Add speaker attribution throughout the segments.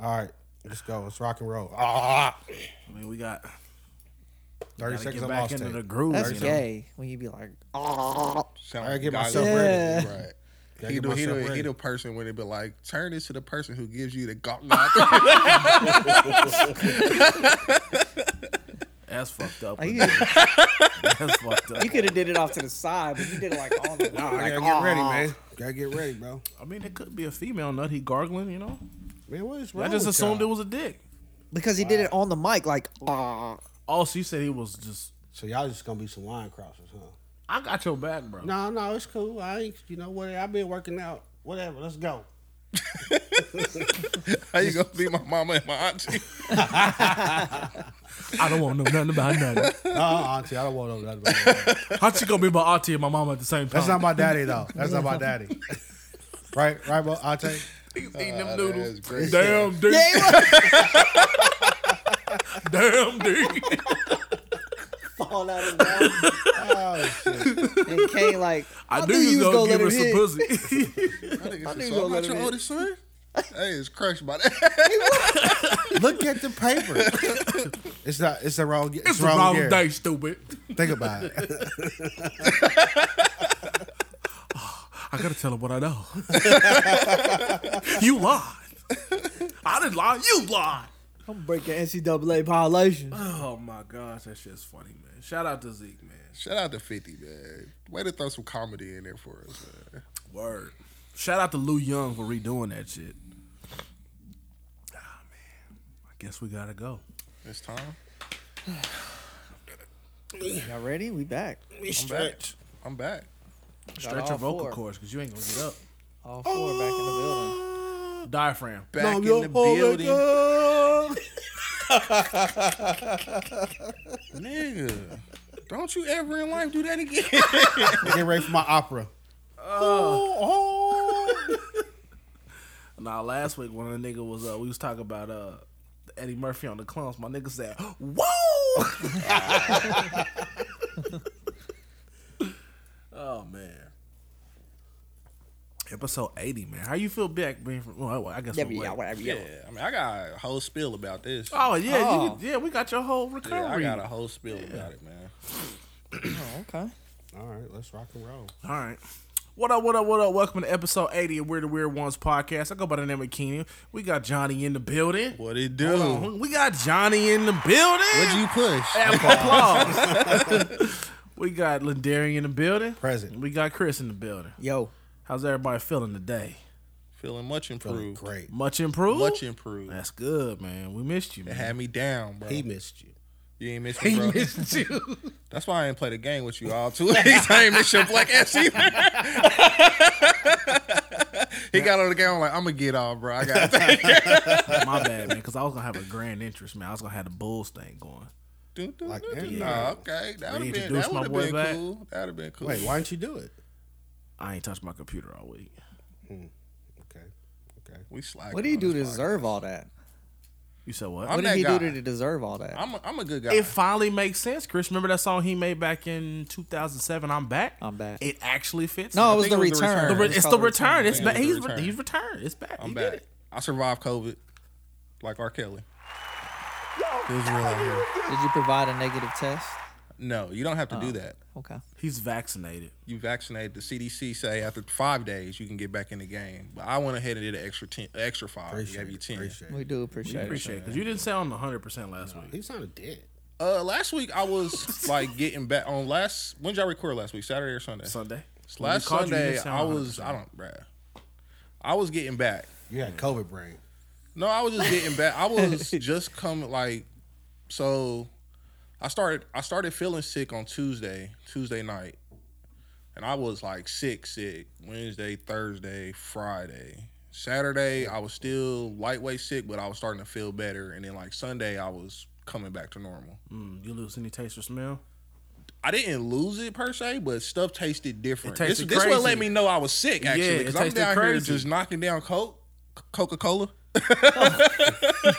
Speaker 1: All right, let's go. Let's rock and roll. Ah,
Speaker 2: I mean, we got
Speaker 1: 30
Speaker 2: gotta
Speaker 1: seconds
Speaker 2: get
Speaker 1: of
Speaker 2: back
Speaker 1: lost
Speaker 2: into
Speaker 1: tape.
Speaker 2: the groove.
Speaker 3: That's
Speaker 2: you know?
Speaker 3: gay when you be like, oh,
Speaker 4: Sound
Speaker 1: I gotta
Speaker 4: like
Speaker 1: get
Speaker 4: God-
Speaker 1: myself
Speaker 3: Yeah.
Speaker 1: ready.
Speaker 4: Right.
Speaker 1: Gotta
Speaker 4: He
Speaker 1: get
Speaker 4: the, he,
Speaker 1: myself
Speaker 4: the, he
Speaker 1: ready.
Speaker 4: the person when they be like, turn this to the person who gives you the gauntlet.
Speaker 2: That's fucked up.
Speaker 3: Like, you-
Speaker 2: That's fucked up.
Speaker 3: you could have did it off to the side, but you did it like on the
Speaker 1: I gotta
Speaker 2: Ah.
Speaker 1: get ready, man. Gotta get ready, bro.
Speaker 2: I mean, it could be a female nut he gargling. You know,
Speaker 1: Man, what is
Speaker 2: I
Speaker 1: wrong?
Speaker 2: just
Speaker 1: with
Speaker 2: assumed
Speaker 1: y'all?
Speaker 2: it was a dick.
Speaker 3: because he did it on the mic, like, oh.
Speaker 2: Oh, she said he was just.
Speaker 1: So y'all just gonna be some line crossers, huh?
Speaker 2: I got your back, bro.
Speaker 1: No, no, it's cool. I ain't, you know what? I've been working out. Whatever, let's go.
Speaker 4: How you gonna be my mama and my auntie?
Speaker 2: I don't want to know nothing about nothing.
Speaker 1: No, uh-uh, auntie, I don't want no nothing. about that.
Speaker 2: How she gonna be my auntie and my mama at the same time?
Speaker 1: That's not my daddy, though. That's not my daddy. right, right, bro? auntie.
Speaker 2: eating
Speaker 1: Ah,
Speaker 2: them
Speaker 4: That's
Speaker 2: noodles.
Speaker 4: great.
Speaker 2: Damn, dude.
Speaker 3: Yeah, he was-
Speaker 2: Damn, dude.
Speaker 3: fall out of the
Speaker 1: Oh shit!
Speaker 3: mouth. And Kane, like,
Speaker 2: I, knew you was gonna
Speaker 3: let
Speaker 2: give her
Speaker 3: him
Speaker 2: some pussy.
Speaker 3: hit.
Speaker 4: I think
Speaker 3: knew
Speaker 4: it's
Speaker 3: you
Speaker 4: so, I'm
Speaker 3: gonna
Speaker 4: not
Speaker 3: let
Speaker 4: your
Speaker 3: him in.
Speaker 4: oldest son. Hey, it's crushed by that.
Speaker 1: Look at the paper. It's not. It's the wrong. It's,
Speaker 2: It's the
Speaker 1: wrong,
Speaker 2: wrong
Speaker 1: year.
Speaker 2: day, stupid.
Speaker 1: Think about it.
Speaker 2: I gotta tell him what I know. you lied. I didn't lie. You lied.
Speaker 3: I'm breaking NCAA violation.
Speaker 2: Oh my gosh, that shit's funny, man. Shout out to Zeke, man.
Speaker 4: Shout out to 50, man. Way to throw some comedy in there for us, man.
Speaker 2: Word. Shout out to Lou Young for redoing that shit. Ah man, I guess we gotta go.
Speaker 4: It's time.
Speaker 3: Y'all ready? We back.
Speaker 4: I'm back. I'm back.
Speaker 2: Stretch
Speaker 3: all
Speaker 2: your vocal
Speaker 3: four.
Speaker 2: cords because you ain't gonna get up.
Speaker 3: All four back in the building.
Speaker 2: Diaphragm.
Speaker 4: Back in the building. Nigga. Don't you ever in life do that again.
Speaker 1: Get ready for my opera. Oh,
Speaker 2: Nah, last week when the nigga was uh, we was talking about uh Eddie Murphy on the clones. My nigga said, "Whoa!" oh man, episode eighty, man. How you feel back being from? Well, I guess.
Speaker 3: Yeah,
Speaker 2: from
Speaker 3: yeah,
Speaker 2: Wake.
Speaker 3: whatever.
Speaker 4: yeah,
Speaker 3: Yeah.
Speaker 4: I mean, I got a whole spill about this.
Speaker 2: Oh yeah,
Speaker 3: Oh.
Speaker 2: You, yeah. We got your whole
Speaker 4: Yeah, I
Speaker 2: recovery.
Speaker 4: got a whole spill about it, man.
Speaker 3: Oh, okay.
Speaker 1: All right, let's rock and roll.
Speaker 2: All right. What up, what up, what up? Welcome to episode 80 of We're the Weird Ones podcast. I go by the name of Keenan. We got Johnny in the building.
Speaker 4: What it
Speaker 2: Hold
Speaker 4: do?
Speaker 2: on, We got Johnny in the building.
Speaker 4: What'd you push?
Speaker 2: Applause. we got Lindari in the building.
Speaker 1: Present.
Speaker 2: We got Chris in the building.
Speaker 3: Yo,
Speaker 2: How's everybody feeling today?
Speaker 4: Feeling much improved.
Speaker 1: Oh, Great.
Speaker 2: Much improved?
Speaker 4: Much improved.
Speaker 2: That's good, man. We missed you,
Speaker 4: It
Speaker 2: man.
Speaker 4: had me down, bro.
Speaker 1: He missed you.
Speaker 4: you ain't miss me, bro.
Speaker 2: you.
Speaker 4: That's why I ain't played a game with you all two weeks. I ain't miss your black ass either. he got on the game. I'm like, I'm gonna get off, bro. I got
Speaker 2: My bad, man, because I was going to have a grand interest, man. I was going to have the Bulls thing going.
Speaker 4: do, do,
Speaker 1: Like,
Speaker 4: do, do.
Speaker 1: yeah.
Speaker 4: Nah, okay. That would have been,
Speaker 2: Reintroduce
Speaker 4: that
Speaker 2: my
Speaker 4: would've
Speaker 2: boy
Speaker 4: been
Speaker 2: back.
Speaker 4: cool. That would have been cool.
Speaker 1: Wait, why didn't you do it?
Speaker 2: I ain't touched my computer all week.
Speaker 1: Okay. Okay.
Speaker 4: We slack.
Speaker 3: what do you do to deserve all that?
Speaker 2: You said what?
Speaker 4: I'm
Speaker 3: What
Speaker 4: that
Speaker 3: did he
Speaker 4: guy.
Speaker 3: do to deserve all that?
Speaker 4: I'm a, I'm a good guy.
Speaker 2: it finally makes sense, Chris. Remember that song he made back in 2007? I'm back.
Speaker 3: I'm back.
Speaker 2: It actually fits.
Speaker 3: no,
Speaker 2: him.
Speaker 3: it was
Speaker 4: think
Speaker 3: the
Speaker 4: it was the
Speaker 3: return.
Speaker 4: return.
Speaker 2: The re-
Speaker 3: It was
Speaker 2: it's, the
Speaker 3: called
Speaker 2: return. It's
Speaker 4: Yeah,
Speaker 2: back.
Speaker 4: it was
Speaker 2: He's
Speaker 4: the
Speaker 2: re-
Speaker 4: return.
Speaker 2: he's returned. It's back.
Speaker 4: I'm
Speaker 2: He did
Speaker 4: back.
Speaker 2: it.
Speaker 4: I survived COVID, like R. Kelly.
Speaker 3: Did you provide a negative test?
Speaker 4: No, you don't have
Speaker 2: Oh.
Speaker 4: to do that.
Speaker 3: Okay.
Speaker 2: He's vaccinated.
Speaker 4: You vaccinated. The CDC say after five days you can get back in the game. But I went ahead and did an extra ten, extra five.
Speaker 1: Appreciate
Speaker 4: gave you
Speaker 1: it.
Speaker 4: ten.
Speaker 1: Appreciate it.
Speaker 3: We do appreciate,
Speaker 2: Appreciate because you didn't sound 100 percent last week.
Speaker 1: He sounded dead.
Speaker 4: Uh, last week I was like getting back on last. When did y'all record last week? Saturday or Sunday?
Speaker 2: Sunday.
Speaker 4: So
Speaker 2: When we
Speaker 4: Last
Speaker 2: called you, you
Speaker 4: Sunday
Speaker 2: didn't sound
Speaker 4: I was.
Speaker 2: 100%.
Speaker 4: I don't, bruh. I was getting back.
Speaker 1: You had COVID brain.
Speaker 4: No, I was just getting back. I was just coming like so I started I started feeling sick on Tuesday, Tuesday night. And I was like sick, sick Wednesday, Thursday, Friday. Saturday, I was still lightweight sick, but I was starting to feel better. And then like Sunday, I was coming back to normal.
Speaker 2: Mm, you lose any taste or smell?
Speaker 4: I didn't lose it per se, but stuff tasted different.
Speaker 2: It tasted
Speaker 4: this, this what let
Speaker 2: crazy.
Speaker 4: me know I was sick actually,
Speaker 2: Yeah, it
Speaker 4: because I'm
Speaker 2: tasted
Speaker 4: down
Speaker 2: crazy.
Speaker 4: here just knocking down Coke, Coca Cola.
Speaker 3: You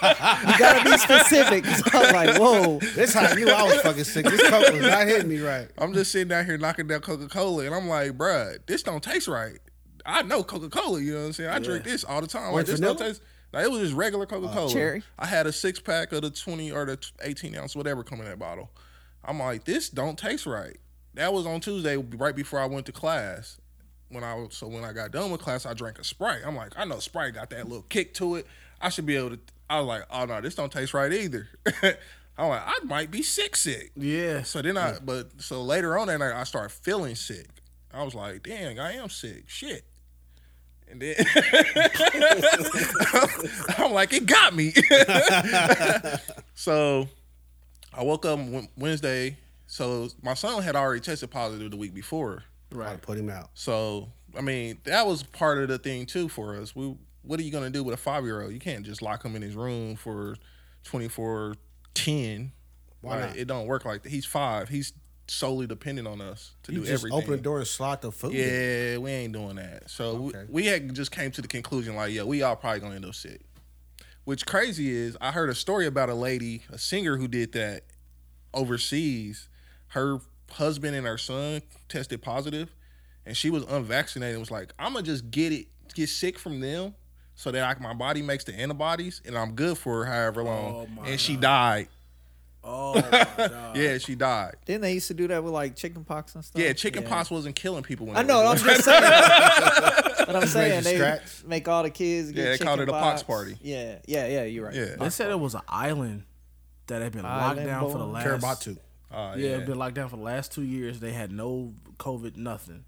Speaker 3: gotta be specific. 'cause I'm like, whoa.
Speaker 1: This how I knew I was fucking sick. This COVID was not hitting me right.
Speaker 4: I'm just sitting down here knocking down Coca Cola, and I'm like, bruh, this don't taste right. I know Coca Cola, you know what I'm saying? I drink this all the time. Like,
Speaker 1: Wait,
Speaker 4: this
Speaker 1: vanilla?
Speaker 4: don't taste. Like it was just regular Coca Cola.
Speaker 3: cherry?
Speaker 4: I had a six pack of the twenty or the t- eighteen ounce whatever come in that bottle. I'm like, this don't taste right. That was on Tuesday, right before I went to class. When I was- so when I got done with class, I drank a Sprite. I'm like, I know Sprite got that little kick to it. I should be able to. I was like, oh no, this don't taste right either. I'm like, I might be sick sick.
Speaker 2: Yeah.
Speaker 4: So then I, but so later on that night, I started feeling sick. I was like, dang, I am sick. Shit. And then I'm like, it got me. so I woke up Wed- Wednesday. So my son had already tested positive the week before.
Speaker 1: I
Speaker 2: Right.
Speaker 1: put him out.
Speaker 4: So I mean, that was part of the thing too for us. We, what are you gonna do with a five year old? You can't just lock him in his room for 24 10
Speaker 1: Why
Speaker 4: Like,
Speaker 1: not?
Speaker 4: It don't work like that. He's five. He's solely dependent on us to
Speaker 1: You
Speaker 4: do
Speaker 1: just
Speaker 4: everything.
Speaker 1: open the door and slot the food. in.
Speaker 4: Yeah, we ain't doing that. So
Speaker 1: Okay.
Speaker 4: we, we had just came to the conclusion like, yeah, we all probably gonna end up sick. Which crazy is, I heard a story about a lady, a singer who did that overseas. Her husband and her son tested positive, and she was unvaccinated. and Was like, I'm gonna just get it, get sick from them, so that I, my body makes the antibodies, and I'm good for however long.
Speaker 2: my
Speaker 4: and she died.
Speaker 2: Oh my god.
Speaker 4: Yeah, she died.
Speaker 3: Didn't they used to do that with like chicken pox and stuff?
Speaker 4: Yeah, chicken pox wasn't killing people. When
Speaker 3: I
Speaker 4: they
Speaker 3: know.
Speaker 4: were
Speaker 3: I'm
Speaker 4: doing
Speaker 3: just saying. but I'm saying
Speaker 1: raise
Speaker 3: they
Speaker 1: your scratch.
Speaker 3: make all the kids. Get
Speaker 4: Yeah, they called it a pox
Speaker 3: chickenpox.
Speaker 4: party.
Speaker 3: Yeah, yeah, yeah. You're right.
Speaker 4: Yeah.
Speaker 2: They said it was an island that had been locked
Speaker 3: Island
Speaker 2: down for the
Speaker 3: boy.
Speaker 2: last
Speaker 1: Karabatu.
Speaker 4: that. Uh,
Speaker 2: Yeah, it's been locked down for the last two years. They had no COVID, nothing.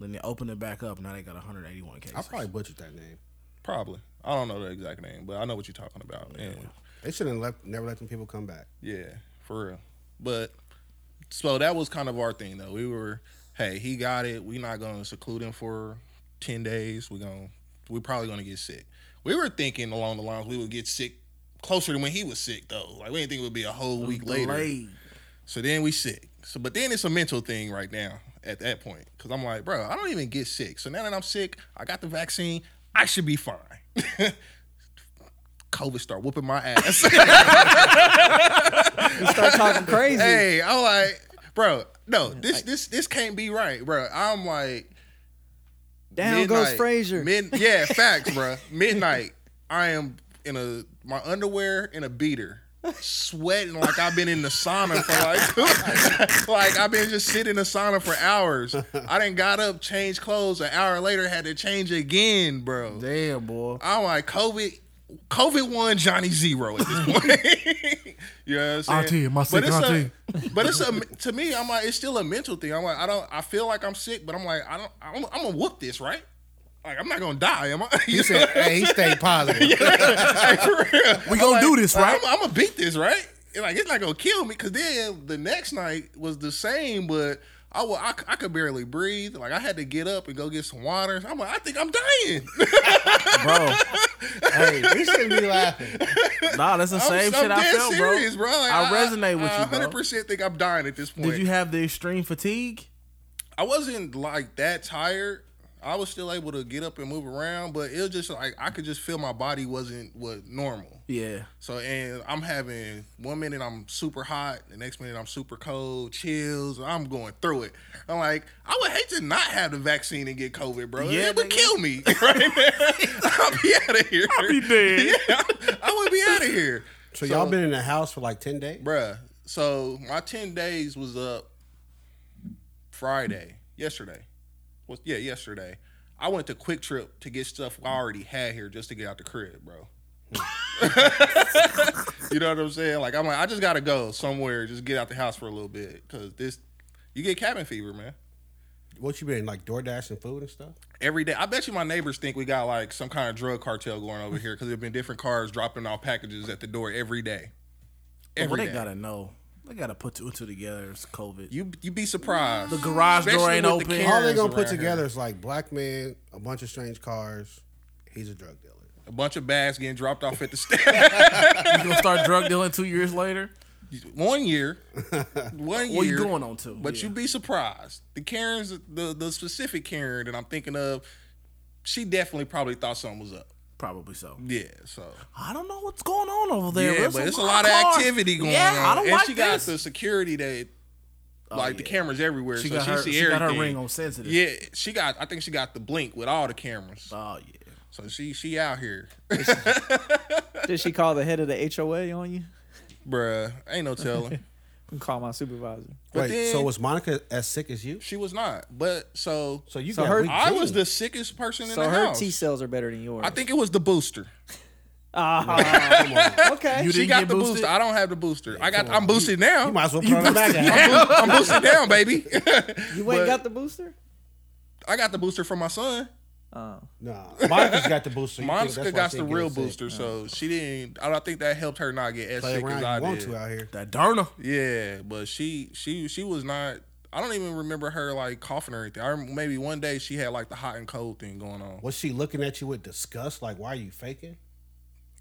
Speaker 2: Then they opened it back up. Now they got 181 cases.
Speaker 1: I probably butchered that name.
Speaker 4: Probably. I don't know the exact name, but I know what you're talking about. Yeah.
Speaker 1: They should have left, never let them people come back.
Speaker 4: Yeah, for real. But so that was kind of our thing though. We were, hey, he got it. We're not gonna seclude him for ten days. We're gonna we're probably gonna get sick. We were thinking along the lines we would get sick closer to when he was sick though. Like we didn't think it would be a whole week later.
Speaker 2: Delayed.
Speaker 4: So then we sick. So but then it's a mental thing right now at that point because I'm like, bro, I don't even get sick. So now that I'm sick, I got the vaccine. I should be fine. COVID start whooping my ass.
Speaker 3: You start talking crazy.
Speaker 4: hey, I'm like, bro, no, this this this can't be right, bro. I'm like,
Speaker 3: Down goes Frazier.
Speaker 4: Mid, yeah, facts, bro. Midnight. I am in a my underwear and a beater, sweating like I've been in the sauna for like, like I've been just sitting in the sauna for hours. I didn't got up, changed clothes. An hour later, had to change again, bro.
Speaker 2: Damn, boy.
Speaker 4: I'm like COVID. COVID one, Johnny zero at this point. you know what I'm saying?
Speaker 2: Auntie, my sick
Speaker 4: but it's
Speaker 2: auntie.
Speaker 4: A, but it's a to me. I'm like it's still a mental thing. I'm like I don't. I feel like I'm sick, but I'm like I don't. I'm, I'm gonna whoop this right. Like I'm not gonna die. Am I?
Speaker 1: He said, hey, he stayed positive.
Speaker 2: We gonna do this, right?
Speaker 4: I'm, I'm gonna beat this right. And like it's not gonna kill me because then the next night was the same, but. I, wa- I, c- I could barely breathe. Like I had to get up and go get some water. I'm like, I think I'm dying.
Speaker 2: bro.
Speaker 1: hey, we shouldn't be laughing.
Speaker 2: Nah, that's the same shit I felt,
Speaker 4: serious, bro. Like,
Speaker 2: I resonate with you, bro.
Speaker 4: 100% think I'm dying at this point.
Speaker 2: Did you have the extreme fatigue?
Speaker 4: I wasn't like that tired. I was still able to get up and move around, but it was just like I could just feel my body wasn't what normal.
Speaker 2: Yeah.
Speaker 4: So and I'm having one minute I'm super hot, the next minute I'm super cold, chills. I'm going through it. I'm like, I would hate to not have the vaccine and get COVID, bro.
Speaker 2: Yeah,
Speaker 4: it would
Speaker 2: nigga.
Speaker 4: kill me right now. I'll be out of here. I'll
Speaker 2: be dead.
Speaker 4: Yeah, I would be out of here.
Speaker 1: So, y'all been in the house for like 10 days?
Speaker 4: bruh. So my ten days was up Friday, yesterday. Was yeah, yesterday. I went to Quick Trip to get stuff I already had here just to get out the crib, bro. you know what I'm saying? Like I'm like I just gotta go somewhere, just get out the house for a little bit, cause this you get cabin fever, man.
Speaker 1: What you been, like DoorDash and food and stuff?
Speaker 4: Every day, I bet you my neighbors think we got like some kind of drug cartel going over here because there've been different cars dropping off packages at the door every day.
Speaker 2: Bro,
Speaker 4: Every
Speaker 2: they
Speaker 4: day.
Speaker 2: gotta know. They gotta put two and two together. It's COVID.
Speaker 4: You you be surprised.
Speaker 2: The garage door
Speaker 4: Especially
Speaker 2: ain't
Speaker 4: with the
Speaker 2: open.
Speaker 4: Karens
Speaker 1: All they gonna
Speaker 4: around
Speaker 1: put
Speaker 4: here.
Speaker 1: together is like black man, a bunch of strange cars. He's a drug dealer.
Speaker 4: a bunch of bags getting dropped off at the stand.
Speaker 2: you gonna start drug dealing two years later?
Speaker 4: one year, one year.
Speaker 2: What you going on to?
Speaker 4: But
Speaker 2: Yeah.
Speaker 4: you'd be surprised. The Karens, the the specific Karen that I'm thinking of, she definitely probably thought something was up.
Speaker 2: probably so.
Speaker 4: Yeah, so
Speaker 2: I don't know what's going on over there.
Speaker 4: yeah,
Speaker 2: There's
Speaker 4: but it's a lot of
Speaker 2: cars.
Speaker 4: activity going
Speaker 2: yeah,
Speaker 4: on.
Speaker 2: I don't
Speaker 4: and
Speaker 2: like
Speaker 4: she
Speaker 2: this. Oh,
Speaker 4: got the security that, like the
Speaker 2: yeah.
Speaker 4: cameras everywhere,
Speaker 2: She
Speaker 4: so
Speaker 2: got
Speaker 4: she
Speaker 2: her-
Speaker 4: see
Speaker 2: she got her
Speaker 4: everything.
Speaker 2: ring on sensitive.
Speaker 4: Yeah, she got. I think she got the blink with all the cameras.
Speaker 2: oh yeah.
Speaker 4: So she she out here,
Speaker 3: Did she call the head of the HOA on you?
Speaker 4: bruh. Ain't no telling.
Speaker 3: And call my supervisor.
Speaker 1: Wait,
Speaker 4: But then-
Speaker 1: so was Monica as sick as you?
Speaker 4: She was not. But so
Speaker 1: So you
Speaker 3: So
Speaker 1: got
Speaker 3: her-
Speaker 1: weak
Speaker 4: I
Speaker 1: team.
Speaker 4: was the sickest person in
Speaker 3: So
Speaker 4: the
Speaker 3: her
Speaker 4: house.
Speaker 3: T cells are better than yours.
Speaker 4: I think it was the booster.
Speaker 3: Ah, okay.
Speaker 2: You
Speaker 4: She
Speaker 2: didn't
Speaker 4: got
Speaker 2: get
Speaker 4: the
Speaker 2: boosted?
Speaker 4: booster. I don't have the booster. I got. I'm boosted now.
Speaker 1: You might as well put her on the back. end.
Speaker 4: I'm, boo- I'm boosted down, baby.
Speaker 3: You ain't
Speaker 4: But-
Speaker 3: got the booster?
Speaker 4: I got the booster from my son.
Speaker 3: Oh.
Speaker 1: Nah, Monica's got the booster. You think
Speaker 4: Monica
Speaker 1: that's why
Speaker 4: got
Speaker 1: she
Speaker 4: the
Speaker 1: ain't
Speaker 4: real
Speaker 1: getting sick. Oh.
Speaker 4: booster, so she didn't. I don't think that helped her not get as
Speaker 1: Play
Speaker 4: sick
Speaker 1: around
Speaker 4: as
Speaker 1: you
Speaker 4: I
Speaker 1: want
Speaker 4: did.
Speaker 1: to out here.
Speaker 2: That Derna.
Speaker 4: Yeah, but she she she was not. I don't even remember her like coughing or anything. I rem- maybe one day she had like the hot and cold thing going on.
Speaker 1: Was she looking at you with disgust? Like, why are you faking?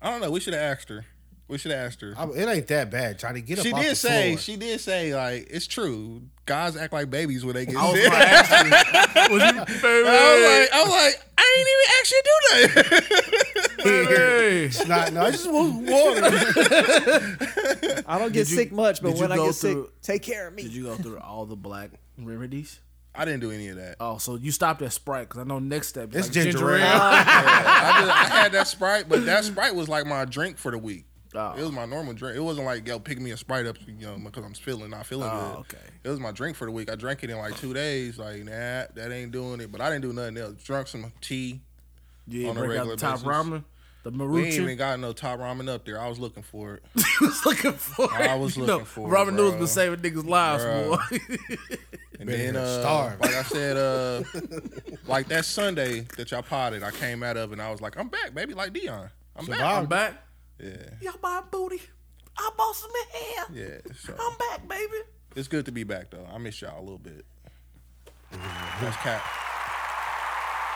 Speaker 4: I don't know. We should have asked her. We should have asked her.
Speaker 1: I, it ain't that bad, Johnny. Get up.
Speaker 4: she
Speaker 1: off
Speaker 4: did
Speaker 1: the
Speaker 4: say
Speaker 1: floor.
Speaker 4: she did say like it's true. Guys act like babies when they get
Speaker 2: I was
Speaker 4: sick.
Speaker 2: gonna ask you. Was you baby?
Speaker 4: I was like, I was like, I ain't even actually do nothing.
Speaker 2: baby.
Speaker 1: It's not. No, I just was water.
Speaker 3: I don't get
Speaker 2: Did you-
Speaker 3: sick much, but
Speaker 2: did you
Speaker 3: when I
Speaker 2: go
Speaker 3: get sick,
Speaker 2: through-
Speaker 3: take care of
Speaker 2: Did
Speaker 3: me.
Speaker 2: you go through all the black remedies?
Speaker 4: I didn't do any of that.
Speaker 2: Oh, so you stopped at Sprite because I know next step
Speaker 1: It's
Speaker 2: is like
Speaker 1: ginger
Speaker 2: ginger ale.
Speaker 1: ale.
Speaker 4: I, just, I had that Sprite, but that Sprite was like my drink for the week.
Speaker 2: Oh.
Speaker 4: It was my normal drink. It wasn't like yo, pick me a Sprite up, you know, because I'm feeling not feeling
Speaker 2: Oh,
Speaker 4: good.
Speaker 2: okay.
Speaker 4: It was my drink for the week. I drank it in like two days. Like nah, that ain't doing it. But I didn't do nothing else. Drunk some tea.
Speaker 2: You didn't
Speaker 4: On a
Speaker 2: break out
Speaker 4: regular
Speaker 2: the top
Speaker 4: basis.
Speaker 2: ramen, the
Speaker 4: We ain't even
Speaker 2: marucci.
Speaker 4: got no top ramen up there. I was looking for it.
Speaker 2: was looking for
Speaker 4: I
Speaker 2: it.
Speaker 4: was
Speaker 2: You
Speaker 4: looking for it,
Speaker 2: Ramen noodles
Speaker 4: bro.
Speaker 2: been saving niggas lives,
Speaker 4: Bro.
Speaker 2: boy.
Speaker 4: And
Speaker 1: Been
Speaker 4: then uh,
Speaker 1: starved.
Speaker 4: like I said, uh, like that Sunday that y'all potted, I came out of and I was like, I'm back, baby, like Dion. I'm back.
Speaker 1: Survived.
Speaker 2: I'm back.
Speaker 4: Yeah.
Speaker 2: Y'all buying booty? I bought some in here.
Speaker 4: Yeah. So
Speaker 2: I'm back, baby.
Speaker 4: it's good to be back though. I miss y'all a little bit. That's cap.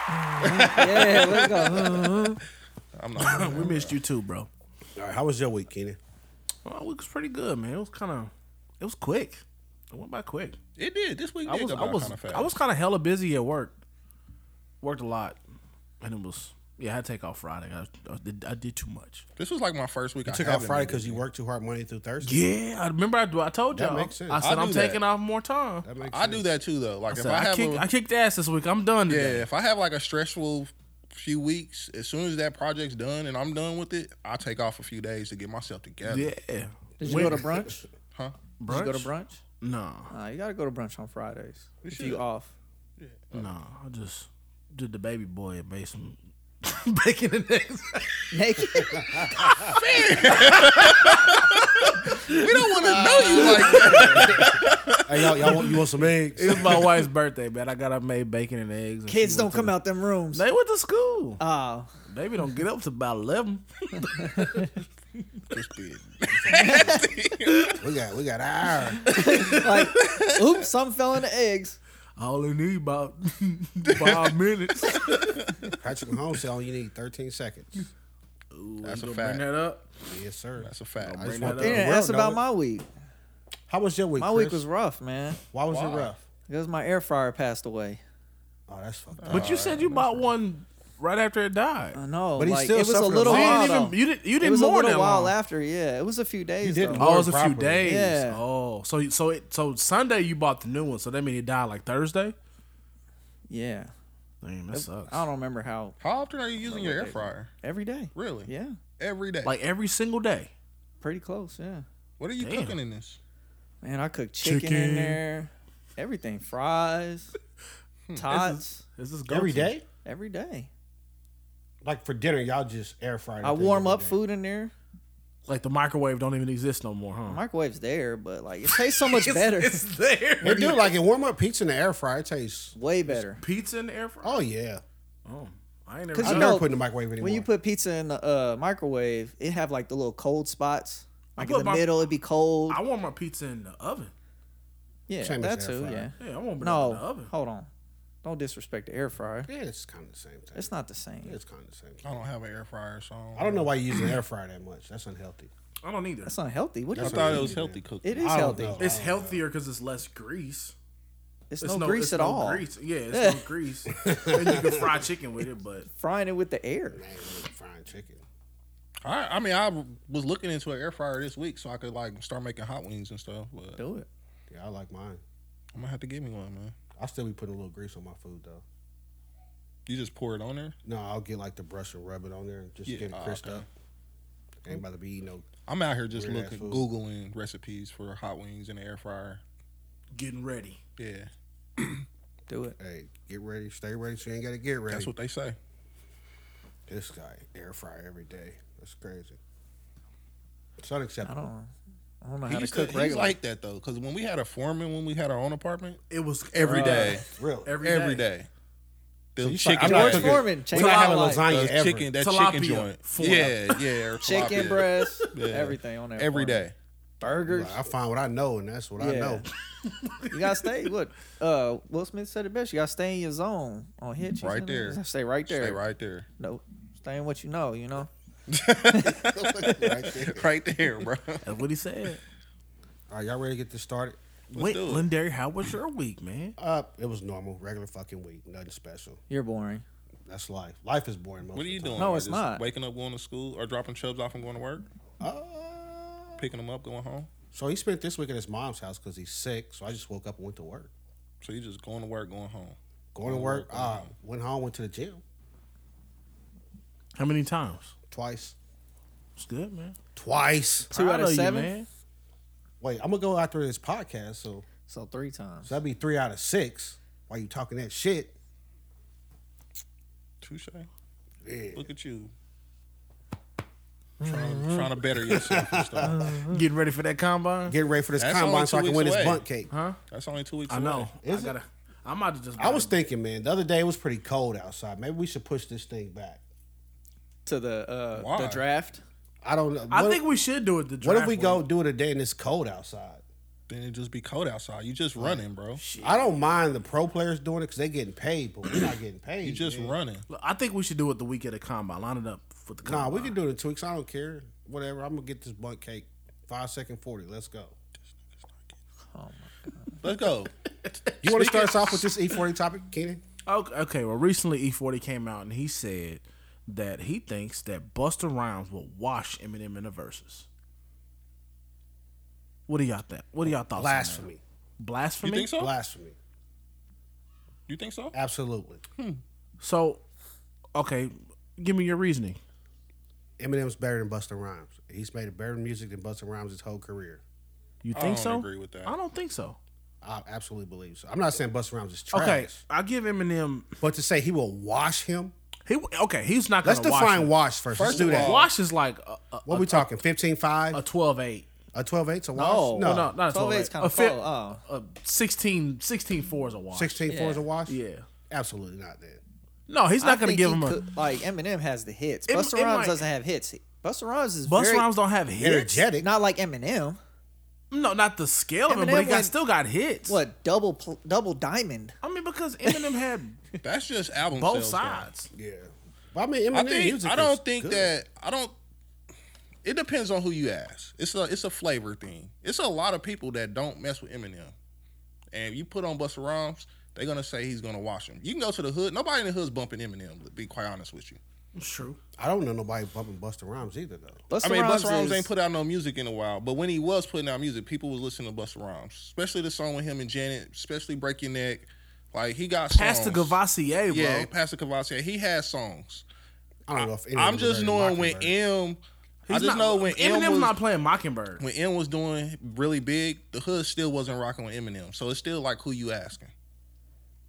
Speaker 3: yeah, let's go.
Speaker 4: I'm not
Speaker 2: We missed you too, bro.
Speaker 1: All right, how was your week, Keenan?
Speaker 2: Well, it was pretty good, man. It was kind of, it was quick. It went by quick.
Speaker 4: It did. This week
Speaker 2: I
Speaker 4: did
Speaker 2: was,
Speaker 4: go
Speaker 2: I
Speaker 4: by
Speaker 2: was,
Speaker 4: kinda fast.
Speaker 2: I was kind of hella busy at work. Worked a lot, and it was yeah. I had to take off Friday. I, I did, I did too much.
Speaker 4: This was like my first week. I
Speaker 1: Took off
Speaker 4: haven't
Speaker 1: Friday
Speaker 4: been
Speaker 1: because you worked too hard Monday through Thursday.
Speaker 2: Yeah, I remember. I, I told
Speaker 1: That
Speaker 2: y'all.
Speaker 1: makes sense.
Speaker 2: I said
Speaker 4: I
Speaker 2: I am
Speaker 4: do that.
Speaker 2: taking off more time.
Speaker 1: That makes
Speaker 4: I
Speaker 1: sense.
Speaker 4: do that too though. Like
Speaker 2: I
Speaker 4: if
Speaker 2: said
Speaker 4: I
Speaker 2: I,
Speaker 4: have,
Speaker 2: kicked,
Speaker 4: a-
Speaker 2: I kicked ass this week. I'm done.
Speaker 4: yeah,
Speaker 2: Today.
Speaker 4: if I have like a stressful few weeks, as soon as that project's done and I'm done with it, I take off a few days to get myself together.
Speaker 2: Yeah.
Speaker 3: Did you go to brunch?
Speaker 4: Huh?
Speaker 3: Did you
Speaker 2: brunch?
Speaker 3: go to brunch?
Speaker 2: No,
Speaker 3: Nah, you gotta go to brunch on Fridays. if
Speaker 4: should.
Speaker 3: you off.
Speaker 2: no. I just did the baby boy and made some bacon and eggs.
Speaker 3: Naked.
Speaker 4: We don't want to know you like that.
Speaker 1: Hey, y'all, y'all want, you want some eggs?
Speaker 2: It was my wife's birthday, man. I got I made bacon and eggs. and she
Speaker 3: Kids don't
Speaker 2: went to-
Speaker 3: come out them rooms.
Speaker 2: They went to school.
Speaker 3: Oh.
Speaker 2: Baby don't get up to about eleven.
Speaker 4: This bitch.
Speaker 1: we got we got our
Speaker 3: Like, oops, some fell in the eggs.
Speaker 2: I only need about five minutes.
Speaker 1: Patrick Mahomes said, "Oh, you need 13 seconds."
Speaker 4: That's a
Speaker 2: Gonna
Speaker 4: fact.
Speaker 2: Bring that up.
Speaker 1: Yes, sir.
Speaker 4: That's a fact.
Speaker 1: I just
Speaker 2: Bring
Speaker 1: want
Speaker 2: that
Speaker 1: the
Speaker 3: They didn't
Speaker 1: world
Speaker 3: ask
Speaker 1: know
Speaker 3: about
Speaker 1: it.
Speaker 3: my week.
Speaker 1: How was your week?
Speaker 3: My week
Speaker 1: Chris?
Speaker 3: was rough, man.
Speaker 1: Why was
Speaker 4: Why?
Speaker 1: it rough?
Speaker 3: Because my air fryer passed away.
Speaker 1: Oh, that's fucked up.
Speaker 2: But you said you bought one right after it died.
Speaker 3: I know.
Speaker 1: Uh, But he
Speaker 3: like,
Speaker 1: still
Speaker 3: it was a
Speaker 1: suffered a
Speaker 3: little
Speaker 1: lot.
Speaker 2: you
Speaker 3: while.
Speaker 2: didn't even
Speaker 3: though.
Speaker 2: you didn't you
Speaker 3: Uh, it
Speaker 2: didn't
Speaker 3: was a
Speaker 2: mourn
Speaker 3: little
Speaker 2: that
Speaker 3: while
Speaker 2: long.
Speaker 3: after, yeah. It was a few days.
Speaker 1: didn't
Speaker 3: though.
Speaker 2: Oh, it was a
Speaker 1: Properly.
Speaker 2: few days.
Speaker 3: Yeah.
Speaker 2: Oh, so so it so Sunday you bought the new one. So that mean it died like Thursday.
Speaker 3: Yeah.
Speaker 2: Damn, that sucks.
Speaker 3: I don't remember how
Speaker 4: How often are you using your air fryer?
Speaker 3: every day.
Speaker 4: Really?
Speaker 3: Yeah.
Speaker 4: Every day.
Speaker 2: Like every single day.
Speaker 3: Pretty close, yeah.
Speaker 4: what are you
Speaker 2: Damn.
Speaker 4: cooking in this?
Speaker 3: Man, I cook chicken, in
Speaker 2: Chicken.
Speaker 3: there. Everything. Fries,
Speaker 1: Hmm.
Speaker 3: tots,
Speaker 2: Is this
Speaker 1: Every day,
Speaker 3: every day.
Speaker 1: like for dinner, y'all just air fried.
Speaker 3: I
Speaker 1: everything
Speaker 3: warm
Speaker 1: every
Speaker 3: up
Speaker 1: day.
Speaker 3: food in there.
Speaker 2: Like the microwave don't even exist no more, huh?
Speaker 3: Microwave's there, but like it tastes so much
Speaker 2: It's,
Speaker 3: better.
Speaker 2: it's there.
Speaker 1: They do like in warm up pizza in the air fryer. It tastes.
Speaker 3: way better.
Speaker 2: pizza in the air fryer.
Speaker 1: Oh yeah,
Speaker 2: Oh, I ain't never.
Speaker 3: Cause
Speaker 1: I
Speaker 3: you
Speaker 1: never
Speaker 3: know,
Speaker 1: put it in the microwave anymore.
Speaker 3: When you put pizza in the uh, microwave, it have like the little cold spots. Like in
Speaker 2: put
Speaker 3: the
Speaker 2: my-
Speaker 3: middle, it'd be cold.
Speaker 2: I want my pizza in the oven.
Speaker 3: yeah,
Speaker 1: Same as
Speaker 3: that
Speaker 1: air
Speaker 3: too.
Speaker 1: fryer.
Speaker 3: Yeah.
Speaker 2: Yeah, I want it in
Speaker 3: No,
Speaker 2: the oven.
Speaker 3: hold on. Don't disrespect the air fryer.
Speaker 1: yeah, it's kind of the same thing.
Speaker 3: It's not the same.
Speaker 1: It's kind of the same. Thing.
Speaker 4: I don't have an air fryer, so
Speaker 1: I don't know why you use an air fryer that much. That's unhealthy.
Speaker 2: I don't either.
Speaker 3: That's unhealthy. What do
Speaker 4: I
Speaker 3: you?
Speaker 1: That's
Speaker 3: Thought,
Speaker 4: thought
Speaker 1: what
Speaker 4: it
Speaker 1: you
Speaker 4: was
Speaker 1: do,
Speaker 4: healthy
Speaker 1: man.
Speaker 4: cooking.
Speaker 3: it is
Speaker 1: I don't
Speaker 3: healthy.
Speaker 1: know.
Speaker 2: It's
Speaker 1: Oh,
Speaker 2: healthier because it's less grease.
Speaker 3: It's,
Speaker 2: It's
Speaker 3: no, grease
Speaker 2: it's
Speaker 3: at
Speaker 2: no
Speaker 3: all.
Speaker 2: Grease. Yeah, it's no grease. And you can fry chicken with it, but
Speaker 3: Frying it with the
Speaker 1: I
Speaker 3: air.
Speaker 1: ain't really frying chicken.
Speaker 4: I, I mean, I was looking into an air fryer this week so I could like start making hot wings and stuff. But I'm
Speaker 3: Do it.
Speaker 1: Yeah, I like mine.
Speaker 4: gonna have to give me one, man.
Speaker 1: I still be putting a little grease on my food though.
Speaker 4: You just pour it on there.
Speaker 1: No, I'll get like the brush and rub it on there and just
Speaker 4: Yeah,
Speaker 1: get it
Speaker 4: oh,
Speaker 1: crisp
Speaker 4: okay.
Speaker 1: up. Ain't about to be eating no.
Speaker 4: I'm out here just
Speaker 1: Weird ass
Speaker 4: looking,
Speaker 1: food.
Speaker 4: googling recipes for hot wings in the air fryer.
Speaker 2: Getting ready.
Speaker 4: Yeah,
Speaker 3: Do it.
Speaker 1: Hey, get ready, stay ready, so you ain't gotta get ready.
Speaker 4: that's what they say.
Speaker 1: this guy air fry every day. That's crazy. It's
Speaker 3: I
Speaker 1: unacceptable.
Speaker 3: don't. I don't know
Speaker 4: He
Speaker 3: how to
Speaker 4: used to,
Speaker 3: cook
Speaker 4: he's
Speaker 3: regular.
Speaker 4: like that though, because when we had a foreman, when we had our own apartment,
Speaker 2: It was
Speaker 4: every
Speaker 2: uh,
Speaker 4: day,
Speaker 1: Really?
Speaker 2: Every
Speaker 4: every
Speaker 2: day.
Speaker 4: day. The
Speaker 1: you
Speaker 4: chicken,
Speaker 1: like- I'm not
Speaker 3: George
Speaker 1: cooking-
Speaker 3: Foreman.
Speaker 1: We're
Speaker 3: Change
Speaker 1: not
Speaker 3: my
Speaker 1: having
Speaker 3: life.
Speaker 1: lasagna
Speaker 4: the
Speaker 1: ever.
Speaker 4: chicken, that
Speaker 2: Tilapia.
Speaker 4: chicken joint.
Speaker 2: Four.
Speaker 4: Yeah, yeah, or
Speaker 3: Chicken
Speaker 4: tilapia.
Speaker 3: breast,
Speaker 4: Yeah.
Speaker 3: everything on there.
Speaker 4: every day.
Speaker 3: Burgers.
Speaker 1: Like, I find what I know, and that's what I
Speaker 3: Yeah.
Speaker 1: know.
Speaker 3: You gotta stay. Look, uh, Will Smith said it best. You gotta stay in your zone on hitches.
Speaker 4: Right there.
Speaker 3: Stay right there.
Speaker 4: Stay right there.
Speaker 3: No, stay in what you know. You know.
Speaker 1: right there.
Speaker 4: right there, bro.
Speaker 2: That's what he said.
Speaker 1: All right, y'all ready to get this started?
Speaker 2: Wait,
Speaker 4: do it.
Speaker 2: Lindari, how was your week, man?
Speaker 1: Uh, it was normal, regular fucking week, nothing special.
Speaker 3: You're boring.
Speaker 1: That's life. Life is boring. Most
Speaker 4: What are you
Speaker 1: of the
Speaker 4: doing?
Speaker 1: time.
Speaker 3: No, it's
Speaker 4: Just
Speaker 3: not.
Speaker 4: Waking up, going to school, or dropping chubs off and going to work,
Speaker 1: Uh,
Speaker 4: picking them up, going home.
Speaker 1: so he spent this week at his mom's house because he's sick. So I just woke up and went to work.
Speaker 4: So you just going to work, going home.
Speaker 1: Going to
Speaker 3: Oh,
Speaker 1: work. Uh, went home. Went to the gym
Speaker 2: How many times?
Speaker 1: twice.
Speaker 2: It's good, man.
Speaker 1: Twice.
Speaker 3: Two
Speaker 2: Proud
Speaker 3: out of
Speaker 2: you,
Speaker 3: seven?
Speaker 2: man.
Speaker 1: Wait, I'm gonna go after this podcast. So,
Speaker 3: So three times.
Speaker 1: so that'd be three out of six. Why you talking that shit?
Speaker 4: Touche.
Speaker 1: Yeah.
Speaker 4: Look at you. Trying, trying to better yourself and stuff.
Speaker 2: Getting ready for that combine?
Speaker 1: Get ready for this
Speaker 4: That's
Speaker 1: combine
Speaker 4: only
Speaker 1: so I
Speaker 4: two
Speaker 1: can
Speaker 4: weeks
Speaker 1: win this
Speaker 4: away.
Speaker 1: bunt cake.
Speaker 2: Huh?
Speaker 4: That's only two weeks.
Speaker 2: I know.
Speaker 1: Is it?
Speaker 2: I gotta. I'm about to just.
Speaker 1: I was thinking, man. The other day it was pretty cold outside. Maybe we should push this thing back.
Speaker 3: To the uh
Speaker 4: Why?
Speaker 3: the draft.
Speaker 1: I don't know.
Speaker 2: I
Speaker 1: What-
Speaker 2: think we should do it. The
Speaker 1: What if
Speaker 2: draft
Speaker 1: we
Speaker 2: way.
Speaker 1: go do it a day and it's cold outside?
Speaker 4: Then it just be cold outside. You just running, bro.
Speaker 1: I don't mind the pro players doing it because they getting paid, but we're not getting paid.
Speaker 4: You just
Speaker 1: man.
Speaker 4: running.
Speaker 2: Look, I think we should do it the week of the combine. Line it up for the
Speaker 1: Nah,
Speaker 2: combine.
Speaker 1: we can do it in two weeks. I don't care. Whatever. I'm gonna get this bunt cake. Five second forty. Let's go.
Speaker 3: Oh my.
Speaker 4: Let's go.
Speaker 1: You want to start us off with this E40 topic, Keenan?
Speaker 2: Okay, okay, well, recently E40 came out and he said that he thinks that Buster Rhymes will wash Eminem in the verses. What do y'all think? What do y'all thoughts? on that?
Speaker 1: Blasphemy.
Speaker 2: Blasphemy.
Speaker 4: You think so?
Speaker 1: Blasphemy.
Speaker 4: You think so?
Speaker 1: Absolutely.
Speaker 2: So, okay, give me your reasoning.
Speaker 1: Eminem's better than Busta Rhymes. He's made better music than Busta Rhymes his whole career.
Speaker 2: You
Speaker 4: I
Speaker 2: think
Speaker 4: don't
Speaker 2: so?
Speaker 4: agree with that.
Speaker 2: I don't think so.
Speaker 1: I absolutely believe so. I'm not saying Busta Rhymes is trash,
Speaker 2: Okay, I give Eminem.
Speaker 1: but to say he will wash him,
Speaker 2: He okay. He's not gonna
Speaker 1: let's
Speaker 2: wash.
Speaker 1: define
Speaker 2: him.
Speaker 1: wash 1st
Speaker 4: First
Speaker 1: let's do
Speaker 4: of
Speaker 1: that.
Speaker 4: all-
Speaker 2: Wash is like a, a,
Speaker 1: what we talking? 15 5?
Speaker 2: a 12-8.
Speaker 1: A 12 8 a wash?
Speaker 3: No.
Speaker 2: No, not a 12
Speaker 3: 12
Speaker 2: 8.
Speaker 3: eight's kinda
Speaker 2: a, fif-
Speaker 3: full, oh.
Speaker 2: a 16, 16 4 is a wash.
Speaker 1: 16 4 is a
Speaker 3: Yeah.
Speaker 1: wash?
Speaker 2: Yeah.
Speaker 1: Absolutely not, then.
Speaker 2: No, he's not going
Speaker 3: I
Speaker 2: to
Speaker 3: think
Speaker 2: give
Speaker 3: he
Speaker 2: him a.
Speaker 3: could- like Eminem has the hits.
Speaker 2: It-
Speaker 3: Busta
Speaker 2: it
Speaker 3: Rhymes
Speaker 2: might-
Speaker 3: doesn't have hits. Busta Rhymes is
Speaker 2: Busta
Speaker 3: very,
Speaker 2: Rhymes don't have hits.
Speaker 1: Energetic.
Speaker 3: not like Eminem.
Speaker 2: No, not the scale of it,
Speaker 3: Eminem
Speaker 2: but he got,
Speaker 3: went-
Speaker 2: still got hits.
Speaker 3: What double pl- double diamond?
Speaker 2: I mean, because Eminem had
Speaker 4: That's just album
Speaker 2: both
Speaker 4: sales, though.
Speaker 2: sides.
Speaker 1: yeah. But I mean, Eminem
Speaker 4: I think
Speaker 1: music
Speaker 4: I
Speaker 1: is
Speaker 4: don't think
Speaker 1: good.
Speaker 4: that I don't. It depends on who you ask. It's a it's a flavor thing. It's a lot of people that don't mess with Eminem, and you put on Busta Rhymes, they're gonna say he's gonna wash him. You can go to the hood. Nobody in the hood's bumping Eminem. To be quite honest with you,
Speaker 2: It's true.
Speaker 1: I don't know nobody bumping Busta Rhymes either, though.
Speaker 3: Busta
Speaker 4: I mean
Speaker 3: Rhymes,
Speaker 4: Busta Rhymes
Speaker 3: is-
Speaker 4: ain't put out no music in a while. But when he was putting out music, people was listening to Busta Rhymes, especially the song with him and Janet, especially Break Your Neck. Like he got songs.
Speaker 2: Pastor Gavassier, bro.
Speaker 4: yeah, Pastor Cavassier. He has songs.
Speaker 1: I don't know if
Speaker 4: I'm
Speaker 1: Eminem is
Speaker 4: just
Speaker 1: better than
Speaker 4: knowing when
Speaker 1: Mockingbird.
Speaker 4: M. I
Speaker 2: He's
Speaker 4: just
Speaker 2: not,
Speaker 4: know when M
Speaker 2: Eminem's
Speaker 4: was
Speaker 2: not playing Mockingbird.
Speaker 4: when M was doing really big, the hood still wasn't rocking with Eminem. So it's still like who you asking.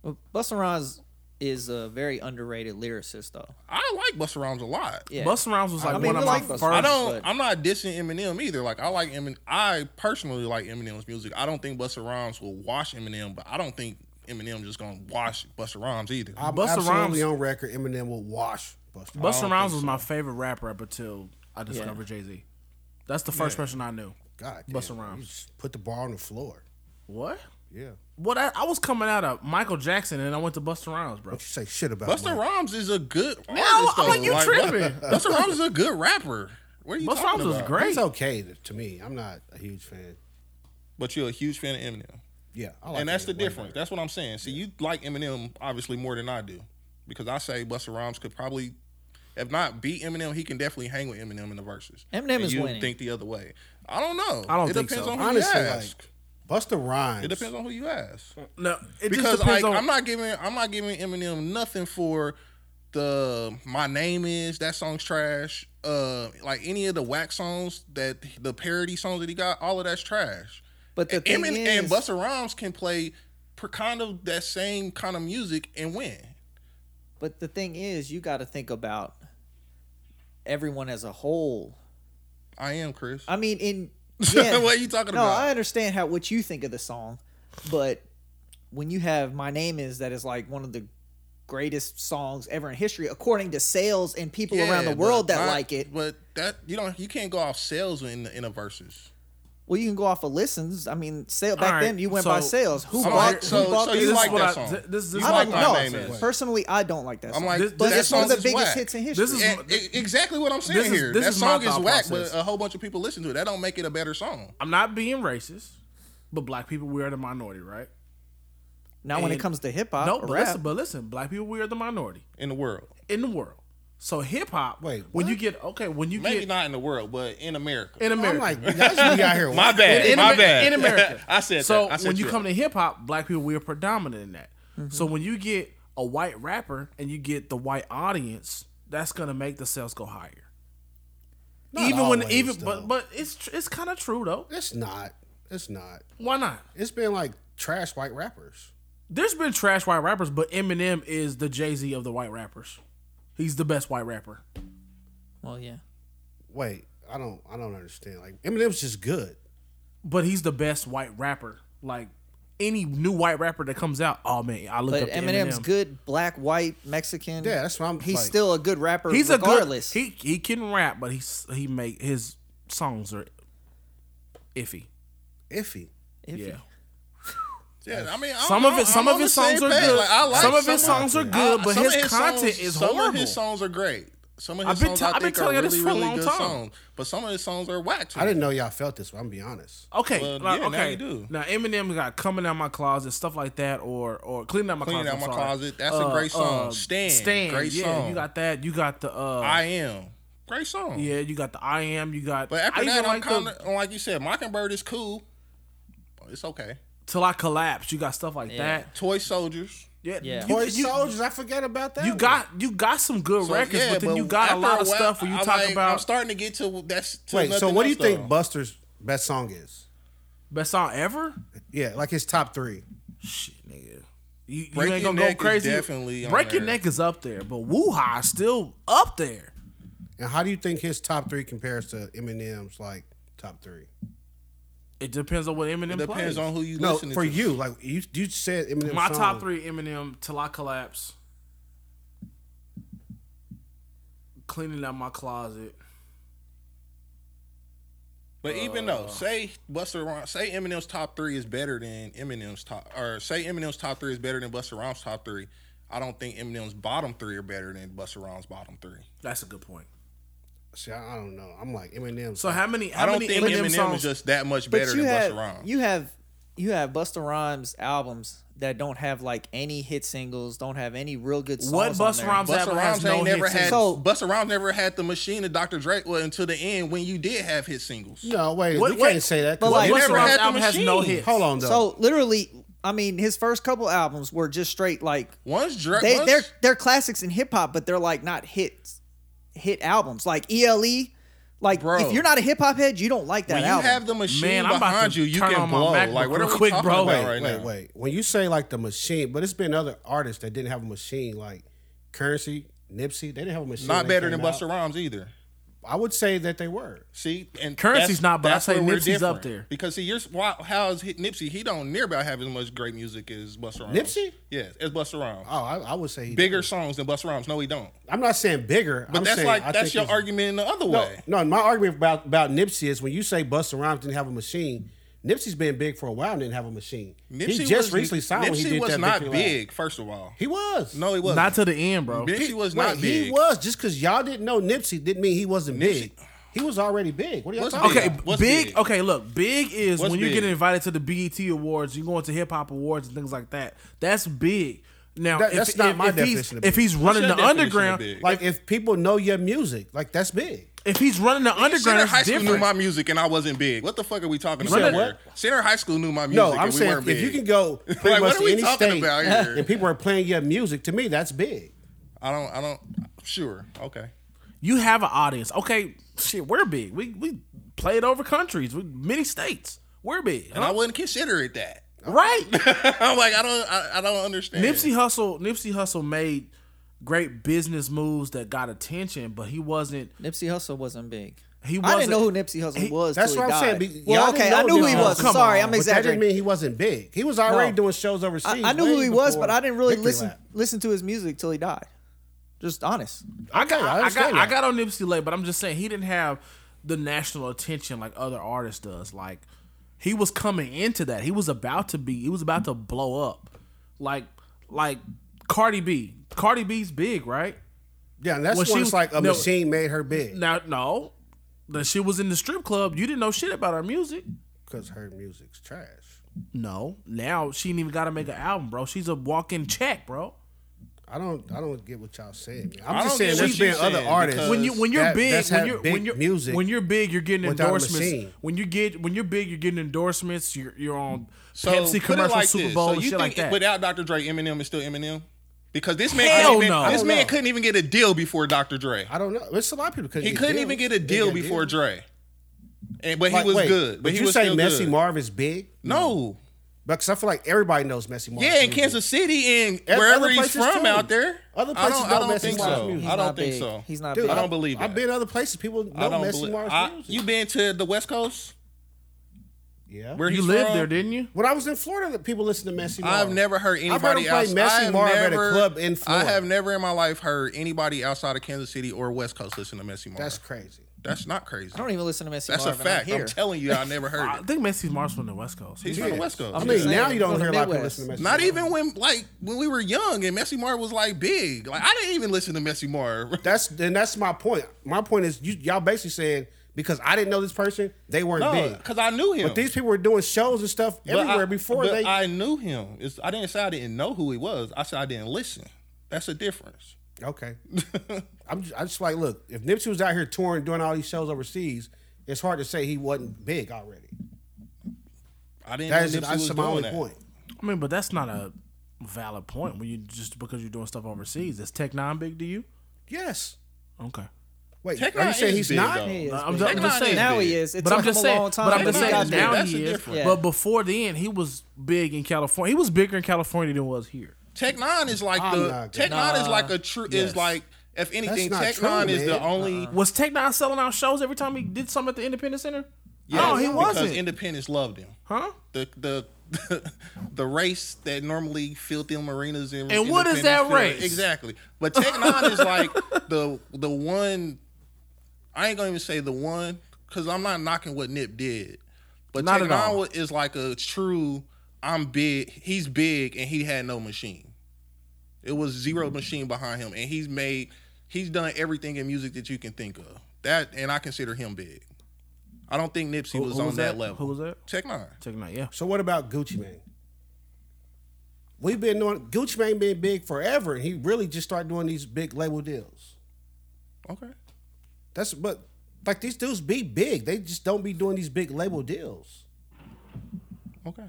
Speaker 3: Well, Busta Rhymes is a very underrated lyricist, though.
Speaker 4: I like Busta Rhymes a lot.
Speaker 3: Yeah,
Speaker 2: Busta Rhymes was like
Speaker 3: I mean,
Speaker 2: one of
Speaker 3: we
Speaker 2: my
Speaker 3: like Busta
Speaker 2: first.
Speaker 3: Rhymes.
Speaker 4: I don't.
Speaker 3: But-
Speaker 4: I'm not dissing Eminem either. Like I like Eminem. I personally like Eminem's music. I don't think Busta Rhymes will wash Eminem, but I don't think Eminem just gonna wash Busta Rhymes either.
Speaker 1: I'm
Speaker 2: Busta
Speaker 1: absolutely
Speaker 2: Rhymes-
Speaker 1: on record, Eminem will wash Busta. Rhymes.
Speaker 2: Busta Rhymes was my favorite rapper up until I discovered Jay Z. That's the first person I knew.
Speaker 1: God,
Speaker 2: Busta
Speaker 1: damn,
Speaker 2: Rhymes.
Speaker 1: you just put the bar on the floor.
Speaker 2: What?
Speaker 1: Yeah.
Speaker 2: What? I, I was coming out of Michael Jackson and I went to Busta Rhymes, bro.
Speaker 1: Don't you say shit about
Speaker 4: Busta
Speaker 1: Mike.
Speaker 4: Rhymes is a good artist.
Speaker 2: I- I'm
Speaker 4: though.
Speaker 2: like, you tripping.
Speaker 4: Busta Rhymes is a good rapper. What are you
Speaker 2: Busta
Speaker 4: talking
Speaker 2: Rhymes was
Speaker 4: about?
Speaker 2: great.
Speaker 1: It's okay to- to me. I'm not a huge fan.
Speaker 4: But you're a huge fan of Eminem.
Speaker 1: Yeah, I like
Speaker 4: and that's
Speaker 1: Eminem
Speaker 4: the
Speaker 1: way
Speaker 4: difference.
Speaker 1: better.
Speaker 4: That's what I'm saying. See, you like Eminem obviously more than I do, because I say Busta Rhymes could probably, if not beat Eminem, he can definitely hang with Eminem in the verses.
Speaker 3: Eminem
Speaker 4: And
Speaker 3: is
Speaker 4: you
Speaker 3: winning.
Speaker 4: Think the other way? I don't know.
Speaker 2: I don't
Speaker 4: It
Speaker 2: think
Speaker 4: depends
Speaker 2: so.
Speaker 4: on who
Speaker 1: Honestly,
Speaker 4: you
Speaker 1: like
Speaker 4: ask.
Speaker 1: Busta Rhymes.
Speaker 4: it depends on who you ask.
Speaker 2: no, it just
Speaker 4: Because
Speaker 2: depends
Speaker 4: like
Speaker 2: on.
Speaker 4: I'm not giving I'm not giving Eminem nothing for the My Name Is that song's trash. Uh, like any of the Wax songs that the parody songs that he got, all of that's trash.
Speaker 3: But the thing
Speaker 4: Him and,
Speaker 3: is,
Speaker 4: and Busta Rhymes can play per kind of that same kind of music and win.
Speaker 3: But the thing is, you got to think about everyone as a whole.
Speaker 4: I am Chris.
Speaker 3: I mean, in yeah,
Speaker 4: What are you talking
Speaker 3: no,
Speaker 4: about?
Speaker 3: I understand how what you think of the song, but when you have "My Name Is" that is like one of the greatest songs ever in history, according to sales and people around the
Speaker 4: Yeah,
Speaker 3: world
Speaker 4: but
Speaker 3: that
Speaker 4: I-
Speaker 3: like it.
Speaker 4: But that you don't you can't go off sales in the, in a versus.
Speaker 3: Well, you can go off of listens. I mean, sale back
Speaker 2: All right,
Speaker 3: then you went by
Speaker 2: so-
Speaker 3: sales. Who
Speaker 2: so
Speaker 4: like-
Speaker 3: bought?
Speaker 4: so-
Speaker 3: who bought
Speaker 4: so
Speaker 3: the
Speaker 4: you
Speaker 2: is
Speaker 4: like
Speaker 2: what
Speaker 4: that
Speaker 2: I-
Speaker 4: song.
Speaker 2: th- This, this
Speaker 4: You
Speaker 3: I
Speaker 2: is
Speaker 4: like
Speaker 3: don't
Speaker 2: what
Speaker 4: My
Speaker 3: know.
Speaker 4: Name Is.
Speaker 3: Personally, I don't like that.
Speaker 4: I'm
Speaker 3: song.
Speaker 4: like,
Speaker 2: This-
Speaker 4: that
Speaker 3: but it's
Speaker 4: song
Speaker 3: one of the
Speaker 4: is
Speaker 3: biggest
Speaker 4: whack.
Speaker 3: hits in history.
Speaker 2: This is
Speaker 4: And it- exactly what I'm saying
Speaker 2: is-
Speaker 4: here.
Speaker 2: this
Speaker 4: That
Speaker 2: is my
Speaker 4: song is
Speaker 2: thought
Speaker 4: whack,
Speaker 2: process.
Speaker 4: but a whole bunch of people listen to it. That don't make it a better song.
Speaker 2: I'm not being racist, but black people we are the minority, right?
Speaker 3: Now, when it
Speaker 2: and-
Speaker 3: comes to hip
Speaker 1: Uh,
Speaker 3: hop,
Speaker 2: no,
Speaker 3: or
Speaker 2: but
Speaker 3: rap,
Speaker 2: listen, but listen, black people we are the minority
Speaker 4: In the world,
Speaker 2: in the world. So hip hop,
Speaker 1: Wait,
Speaker 2: when
Speaker 1: what?
Speaker 2: you get okay, when you
Speaker 4: maybe
Speaker 2: get
Speaker 4: not in the world, but in America.
Speaker 2: in
Speaker 1: I'm
Speaker 2: America,
Speaker 1: like, that's what we out here.
Speaker 4: my bad.
Speaker 2: in,
Speaker 4: my
Speaker 2: Amer-
Speaker 4: bad.
Speaker 2: in America.
Speaker 4: I said
Speaker 2: so.
Speaker 4: that. I set
Speaker 2: when you
Speaker 4: up.
Speaker 2: come to hip hop, black people we are predominant in that.
Speaker 1: Mm-hmm.
Speaker 2: So when you get a white rapper and you get the white audience, that's gonna make the sales go higher.
Speaker 1: Not
Speaker 2: even when
Speaker 1: always,
Speaker 2: even
Speaker 1: though.
Speaker 2: but but it's tr- it's kind of true though.
Speaker 1: It's not. It's not.
Speaker 2: Why not?
Speaker 1: It's been like trash white rappers.
Speaker 2: There's been trash white rappers, but Eminem is the Jay Z of the white rappers. He's the best white rapper.
Speaker 3: well, yeah.
Speaker 1: Wait, I don't. I don't understand. Like Eminem's just good.
Speaker 2: but he's the best white rapper. Like any new white rapper that comes out, oh man, I look
Speaker 3: But
Speaker 2: up to
Speaker 3: Eminem's
Speaker 2: Eminem.
Speaker 3: good, black, white, Mexican.
Speaker 1: Yeah, that's what I'm-
Speaker 3: He's
Speaker 1: like-
Speaker 3: still a good rapper.
Speaker 2: He's
Speaker 3: regardless.
Speaker 2: a good. He he can rap, but he's he make his songs are iffy.
Speaker 1: Iffy.
Speaker 3: If he-
Speaker 2: Yeah,
Speaker 4: yeah, I mean, I'm,
Speaker 2: some of
Speaker 4: I'm-
Speaker 2: it some
Speaker 4: I'm
Speaker 2: of
Speaker 4: on
Speaker 2: his
Speaker 4: the same
Speaker 2: songs are
Speaker 4: page.
Speaker 2: good.
Speaker 4: Like, I like
Speaker 2: some of his
Speaker 4: some
Speaker 2: songs are
Speaker 4: I-
Speaker 2: good, but
Speaker 4: some of
Speaker 2: his content
Speaker 4: songs-
Speaker 2: is
Speaker 4: Some
Speaker 2: horrible.
Speaker 4: of his songs are great. Some of
Speaker 2: I've
Speaker 4: his
Speaker 2: been
Speaker 4: songs
Speaker 2: t-
Speaker 4: I
Speaker 2: I've been
Speaker 4: think
Speaker 2: telling you
Speaker 4: are
Speaker 2: this
Speaker 4: really,
Speaker 2: for a
Speaker 4: really
Speaker 2: long
Speaker 4: good
Speaker 2: time.
Speaker 4: songs. But some of his songs are whack. To
Speaker 1: I
Speaker 4: me.
Speaker 1: didn't know y'all felt this. way, I'm gonna be honest.
Speaker 2: Okay,
Speaker 4: Well,
Speaker 2: like,
Speaker 4: yeah, now
Speaker 2: okay.
Speaker 4: you do.
Speaker 2: Now Eminem got coming out my closet, stuff like that, or or cleaning out my
Speaker 4: Cleaning
Speaker 2: closet.
Speaker 4: Out
Speaker 2: I'm
Speaker 4: My
Speaker 2: sorry. Uh,
Speaker 4: Closet, that's a great song. Stan, great
Speaker 2: yeah,
Speaker 4: song.
Speaker 2: You got that. You got the. uh
Speaker 4: I am great song.
Speaker 2: Yeah, you got the I am. You got.
Speaker 4: But after
Speaker 2: I
Speaker 4: that,
Speaker 2: even
Speaker 4: I'm
Speaker 2: like
Speaker 4: kind
Speaker 2: the
Speaker 4: of like you said, Mockingbird is cool. It's okay.
Speaker 2: till I collapse. You got stuff like that.
Speaker 4: Toy Soldiers.
Speaker 2: Yeah,
Speaker 3: Yeah.
Speaker 2: You,
Speaker 1: Toy
Speaker 2: you-
Speaker 1: Soldiers. I forget about that.
Speaker 2: you
Speaker 1: one.
Speaker 2: got you got some good
Speaker 4: So,
Speaker 2: records,
Speaker 4: yeah,
Speaker 2: but then you got a
Speaker 4: after
Speaker 2: lot of
Speaker 4: while,
Speaker 2: stuff when you
Speaker 4: I'm
Speaker 2: talk
Speaker 4: like- I'm
Speaker 2: about
Speaker 4: starting to get to that's. To
Speaker 1: Wait. So
Speaker 4: nothing
Speaker 1: what do you
Speaker 4: else,
Speaker 1: think
Speaker 4: though.
Speaker 1: Buster's best song is?
Speaker 2: best song ever.
Speaker 1: Yeah, like his top three.
Speaker 2: Shit, nigga, you, you
Speaker 4: Break
Speaker 2: ain't
Speaker 4: Your
Speaker 2: gonna go
Speaker 4: Neck is
Speaker 2: crazy.
Speaker 4: definitely on
Speaker 2: Break your
Speaker 4: there.
Speaker 2: neck is up there, but Woo Ha is still up there.
Speaker 1: And how do you think his top three compares to Eminem's like top three?
Speaker 2: It depends on what Eminem
Speaker 4: It depends
Speaker 2: plays.
Speaker 4: on who you
Speaker 1: No,
Speaker 4: listen to.
Speaker 1: for you, like you, you said Eminem.
Speaker 2: My top three: Eminem, Till I Collapse, Cleaning Out My Closet.
Speaker 4: But even
Speaker 2: Uh.
Speaker 4: though, say Buster Rhymes, say Eminem's top three is better than Eminem's top, or say Eminem's top three is better than Buster Rhymes' top three. I don't think Eminem's bottom three are better than Buster Rhymes' bottom three.
Speaker 2: That's a good point.
Speaker 1: See, I I don't know. I'm like Eminem.
Speaker 2: So how many? How
Speaker 4: I don't
Speaker 2: many
Speaker 4: think
Speaker 2: Eminem,
Speaker 4: Eminem
Speaker 2: songs?
Speaker 4: is just that much better
Speaker 3: But you
Speaker 4: than
Speaker 3: have
Speaker 4: Buster Rhymes.
Speaker 3: you have you have Busta Rhymes albums that don't have like any hit singles, don't have any real good songs.
Speaker 2: what
Speaker 3: on
Speaker 2: Busta
Speaker 3: there.
Speaker 2: Rhymes
Speaker 4: Buster
Speaker 2: album has
Speaker 4: Rhymes
Speaker 2: no
Speaker 4: ain't never
Speaker 2: hits in
Speaker 4: had.
Speaker 2: it?
Speaker 3: So-
Speaker 4: Buster Rhymes never had the machine of Dr. Dre well, until the end when you did have hit singles.
Speaker 1: No, wait.
Speaker 2: What-
Speaker 1: you
Speaker 2: what-
Speaker 1: can't say that. 'cause
Speaker 3: But, like,
Speaker 1: you
Speaker 2: Busta
Speaker 1: never had-
Speaker 2: Rhymes
Speaker 4: had the
Speaker 2: album has no
Speaker 4: machine.
Speaker 2: hits.
Speaker 1: hold on though.
Speaker 3: So literally, I mean, his first couple albums were just straight like
Speaker 4: Once Dre,
Speaker 3: they
Speaker 4: once,
Speaker 3: they're they're classics in hip hop, but they're like not hits hit albums like ELE. Like
Speaker 4: Bro.
Speaker 3: if you're not a hip hop head, you don't like that
Speaker 4: when you
Speaker 3: album.
Speaker 4: have the machine
Speaker 2: Man, I'm about
Speaker 4: behind
Speaker 2: to
Speaker 4: you, you
Speaker 2: turn
Speaker 4: can
Speaker 2: on my
Speaker 4: blow.
Speaker 2: MacBook
Speaker 4: Like what
Speaker 2: real
Speaker 4: are we
Speaker 2: quick,
Speaker 4: talking
Speaker 2: bro.
Speaker 4: about
Speaker 1: wait,
Speaker 4: right
Speaker 1: wait,
Speaker 4: now?
Speaker 1: wait. When you say like the machine, but it's been other artists that didn't have a machine, like Currency, Nipsey. They didn't have a machine. when
Speaker 4: Not
Speaker 1: they
Speaker 4: better
Speaker 1: came
Speaker 4: than
Speaker 1: out.
Speaker 4: Buster Rhymes either.
Speaker 1: I would say that they were.
Speaker 4: See, and
Speaker 2: Currency's
Speaker 4: that's-
Speaker 2: not, but I
Speaker 4: that's
Speaker 2: say
Speaker 4: where we're
Speaker 2: Nipsey's up
Speaker 4: different.
Speaker 2: there.
Speaker 4: because see, you're why, how's he, Nipsey? He don't near about having as much great music as Buster Rhymes.
Speaker 1: Nipsey?
Speaker 4: yes, as Buster Rhymes.
Speaker 1: Oh, I, I would say he
Speaker 4: Bigger songs than Buster Rhymes. No, he don't.
Speaker 1: I'm not saying bigger.
Speaker 4: But
Speaker 1: I'm
Speaker 4: that's
Speaker 1: saying
Speaker 4: like
Speaker 1: I
Speaker 4: that's
Speaker 1: think
Speaker 4: your
Speaker 1: it's-
Speaker 4: argument in the other way.
Speaker 1: No, no, my argument about about Nipsey is when you say Busta Rhymes didn't have a machine. Nipsey's been big for a while and didn't have a machine.
Speaker 4: Nipsey
Speaker 1: he just
Speaker 4: was,
Speaker 1: recently signed
Speaker 4: Nipsey
Speaker 1: when he did
Speaker 4: was
Speaker 1: that
Speaker 4: not
Speaker 1: Victory Lap.
Speaker 4: big. First of all,
Speaker 1: He was.
Speaker 4: no, he wasn't.
Speaker 2: Not to the end, bro.
Speaker 4: Nipsey was
Speaker 1: Wait,
Speaker 4: not big.
Speaker 1: He was just because y'all didn't know Nipsey didn't mean he wasn't big. He was already big. What are y'all
Speaker 4: What's
Speaker 1: talking
Speaker 2: Okay,
Speaker 1: about?
Speaker 4: big? What's
Speaker 2: big,
Speaker 4: big?
Speaker 2: Okay, look, big is
Speaker 4: What's
Speaker 2: when you get
Speaker 4: big?
Speaker 2: invited to the BET Awards, you going to hip hop awards and things like that. That's big. Now,
Speaker 1: That-
Speaker 2: if,
Speaker 1: that's not
Speaker 2: if-
Speaker 1: my
Speaker 2: if he's-
Speaker 1: definition of
Speaker 2: If
Speaker 1: big.
Speaker 2: he's running
Speaker 4: your
Speaker 2: the
Speaker 4: definition of
Speaker 2: underground,
Speaker 4: big?
Speaker 1: Like if people know your music, like that's big.
Speaker 2: if he's running the underground,
Speaker 4: Center
Speaker 2: it's
Speaker 4: High School
Speaker 2: different.
Speaker 4: knew my music and I wasn't big. What the fuck are we talking
Speaker 1: said
Speaker 4: about?
Speaker 1: what?
Speaker 4: here? Center High School knew my music.
Speaker 1: No, I'm
Speaker 4: and we
Speaker 1: saying
Speaker 4: weren't
Speaker 1: if you
Speaker 4: big.
Speaker 1: can go pretty much
Speaker 4: Like, what are
Speaker 1: to
Speaker 4: we
Speaker 1: any
Speaker 4: talking
Speaker 1: state
Speaker 4: about here?
Speaker 1: and people are playing your music, to me that's big.
Speaker 4: I don't. I don't. Sure. Okay.
Speaker 2: You have an audience. Okay, shit, we're big. We we played over countries, we, many states. We're big.
Speaker 4: And I wouldn't consider it that.
Speaker 2: right.
Speaker 4: I'm like, I don't. I, I don't understand.
Speaker 2: Nipsey Hussle Nipsey Hussle made great business moves that got attention, but he wasn't
Speaker 3: Nipsey Hussle wasn't big.
Speaker 2: he
Speaker 3: I
Speaker 2: wasn't
Speaker 3: didn't know who Nipsey Hussle was.
Speaker 1: That's
Speaker 3: till
Speaker 1: what
Speaker 3: he
Speaker 1: I'm saying, be-
Speaker 3: died. Well,
Speaker 1: y'all
Speaker 3: okay,
Speaker 1: didn't
Speaker 3: I
Speaker 1: know
Speaker 3: knew who he
Speaker 1: Nipsey
Speaker 3: was.
Speaker 1: Hussle.
Speaker 2: Come
Speaker 3: Sorry,
Speaker 2: on.
Speaker 3: I'm
Speaker 2: But
Speaker 1: But that didn't
Speaker 3: exaggerating.
Speaker 1: mean he wasn't big. He was already
Speaker 3: No.
Speaker 1: doing shows overseas.
Speaker 3: I, I knew who
Speaker 1: way
Speaker 3: he was,
Speaker 1: before
Speaker 3: but I didn't really
Speaker 1: Victory
Speaker 3: listen
Speaker 1: Lap.
Speaker 3: listen to his music till he died. Just honest.
Speaker 2: I got
Speaker 1: Okay, I
Speaker 2: I, got
Speaker 1: understand
Speaker 2: I
Speaker 1: that.
Speaker 2: got on Nipsey late, but I'm just saying he didn't have the national attention like other artists does. Like he was coming into that. He was about to be. He was about to blow up. Like like Cardi B. Cardi B's big, right?
Speaker 1: Yeah, and that's
Speaker 2: Well,
Speaker 1: when
Speaker 2: she
Speaker 1: it's
Speaker 2: was-
Speaker 1: like a
Speaker 2: no.
Speaker 1: machine made her big
Speaker 2: Now no, that she was in the strip club. You didn't know shit about her music.
Speaker 1: because her music's trash.
Speaker 2: No, now she ain't even got to make an album, bro. She's a walking check, bro.
Speaker 1: I don't, I don't get what y'all saying. man.
Speaker 4: I
Speaker 1: I'm
Speaker 4: don't
Speaker 1: just saying
Speaker 4: get
Speaker 1: there's
Speaker 4: what you
Speaker 1: been other
Speaker 4: saying,
Speaker 1: artists.
Speaker 4: because-
Speaker 2: when you when you're
Speaker 1: that-
Speaker 2: big
Speaker 1: that's
Speaker 2: when
Speaker 1: had
Speaker 2: you're
Speaker 1: big
Speaker 2: when you're
Speaker 1: music
Speaker 2: when you're big you're getting
Speaker 1: without a
Speaker 2: endorsements
Speaker 1: machine.
Speaker 2: when you get when you're big you're getting endorsements you're you're on
Speaker 4: So put
Speaker 2: Pepsi
Speaker 4: it
Speaker 2: commercial
Speaker 4: like
Speaker 2: Super
Speaker 4: this.
Speaker 2: Bowl
Speaker 4: So
Speaker 2: and
Speaker 4: you
Speaker 2: shit like
Speaker 4: think
Speaker 2: that
Speaker 4: without Dr. Dre, Eminem is still Eminem? Because this man,
Speaker 2: Hell
Speaker 4: couldn't even,
Speaker 2: no.
Speaker 4: this
Speaker 2: I
Speaker 4: man
Speaker 1: don't know.
Speaker 4: couldn't even get a deal before Dr. Dre.
Speaker 1: I don't know. It's a lot of people couldn't.
Speaker 4: He
Speaker 1: get
Speaker 4: couldn't
Speaker 1: deals.
Speaker 4: even get a
Speaker 1: Couldn't
Speaker 4: deal
Speaker 1: get
Speaker 4: before
Speaker 1: deals.
Speaker 4: Dre, and but
Speaker 1: Like,
Speaker 4: he was
Speaker 1: wait,
Speaker 4: good. But,
Speaker 1: would
Speaker 4: he
Speaker 1: you
Speaker 4: was
Speaker 1: say
Speaker 4: still
Speaker 1: Messy
Speaker 4: good.
Speaker 1: Marv is big?
Speaker 4: No,
Speaker 1: Because I feel like everybody knows Messy Marv.
Speaker 4: yeah, in Kansas City and
Speaker 1: Other
Speaker 4: wherever he's
Speaker 1: places
Speaker 4: from
Speaker 1: too.
Speaker 4: out there,
Speaker 1: Other
Speaker 4: I
Speaker 1: places
Speaker 4: don't,
Speaker 1: don't
Speaker 4: I don't
Speaker 1: mess
Speaker 4: think
Speaker 1: with
Speaker 4: so.
Speaker 1: Marv.
Speaker 3: He's
Speaker 4: I
Speaker 3: not
Speaker 4: don't think
Speaker 3: big.
Speaker 4: so.
Speaker 3: He's not
Speaker 4: Dude,
Speaker 1: Dude,
Speaker 4: I
Speaker 3: big.
Speaker 4: don't believe that.
Speaker 1: I've been other places. People
Speaker 4: I
Speaker 1: know
Speaker 4: don't
Speaker 1: Messy
Speaker 4: believe.
Speaker 1: Marv's
Speaker 4: I,
Speaker 1: music.
Speaker 4: you been to the West Coast
Speaker 1: yeah.
Speaker 4: where
Speaker 2: you
Speaker 4: he's
Speaker 2: lived
Speaker 4: from?
Speaker 2: there didn't you
Speaker 1: When I was in Florida, that people listened to Messy Marv.
Speaker 4: I've never heard anybody
Speaker 1: I've heard him play
Speaker 4: else.
Speaker 1: Messy
Speaker 4: I've
Speaker 1: Marv at a
Speaker 4: never,
Speaker 1: club in Florida.
Speaker 4: I have never in my life heard anybody outside of Kansas City or West Coast listen to Messy Marv.
Speaker 1: That's
Speaker 4: That's,
Speaker 1: crazy.
Speaker 4: not crazy.
Speaker 3: I don't even listen to Messy
Speaker 4: That's
Speaker 3: Marv.
Speaker 4: a
Speaker 3: and I'm
Speaker 4: fact. I'm
Speaker 3: here.
Speaker 4: telling you, I never
Speaker 2: I
Speaker 4: heard it.
Speaker 2: think Messi's Mars from the West Coast
Speaker 4: He's
Speaker 2: He's-
Speaker 4: from the West Coast.
Speaker 1: I
Speaker 4: yeah.
Speaker 1: mean, now
Speaker 3: saying,
Speaker 1: you don't
Speaker 3: from
Speaker 1: hear a
Speaker 3: the
Speaker 1: lot of people
Speaker 3: Midwest.
Speaker 1: listen to Messy
Speaker 4: not
Speaker 1: Marv.
Speaker 4: even when like when we were young and Messy Marv was like big. Like I didn't even listen to Messy Marv.
Speaker 1: That's and that's my point. My point is you y'all basically saying because I didn't know this person, they weren't
Speaker 4: No,
Speaker 1: big.
Speaker 4: because I knew him.
Speaker 1: But these people were doing shows and stuff
Speaker 4: But I-
Speaker 1: everywhere before
Speaker 4: but
Speaker 1: they.
Speaker 4: I knew him. It's, I didn't say I didn't know who he was. I said I didn't listen. That's the difference.
Speaker 1: okay, I'm just, I just like look. If Nipsey was out here touring, doing all these shows overseas, it's hard to say he wasn't big already.
Speaker 4: I didn't.
Speaker 1: That's,
Speaker 4: know Nipsey
Speaker 1: that's
Speaker 4: was
Speaker 1: my
Speaker 4: doing
Speaker 1: only
Speaker 4: that.
Speaker 1: point.
Speaker 2: I mean but that's not a valid point when you just because you're doing stuff overseas is Tech Nine big to you
Speaker 1: Yes.
Speaker 2: okay
Speaker 1: Wait,
Speaker 4: Tech
Speaker 1: are you
Speaker 4: Nine
Speaker 1: saying
Speaker 4: is
Speaker 1: he's
Speaker 4: big,
Speaker 1: not?
Speaker 4: though.
Speaker 3: He is
Speaker 2: I'm
Speaker 3: big.
Speaker 2: just- I'm just saying.
Speaker 3: Now he is. It
Speaker 2: but
Speaker 3: took
Speaker 2: I'm just
Speaker 3: him a
Speaker 2: saying
Speaker 3: long time.
Speaker 2: but I'm
Speaker 3: to
Speaker 2: just
Speaker 3: get
Speaker 4: Tech Nine
Speaker 2: saying
Speaker 4: is
Speaker 3: there.
Speaker 4: big.
Speaker 2: now
Speaker 4: That's
Speaker 2: he
Speaker 4: the
Speaker 2: is
Speaker 4: difference.
Speaker 2: but before then he was big in California he was bigger in California than he was here
Speaker 4: Tech Nine is like
Speaker 1: I'm
Speaker 4: the
Speaker 1: not
Speaker 4: Tech Nine is like a true
Speaker 2: yes.
Speaker 4: is like if anything
Speaker 1: not
Speaker 4: Tech
Speaker 1: true,
Speaker 4: Nine is the
Speaker 1: man.
Speaker 4: only
Speaker 2: was Tech Nine selling out shows every time he did something at the Independence Center no
Speaker 4: Yes,
Speaker 2: he wasn't
Speaker 4: Because Independence loved him.
Speaker 2: huh
Speaker 4: The the the race that normally filled them arenas in
Speaker 2: And what is that
Speaker 4: Independence filled-
Speaker 2: race?
Speaker 4: exactly? But Tech Nine is like the the one. I ain't gonna even say the one because I'm not knocking what Nip did, but
Speaker 2: Not
Speaker 4: Tech
Speaker 2: at all.
Speaker 4: Nine wa- is like a true. I'm big. He's big, and he had no machine. It was zero machine behind him, and he's made. He's done everything in music that you can think of. That and I consider him big. I don't think Nipsey was on that, level.
Speaker 2: Who was that?
Speaker 4: Tech Nine.
Speaker 2: Tech Nine, yeah.
Speaker 1: So what about Gucci Mane? We've been doing Gucci Mane been big forever, and he really just started doing these big label deals.
Speaker 4: Okay.
Speaker 1: That's but like these dudes be big. They just don't be doing these big label deals.
Speaker 4: Okay.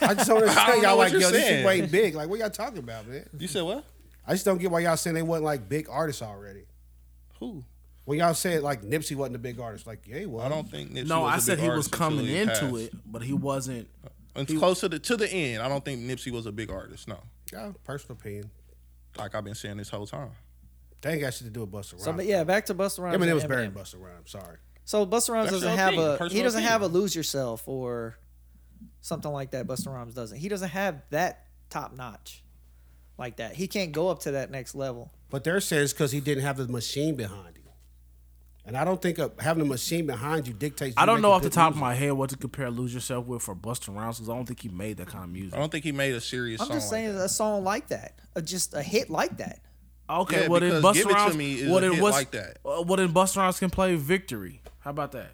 Speaker 1: I just don't
Speaker 4: I
Speaker 1: understand
Speaker 4: don't
Speaker 1: y'all
Speaker 4: know what
Speaker 1: like yo,
Speaker 4: you're
Speaker 1: this is
Speaker 4: saying.
Speaker 1: way big. Like what y'all talking about, man?
Speaker 4: You said what?
Speaker 1: I just don't get why y'all saying they wasn't like big artists already.
Speaker 4: Who?
Speaker 1: When y'all said like Nipsey wasn't a big artist, like yeah, he was.
Speaker 4: I don't think Nipsey.
Speaker 2: No,
Speaker 4: was
Speaker 2: I
Speaker 4: a
Speaker 2: said
Speaker 4: big
Speaker 2: he was
Speaker 4: artist
Speaker 2: coming
Speaker 4: until he
Speaker 2: into
Speaker 4: passed.
Speaker 2: it, but he wasn't.
Speaker 4: It's close to the to the end. I don't think Nipsey was a big artist. No,
Speaker 1: Yeah, personal opinion.
Speaker 4: like I've been saying this whole time.
Speaker 1: They ain't got shit to do with Busta Rhymes.
Speaker 3: So, but yeah, back to Busta Rhymes.
Speaker 1: I mean it
Speaker 3: and
Speaker 1: was
Speaker 3: Eminem.
Speaker 1: better than Busta Rhymes. Sorry.
Speaker 3: So Busta Rhymes
Speaker 4: That's
Speaker 3: doesn't
Speaker 4: your
Speaker 3: have
Speaker 4: opinion,
Speaker 3: a he
Speaker 4: personal
Speaker 3: doesn't have a
Speaker 4: opinion.
Speaker 3: lose yourself or something like that. Busta Rhymes doesn't. He doesn't have that top notch like that. He can't go up to that next level.
Speaker 1: But they're saying it's because he didn't have the machine behind him. And I don't think uh having a machine behind you dictates.
Speaker 2: I
Speaker 1: you
Speaker 2: don't
Speaker 1: making
Speaker 2: know off the
Speaker 1: good
Speaker 2: top of
Speaker 1: music.
Speaker 2: my head what to compare "Lose Yourself" with for Busta Rhymes because I don't think he made that kind of
Speaker 4: I
Speaker 2: music.
Speaker 4: don't think he made a serious.
Speaker 3: I'm
Speaker 4: song
Speaker 3: just saying
Speaker 4: Like
Speaker 3: a song like that, a, just a hit like that.
Speaker 2: Okay,
Speaker 4: Yeah,
Speaker 2: well then
Speaker 4: because
Speaker 2: Busta
Speaker 4: "Give It to
Speaker 2: Rhymes,
Speaker 4: Me" is
Speaker 2: what
Speaker 4: a
Speaker 2: it
Speaker 4: hit
Speaker 2: was,
Speaker 4: like that.
Speaker 2: uh, what in Busta Rhymes can play "Victory." How about that?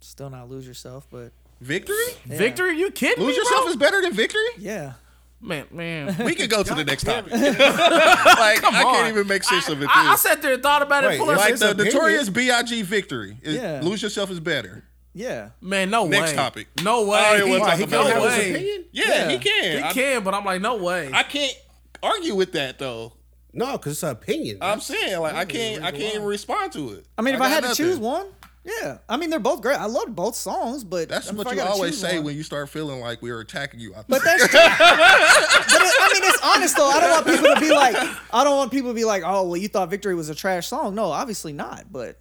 Speaker 3: Still not lose yourself, but
Speaker 4: that. Victory.
Speaker 2: "Victory"? You kidding
Speaker 4: Lose
Speaker 2: me,
Speaker 4: yourself
Speaker 2: bro?
Speaker 4: is better than victory.
Speaker 3: yeah.
Speaker 2: man, man.
Speaker 4: We could go to the next topic. like I
Speaker 2: on.
Speaker 4: can't even make sense of it.
Speaker 2: I, I
Speaker 4: dude.
Speaker 2: sat there and thought about it.
Speaker 1: Wait,
Speaker 2: Plus,
Speaker 1: it's
Speaker 4: like
Speaker 1: his
Speaker 4: the
Speaker 1: opinion.
Speaker 4: notorious B.I.G. victory. Is,
Speaker 3: Yeah.
Speaker 4: Lose yourself is better.
Speaker 3: Yeah.
Speaker 2: Man, no way.
Speaker 4: Next topic.
Speaker 2: No way.
Speaker 4: I already wanna
Speaker 1: Why,
Speaker 4: talk
Speaker 1: he can't
Speaker 4: about it.
Speaker 1: have
Speaker 2: No
Speaker 1: his
Speaker 2: way.
Speaker 1: opinion?
Speaker 4: Yeah,
Speaker 3: Yeah.
Speaker 4: he can.
Speaker 2: He
Speaker 4: I,
Speaker 2: can, but I'm like, no way.
Speaker 4: I can't argue with that though.
Speaker 1: No, because it's an opinion.
Speaker 2: Uh,
Speaker 4: I'm saying like I can't. I can't even respond to it.
Speaker 3: I mean, if I,
Speaker 4: got
Speaker 3: had to
Speaker 4: nothing.
Speaker 3: choose one, yeah. I mean, they're both great. I love both songs, but
Speaker 4: that's
Speaker 3: I mean,
Speaker 4: what
Speaker 3: if I
Speaker 4: you
Speaker 3: gotta
Speaker 4: always
Speaker 3: choose
Speaker 4: say
Speaker 3: one-
Speaker 4: when you start feeling like we are attacking you. I
Speaker 3: But that's true. but it, I mean, it's honest though. I don't want people to be like, I don't want people to be like, oh, well, you thought "Victory" was a trash song. No, obviously not. But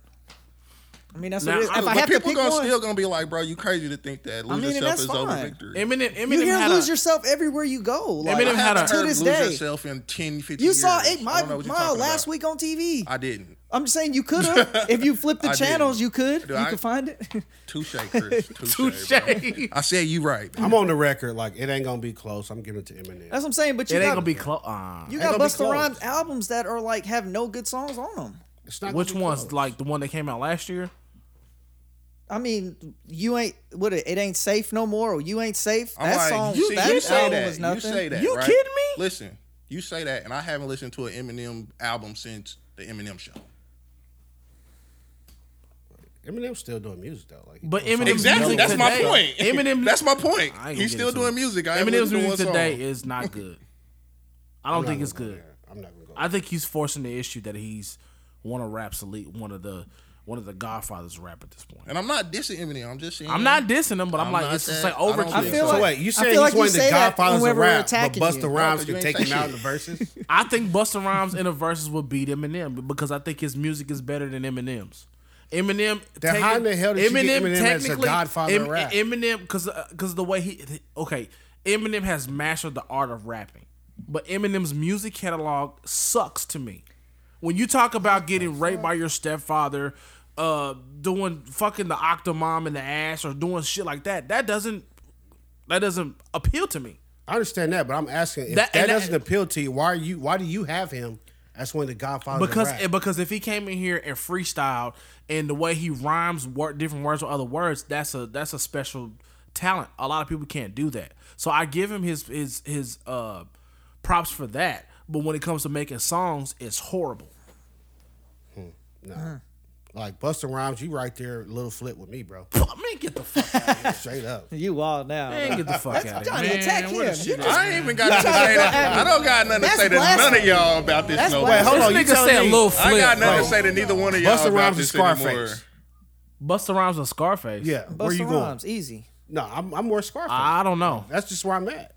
Speaker 3: I mean, that's
Speaker 2: Now,
Speaker 3: what it is. If
Speaker 2: I-
Speaker 3: I,
Speaker 2: but
Speaker 3: have to
Speaker 4: people
Speaker 3: pick
Speaker 4: gonna
Speaker 3: one,
Speaker 4: still gonna be like, bro, you crazy to think that lose
Speaker 3: mean, and
Speaker 4: yourself
Speaker 3: that's
Speaker 4: is over
Speaker 3: fine.
Speaker 4: victory.
Speaker 2: Eminem, Eminem
Speaker 3: you hear
Speaker 2: had
Speaker 3: "Lose
Speaker 2: a,
Speaker 3: Yourself" everywhere you go. Like,
Speaker 2: Eminem
Speaker 4: I
Speaker 2: had
Speaker 4: haven't
Speaker 2: a-
Speaker 3: to
Speaker 4: heard
Speaker 3: this
Speaker 4: lose
Speaker 3: day.
Speaker 4: yourself in 10, 15
Speaker 3: You
Speaker 4: years.
Speaker 3: saw it,
Speaker 4: I
Speaker 3: my
Speaker 4: don't know what you're
Speaker 3: mile
Speaker 4: talking
Speaker 3: last
Speaker 4: about.
Speaker 3: week on TV.
Speaker 4: I didn't.
Speaker 3: I, am saying you could have if you flipped the
Speaker 4: I didn't.
Speaker 3: channels. You could.
Speaker 4: Dude,
Speaker 3: you
Speaker 4: I-
Speaker 3: could find it.
Speaker 4: Touche, Chris. Touche.
Speaker 2: Touche.
Speaker 4: bro. I said you right.
Speaker 1: I'm on the record. Like it ain't gonna be close. I'm giving it to Eminem.
Speaker 3: That's what I'm saying. But
Speaker 2: It
Speaker 3: you
Speaker 2: ain't
Speaker 3: got,
Speaker 2: gonna be close. Uh,
Speaker 3: you
Speaker 1: ain't
Speaker 3: got
Speaker 1: gonna be
Speaker 3: Busta
Speaker 1: close.
Speaker 3: Rhymes albums that are like have no good songs on them.
Speaker 1: It's not
Speaker 2: which
Speaker 1: gonna be
Speaker 2: one's
Speaker 1: close.
Speaker 2: like the one that came out last year?
Speaker 3: I mean, you ain't what it, it ain't safe no more. Or you ain't safe.
Speaker 4: I'm
Speaker 3: that
Speaker 4: like,
Speaker 3: song,
Speaker 4: you,
Speaker 3: that
Speaker 4: you say
Speaker 3: album
Speaker 4: that.
Speaker 3: was nothing.
Speaker 4: You say that.
Speaker 2: You
Speaker 4: right?
Speaker 2: kidding me?
Speaker 4: Listen, you say that, and I haven't listened to an Eminem album since the Eminem show.
Speaker 1: Eminem's still doing music though. Like,
Speaker 2: But Eminem's
Speaker 4: Exactly.
Speaker 2: music
Speaker 4: That's my
Speaker 2: today-
Speaker 4: point.
Speaker 2: Eminem.
Speaker 4: That's my point.
Speaker 2: I ain't gonna get
Speaker 4: He's still
Speaker 2: into
Speaker 4: doing
Speaker 2: it.
Speaker 4: music. I haven't
Speaker 2: Eminem's
Speaker 4: listened to
Speaker 2: music
Speaker 4: one
Speaker 2: today
Speaker 4: song.
Speaker 2: is not good. I don't think it's good.
Speaker 1: I'm not gonna go.
Speaker 2: I think he's forcing the issue that he's one of rap's elite, one of the one of the Godfathers of rap at this point.
Speaker 4: And I'm not dissing Eminem. I'm just saying.
Speaker 2: I'm not dissing him, but I'm,
Speaker 4: I'm
Speaker 2: like
Speaker 4: not
Speaker 2: it's just
Speaker 4: saying-
Speaker 2: like
Speaker 4: I don't
Speaker 2: overkill.
Speaker 4: think
Speaker 2: I,
Speaker 4: so.
Speaker 1: So
Speaker 3: like-
Speaker 1: wait, you
Speaker 3: I
Speaker 1: saying
Speaker 3: feel
Speaker 1: he's
Speaker 3: like you
Speaker 1: one of the
Speaker 3: say that
Speaker 1: godfathers of
Speaker 3: whenever we're
Speaker 1: rap, but
Speaker 3: attacking you.
Speaker 1: Busta Rhymes
Speaker 4: No, 'cause you
Speaker 1: can take
Speaker 4: ain't say
Speaker 1: him out
Speaker 4: shit.
Speaker 1: in the verses.
Speaker 2: think Busta Rhymes in a versus would beat Eminem because I think his music is better than Eminem's. Eminem.
Speaker 1: Then
Speaker 2: taking-
Speaker 1: how in the hell did you get Eminem as a godfather of rap?
Speaker 2: Eminem, because the way he okay, Eminem has mastered the art of rapping, but Eminem's music catalog sucks to me. When you talk about getting raped by your stepfather, uh, doing fucking the octomom in the ass or doing shit like that, that doesn't that doesn't appeal to me.
Speaker 1: I understand that, but I'm asking if
Speaker 2: That-
Speaker 1: that,
Speaker 2: and that-
Speaker 1: doesn't appeal to you. Why are you? Why do you have him as one of the godfathers
Speaker 2: because
Speaker 1: of rap?
Speaker 2: because if he came in here and freestyled and the way he rhymes wor- different words with other words, that's a that's a special talent. A lot of people can't do that. So I give him his his his uh props for that. But when it comes to making songs, it's horrible.
Speaker 1: no. Like Busta Rhymes, you right there, little flip with me, bro.
Speaker 2: Man, get the fuck out.
Speaker 1: Straight up.
Speaker 3: You wild now.
Speaker 2: Man, get the fuck out.
Speaker 3: Johnny,
Speaker 2: man,
Speaker 3: attack
Speaker 2: where the
Speaker 3: him.
Speaker 2: shit
Speaker 3: You
Speaker 2: at?
Speaker 4: I ain't even got nothing to say. That. I don't got nothing to
Speaker 3: That's
Speaker 4: say to none of
Speaker 3: blasphemy.
Speaker 4: y'all about this
Speaker 3: That's
Speaker 4: no
Speaker 3: blasphemy.
Speaker 4: more.
Speaker 1: hold on, you
Speaker 2: This nigga
Speaker 1: telling
Speaker 2: said
Speaker 1: me-
Speaker 2: Lil Flip.
Speaker 4: I got nothing
Speaker 1: Bro.
Speaker 4: to say to neither one of y'all
Speaker 1: Busta
Speaker 4: about
Speaker 1: Rhymes
Speaker 4: this
Speaker 1: and Scarface.
Speaker 4: anymore.
Speaker 2: Busta Rhymes and Scarface.
Speaker 1: Yeah, where
Speaker 3: Busta
Speaker 1: you
Speaker 3: Rhymes,
Speaker 1: going?
Speaker 3: easy.
Speaker 1: No, I'm, I'm more Scarface.
Speaker 2: I don't know.
Speaker 1: That's just where I'm at.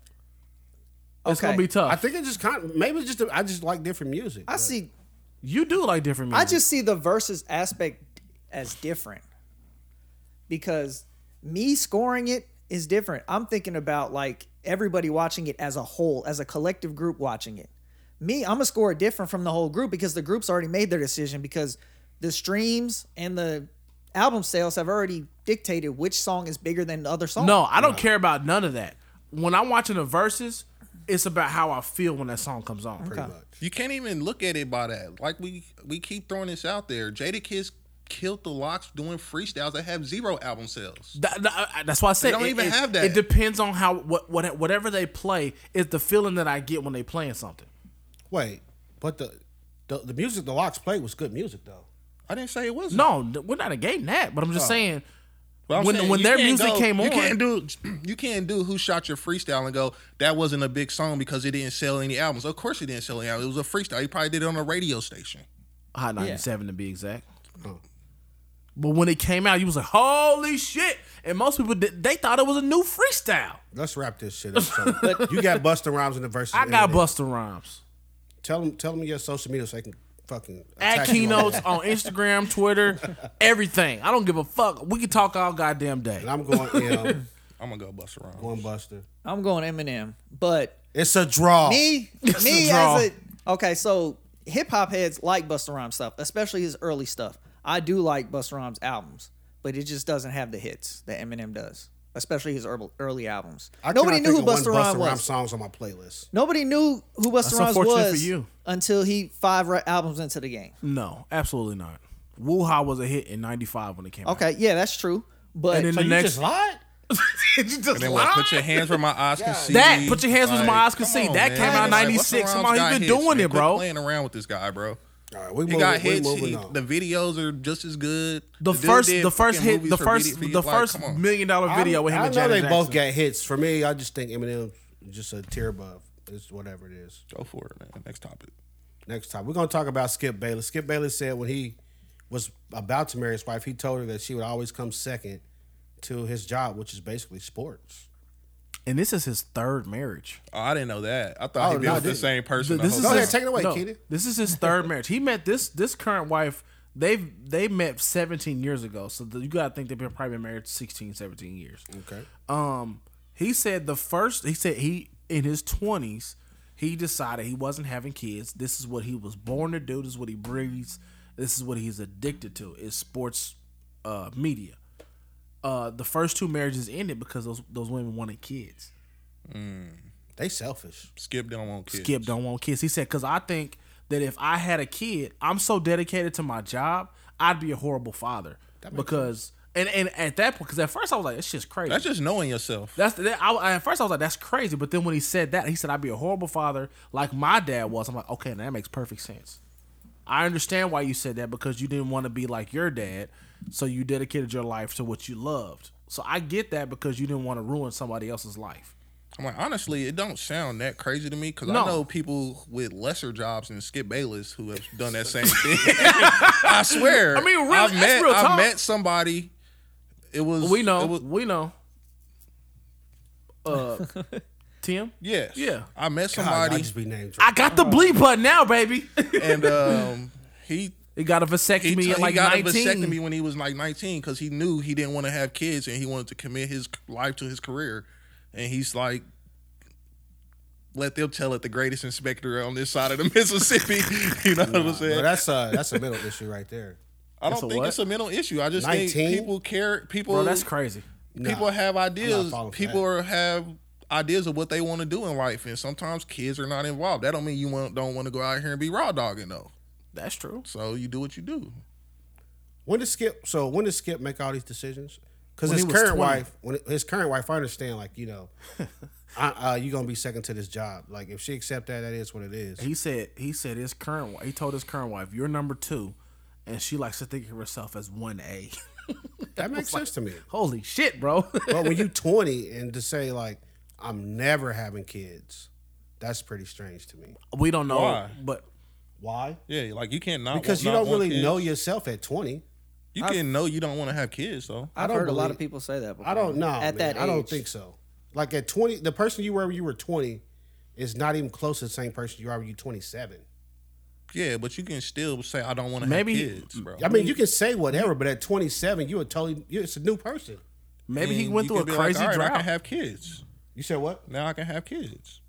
Speaker 2: It's gonna
Speaker 3: Okay.
Speaker 2: be tough.
Speaker 1: I think it just kind of, maybe it's just I just like different music.
Speaker 3: I see.
Speaker 2: you do like different
Speaker 3: I
Speaker 2: music.
Speaker 3: just see the versus aspect as different because me scoring it is different. I'm thinking about like everybody watching it as a whole, as a collective group watching it. Me, I'm gonna score it different from the whole group because the group's already made their decision because the streams and the album sales have already dictated which song is bigger than the other song.
Speaker 2: No, I don't care about none of that. When I'm watching the verses, it's about how I feel when that song comes on. Pretty much.
Speaker 4: You can't even look at it by that. Like we we keep throwing this out there. Jada Kiss killed the locks doing freestyles that have zero album sales.
Speaker 2: That- that- I- uh, that's why I said
Speaker 4: don't
Speaker 2: it-
Speaker 4: even
Speaker 2: it-
Speaker 4: have that.
Speaker 2: It depends on how what, what whatever they play is the feeling that I get when they playing something.
Speaker 1: Wait, but the, the the music the Locks played was good music though.
Speaker 4: I didn't say it wasn't.
Speaker 2: No, th- we're not against that, but I'm just saying
Speaker 4: Oh. But I'm
Speaker 2: when
Speaker 4: saying
Speaker 2: when
Speaker 4: you
Speaker 2: their
Speaker 4: can't
Speaker 2: music
Speaker 4: go-
Speaker 2: came
Speaker 4: you
Speaker 2: on,
Speaker 4: can't do you can't do who shot your freestyle and go that wasn't a big song because it didn't sell any albums. Of course it didn't sell any albums. It was a freestyle. You probably did it on a radio station.
Speaker 2: Hot 97 to be exact.
Speaker 4: Oh.
Speaker 2: But when it came out, you was like, "Holy shit!" And most people did, they thought it was a new freestyle.
Speaker 1: Let's wrap this shit up. So you got Busta Rhymes in the verses.
Speaker 2: I got
Speaker 1: Eminem.
Speaker 2: Buster Rhymes.
Speaker 1: Tell them tell them your social media so they can fucking
Speaker 2: at
Speaker 1: attack you on
Speaker 2: keynotes
Speaker 1: that.
Speaker 2: on Instagram, Twitter, everything. I don't give a fuck. We can talk all goddamn day.
Speaker 1: And I'm going M,
Speaker 4: I'm gonna go bust around.
Speaker 1: going Buster.
Speaker 3: I'm going Eminem, but
Speaker 1: It's a draw.
Speaker 3: me,
Speaker 2: a
Speaker 3: me
Speaker 2: draw.
Speaker 3: as a okay. So hip hop heads like Busta Rhymes stuff, especially his early stuff. I do like Busta Rhymes albums, but it just doesn't have the hits that Eminem does, especially his early, early albums.
Speaker 1: I
Speaker 3: Nobody
Speaker 1: cannot
Speaker 3: knew who
Speaker 1: think of
Speaker 3: Busta
Speaker 1: one
Speaker 3: Rhymes
Speaker 1: Busta Rhymes
Speaker 3: was.
Speaker 1: songs on my playlist.
Speaker 3: Nobody knew who Busta Rhymes
Speaker 2: unfortunate for
Speaker 3: was
Speaker 2: you.
Speaker 3: until he five re- albums into the
Speaker 1: Hmm.
Speaker 3: game.
Speaker 2: No, absolutely not. Wuha was a hit in '95 when it came out.
Speaker 3: Okay, yeah, that's true. But
Speaker 2: And then
Speaker 1: So
Speaker 2: the
Speaker 1: you
Speaker 2: next
Speaker 1: just lied?
Speaker 2: You just
Speaker 4: And then what?
Speaker 2: lied.
Speaker 4: Put your hands where my eyes can see.
Speaker 2: That, put your hands where my eyes can
Speaker 4: come
Speaker 2: see. That came out
Speaker 4: Like,
Speaker 2: 96.
Speaker 4: Busta
Speaker 2: Come on,
Speaker 4: Rhymes
Speaker 2: he's
Speaker 4: got
Speaker 2: been
Speaker 4: hits,
Speaker 2: doing
Speaker 4: man.
Speaker 2: it,
Speaker 4: Quit
Speaker 2: bro.
Speaker 4: Playing around with this guy, bro.
Speaker 1: All right, we
Speaker 4: He
Speaker 1: moving,
Speaker 4: got
Speaker 1: we
Speaker 4: hits.
Speaker 1: moving
Speaker 4: he-
Speaker 1: on.
Speaker 4: the videos are just as good.
Speaker 2: The,
Speaker 4: dude
Speaker 2: first,
Speaker 4: did
Speaker 2: the first
Speaker 4: fucking
Speaker 2: hit,
Speaker 4: movies
Speaker 2: the
Speaker 4: for
Speaker 2: first,
Speaker 4: video-
Speaker 2: the
Speaker 4: like,
Speaker 2: first
Speaker 4: come on.
Speaker 2: million dollar video with him
Speaker 1: I,
Speaker 2: and
Speaker 1: know
Speaker 2: Janet
Speaker 1: they
Speaker 2: Jackson.
Speaker 1: both got hits. For me, I just think Eminem is just a tier above. It's whatever it is.
Speaker 4: Go for it, man. Next topic.
Speaker 1: Next time we're gonna talk about Skip Bayless. Skip Bayless said when he was about to marry his wife, he told her that she would always come second to his job, which is basically sports.
Speaker 2: and this is his third marriage.
Speaker 4: Oh, I didn't know that. I thought
Speaker 1: Oh,
Speaker 4: he been
Speaker 1: no,
Speaker 4: with the
Speaker 1: this-
Speaker 4: same person.
Speaker 2: Th-
Speaker 4: the
Speaker 2: this
Speaker 4: whole
Speaker 2: is
Speaker 1: Go ahead,
Speaker 2: his-
Speaker 1: take it away, Keita.
Speaker 2: This is his third marriage. He met this this current wife. They've they met 17 years ago. So the, you gotta think they've been probably been married 16, 17 years.
Speaker 1: Okay.
Speaker 2: Um, he said the first. He said he in his 20s he decided he wasn't having kids. This is what he was born to do. This is what he breathes. This is what he's addicted to. Is sports uh, media. Uh, the first two marriages ended because those those women wanted kids.
Speaker 1: They selfish.
Speaker 4: Skip don't want kids.
Speaker 2: Skip don't want kids. He said, because I think that if I had a kid, I'm so dedicated to my job, I'd be a horrible father. Because and and at that point, because at first I was like, it's just crazy.
Speaker 4: That's just knowing yourself.
Speaker 2: That's that, I, at first I was like, that's crazy. But then when he said that, he said I'd be a horrible father, like my dad was. I'm like, okay, that makes perfect sense. I understand why you said that because you didn't want to be like your dad, so you dedicated your life to what you loved. So I get that because you didn't want to ruin somebody else's life.
Speaker 4: I'm like, honestly, it don't sound that crazy to me because
Speaker 2: No.
Speaker 4: I know people with lesser jobs than Skip Bayless who have done that same thing. I swear.
Speaker 2: I mean, really,
Speaker 4: I've
Speaker 2: that's
Speaker 4: met,
Speaker 2: real
Speaker 4: I've
Speaker 2: talk.
Speaker 4: met somebody. It was
Speaker 2: We know,
Speaker 4: it was-
Speaker 2: we know. Uh, Tim,
Speaker 4: yes.
Speaker 2: Yeah.
Speaker 4: I met
Speaker 1: God, I
Speaker 4: somebody
Speaker 1: just be named.
Speaker 2: I got the bleep button now, baby.
Speaker 4: and um, he
Speaker 2: he got a
Speaker 4: he,
Speaker 2: vasectomy
Speaker 4: t-
Speaker 2: at
Speaker 4: he
Speaker 2: like
Speaker 4: got a
Speaker 2: 19.
Speaker 4: vasectomy when he was like 19 because he knew he didn't want to have kids and he wanted to commit his c- life to his career. And he's like, let them tell it the greatest inspector on this side of the Mississippi. you know what I'm saying?
Speaker 1: Well, that's a that's a mental issue right there.
Speaker 4: I
Speaker 2: That's
Speaker 4: don't
Speaker 2: a
Speaker 4: think
Speaker 2: what?
Speaker 4: it's a mental issue. I just
Speaker 1: 19?
Speaker 4: think people care. People,
Speaker 2: Bro, that's crazy.
Speaker 4: people have ideas.
Speaker 1: following
Speaker 4: People are, have ideas of what they want to do in life, and sometimes kids are not involved. That don't mean you want, don't want to go out here and be raw dogging though.
Speaker 2: That's true.
Speaker 4: So you do what you do.
Speaker 1: When did Skip? So when did Skip make all these decisions? Because
Speaker 2: When
Speaker 1: his
Speaker 2: he was
Speaker 1: current
Speaker 2: 20.
Speaker 1: wife, when his current wife, I understand. Like you know, I, uh, you gonna be second to this job. Like if she accept that, that is what it is.
Speaker 2: He said he said his current wi- he told his current wife, "You're number two, and she likes to think of herself as one A.
Speaker 1: That makes sense to me.
Speaker 2: Holy shit, bro!
Speaker 1: But when you 20 and to say like I'm never having kids, that's pretty strange to me.
Speaker 2: we don't know,
Speaker 4: Why?
Speaker 2: but
Speaker 1: Why?
Speaker 4: Yeah, like you can't not
Speaker 1: Because you
Speaker 4: not
Speaker 1: don't
Speaker 4: want
Speaker 1: really
Speaker 4: kids.
Speaker 1: know yourself at 20.
Speaker 4: You can know you don't want to have kids though.
Speaker 1: I
Speaker 3: I've
Speaker 1: don't
Speaker 3: heard a lot of
Speaker 1: believe-
Speaker 3: people say that. Before.
Speaker 1: I don't know. man.
Speaker 3: At that age,
Speaker 1: I don't think so. Like at 20, the person you were when you were 20 is not even close to the same person you are when you're 27.
Speaker 4: Yeah, but you can still say I don't want to
Speaker 2: Maybe-
Speaker 4: have kids, bro.
Speaker 1: I mean, you can say whatever, but at 27, you're a totally you it's a new person.
Speaker 2: maybe he
Speaker 4: And
Speaker 2: went
Speaker 4: you
Speaker 2: through a
Speaker 4: can be like,
Speaker 2: crazy
Speaker 4: "All right, I
Speaker 2: drought.
Speaker 4: can have kids.
Speaker 1: You said what?
Speaker 4: Now I can have kids.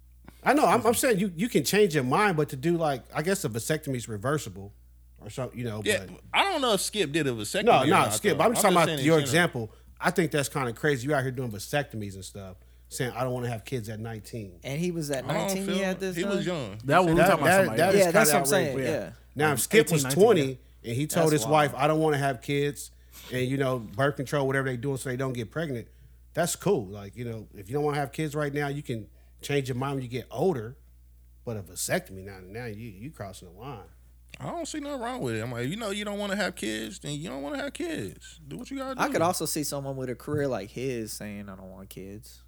Speaker 1: I know. I'm, I'm saying you you can change your mind, but to do like I guess a vasectomy is reversible, or something. You know.
Speaker 4: Yeah,
Speaker 1: But
Speaker 4: I don't know if Skip did a vasectomy.
Speaker 1: No,
Speaker 4: or
Speaker 1: no,
Speaker 4: not,
Speaker 1: skip.
Speaker 4: though.
Speaker 1: I'm just talking
Speaker 4: saying
Speaker 1: about
Speaker 4: in
Speaker 1: your
Speaker 4: general.
Speaker 1: example. I think that's kind of crazy. You out here doing vasectomies and stuff, saying I don't want to have kids at 19.
Speaker 3: And he was at
Speaker 4: I don't
Speaker 3: 19.
Speaker 4: feel-
Speaker 3: He had this.
Speaker 4: He
Speaker 3: done?
Speaker 4: was young.
Speaker 2: That was we
Speaker 1: That-
Speaker 2: talking about
Speaker 1: that-
Speaker 2: somebody.
Speaker 1: that
Speaker 2: else.
Speaker 1: is
Speaker 3: Yeah, that's what I'm
Speaker 1: kinda
Speaker 3: saying.
Speaker 1: outrageous.
Speaker 3: Yeah.
Speaker 1: Now, if Skip
Speaker 2: 18,
Speaker 1: was
Speaker 2: 19,
Speaker 1: 20 and he told his
Speaker 3: That's wild.
Speaker 1: wife, "I don't want to have kids," and you know, birth control, whatever they doing, so they don't get pregnant. That's cool. Like you know, if you don't want to have kids right now, you can change your mind when you get older. But a vasectomy now, now you you crossing the line.
Speaker 4: I don't see nothing wrong with it. I'm like, you know, you don't want to have kids, then you don't want to have kids. Do what you gotta do.
Speaker 3: I could also see someone with a career like his saying, "I don't want kids."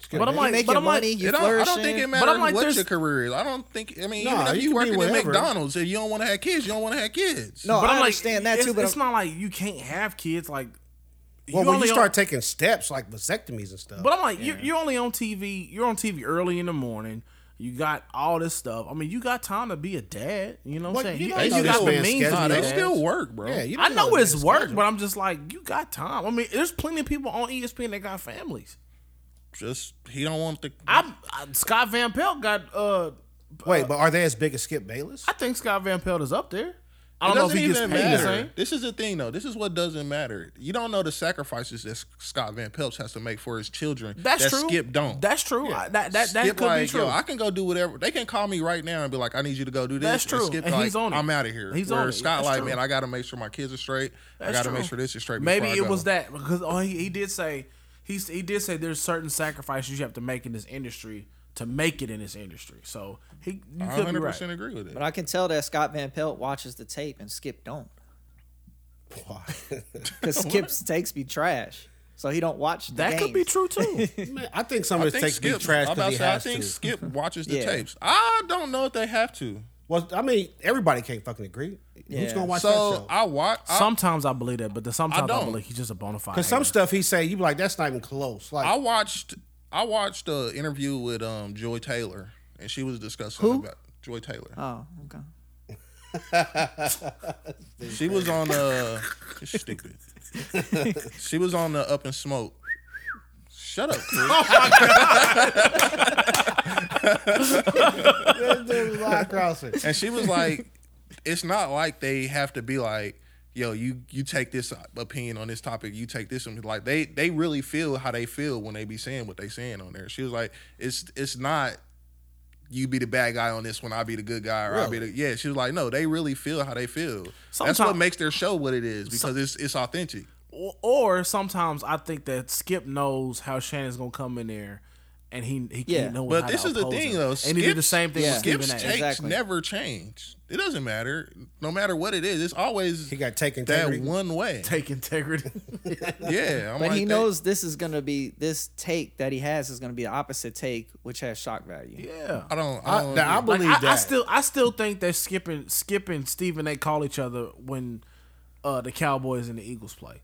Speaker 1: Skip,
Speaker 2: But I'm
Speaker 1: man.
Speaker 2: like-
Speaker 3: You making
Speaker 2: but I'm like-
Speaker 3: money, you
Speaker 4: It don't, I don't
Speaker 3: flourishing.
Speaker 4: think it
Speaker 2: But I'm
Speaker 4: matters
Speaker 2: like,
Speaker 4: what
Speaker 2: there's-
Speaker 4: your career is. I don't think. I mean,
Speaker 1: Nah,
Speaker 4: even
Speaker 1: you
Speaker 4: if
Speaker 1: can
Speaker 4: you,
Speaker 1: be
Speaker 4: working at
Speaker 1: whatever.
Speaker 4: McDonald's, if you don't want to have kids, you don't want to have kids.
Speaker 3: No,
Speaker 2: But
Speaker 3: I
Speaker 2: I'm like,
Speaker 3: understand that too.
Speaker 2: it's-
Speaker 3: But
Speaker 2: it's
Speaker 3: I'm-
Speaker 2: not like you can't have kids. Like,
Speaker 1: well, when you
Speaker 2: only
Speaker 1: start
Speaker 2: on-
Speaker 1: taking steps like vasectomies and stuff,
Speaker 2: But I'm like, you're, you're only on TV. You're on TV early in the morning. You got all this stuff. I mean, you got time to be a dad. You know what
Speaker 1: Like,
Speaker 2: I'm saying?
Speaker 1: you
Speaker 2: You,
Speaker 1: don't
Speaker 2: you
Speaker 1: know
Speaker 2: got
Speaker 1: this
Speaker 2: the
Speaker 1: man's
Speaker 2: means. to
Speaker 1: schedule.
Speaker 4: nah,
Speaker 2: be
Speaker 4: they
Speaker 2: a dad.
Speaker 4: still work, bro.
Speaker 1: yeah, you
Speaker 2: I
Speaker 1: don't
Speaker 2: know
Speaker 1: what
Speaker 2: it's
Speaker 1: it is.
Speaker 2: work, but I'm just like, you got time. I mean, there's plenty of people on E ESPN that got families.
Speaker 4: Just he don't want the.
Speaker 2: I'm, I, Scott Van Pelt got. uh
Speaker 1: Wait, but are they as big as Skip Bayless?
Speaker 2: I think Scott Van Pelt is up there.
Speaker 4: It
Speaker 2: I don't know if
Speaker 4: doesn't
Speaker 2: he gets
Speaker 4: even
Speaker 2: paid the
Speaker 4: matter.
Speaker 2: same.
Speaker 4: This is the thing, though. This is what doesn't matter. You don't know the sacrifices that Scott Van Pelps has to make for his children.
Speaker 2: That's
Speaker 4: that
Speaker 2: true.
Speaker 4: Skip don't.
Speaker 2: That's true. I- that that, that
Speaker 4: Skip
Speaker 2: could
Speaker 4: like,
Speaker 2: be true.
Speaker 4: Yo, I can go do whatever. They can call me right now and be like, I need you to go do this.
Speaker 2: That's true.
Speaker 4: Skip
Speaker 2: And
Speaker 4: like,
Speaker 2: he's on it.
Speaker 4: I'm out of here.
Speaker 2: He's
Speaker 4: Where
Speaker 2: on it.
Speaker 4: Scott
Speaker 2: That's
Speaker 4: like,
Speaker 2: true.
Speaker 4: man, I got to make sure my kids are straight. I
Speaker 2: That's
Speaker 4: got to
Speaker 2: true.
Speaker 4: make sure this is straight.
Speaker 2: Maybe
Speaker 4: before I
Speaker 2: it
Speaker 4: go."
Speaker 2: was that because oh, he, he did say he's, he did say there's certain sacrifices you have to make in this industry to make it in this industry. So he, you
Speaker 4: I
Speaker 2: could be
Speaker 4: 100
Speaker 2: right.
Speaker 4: percent agree with it.
Speaker 3: But I can tell that Scott Van Pelt watches the tape and Skip don't, because Skip's takes be trash, so he don't watch the
Speaker 2: That could be
Speaker 3: games.
Speaker 2: true too.
Speaker 1: Man, I think some of
Speaker 4: I
Speaker 1: his
Speaker 4: think
Speaker 1: takes
Speaker 4: Skip.
Speaker 1: be trash
Speaker 4: I'm
Speaker 1: because
Speaker 4: about to
Speaker 1: he
Speaker 4: say, I
Speaker 1: has
Speaker 4: think
Speaker 1: to.
Speaker 4: Skip watches the
Speaker 3: Yeah.
Speaker 4: tapes. I don't know if they have to.
Speaker 1: well, I mean, everybody can't fucking agree. Who's
Speaker 3: Yeah.
Speaker 1: gonna watch
Speaker 4: So
Speaker 1: that show?
Speaker 4: I watch. I,
Speaker 2: sometimes I believe that, but then sometimes I,
Speaker 4: don't.
Speaker 2: believe he's just a bona fide.
Speaker 1: Because some
Speaker 2: hater.
Speaker 1: stuff he say, you be like, that's not even close. Like,
Speaker 4: I watched. I watched an interview with um Joy Taylor, and she was discussing
Speaker 2: Who?
Speaker 4: about Joy Taylor.
Speaker 3: Oh, okay.
Speaker 4: She was on uh stupid. she was on the up and smoke. Shut up, Chris.
Speaker 1: This is Lyle Crosser.
Speaker 4: and she was like, "It's not like they have to be like, yo, you you take this opinion on this topic, you take this one. Like they they really feel how they feel when they be saying what they saying on there." She was like, "It's it's not." You be the bad guy on this one. I be the good guy, or I be the yeah. She was like, no, they really feel how they feel. That's what
Speaker 2: Sometime-
Speaker 4: makes their show what it is because it's it's authentic.
Speaker 2: or, or sometimes I think that Skip knows how Shannon's gonna come in there, and he he
Speaker 3: Yeah.
Speaker 2: can't know.
Speaker 4: But
Speaker 2: how
Speaker 4: this
Speaker 2: to
Speaker 4: is the
Speaker 2: oppose
Speaker 4: thing,
Speaker 2: him.
Speaker 4: though.
Speaker 2: and he did the
Speaker 4: Skip's-
Speaker 2: same thing
Speaker 3: yeah.
Speaker 2: with
Speaker 4: Skip's
Speaker 2: Stephen A.
Speaker 4: takes
Speaker 3: Exactly.
Speaker 4: never change. It doesn't matter. No matter what it is, it's always
Speaker 1: He got taken
Speaker 4: that
Speaker 1: integrity.
Speaker 4: one way.
Speaker 2: Take integrity.
Speaker 4: yeah, I'm
Speaker 3: But
Speaker 4: like
Speaker 3: he
Speaker 4: that-
Speaker 3: knows this is gonna be this take that he has is gonna be the opposite take, which has shock value.
Speaker 2: yeah.
Speaker 4: I don't. I
Speaker 1: I,
Speaker 4: don't.
Speaker 1: now, I believe
Speaker 2: like, I-
Speaker 1: that.
Speaker 2: I, still I still think that skipping skipping Steve and they call each other when uh, the Cowboys and the Eagles play.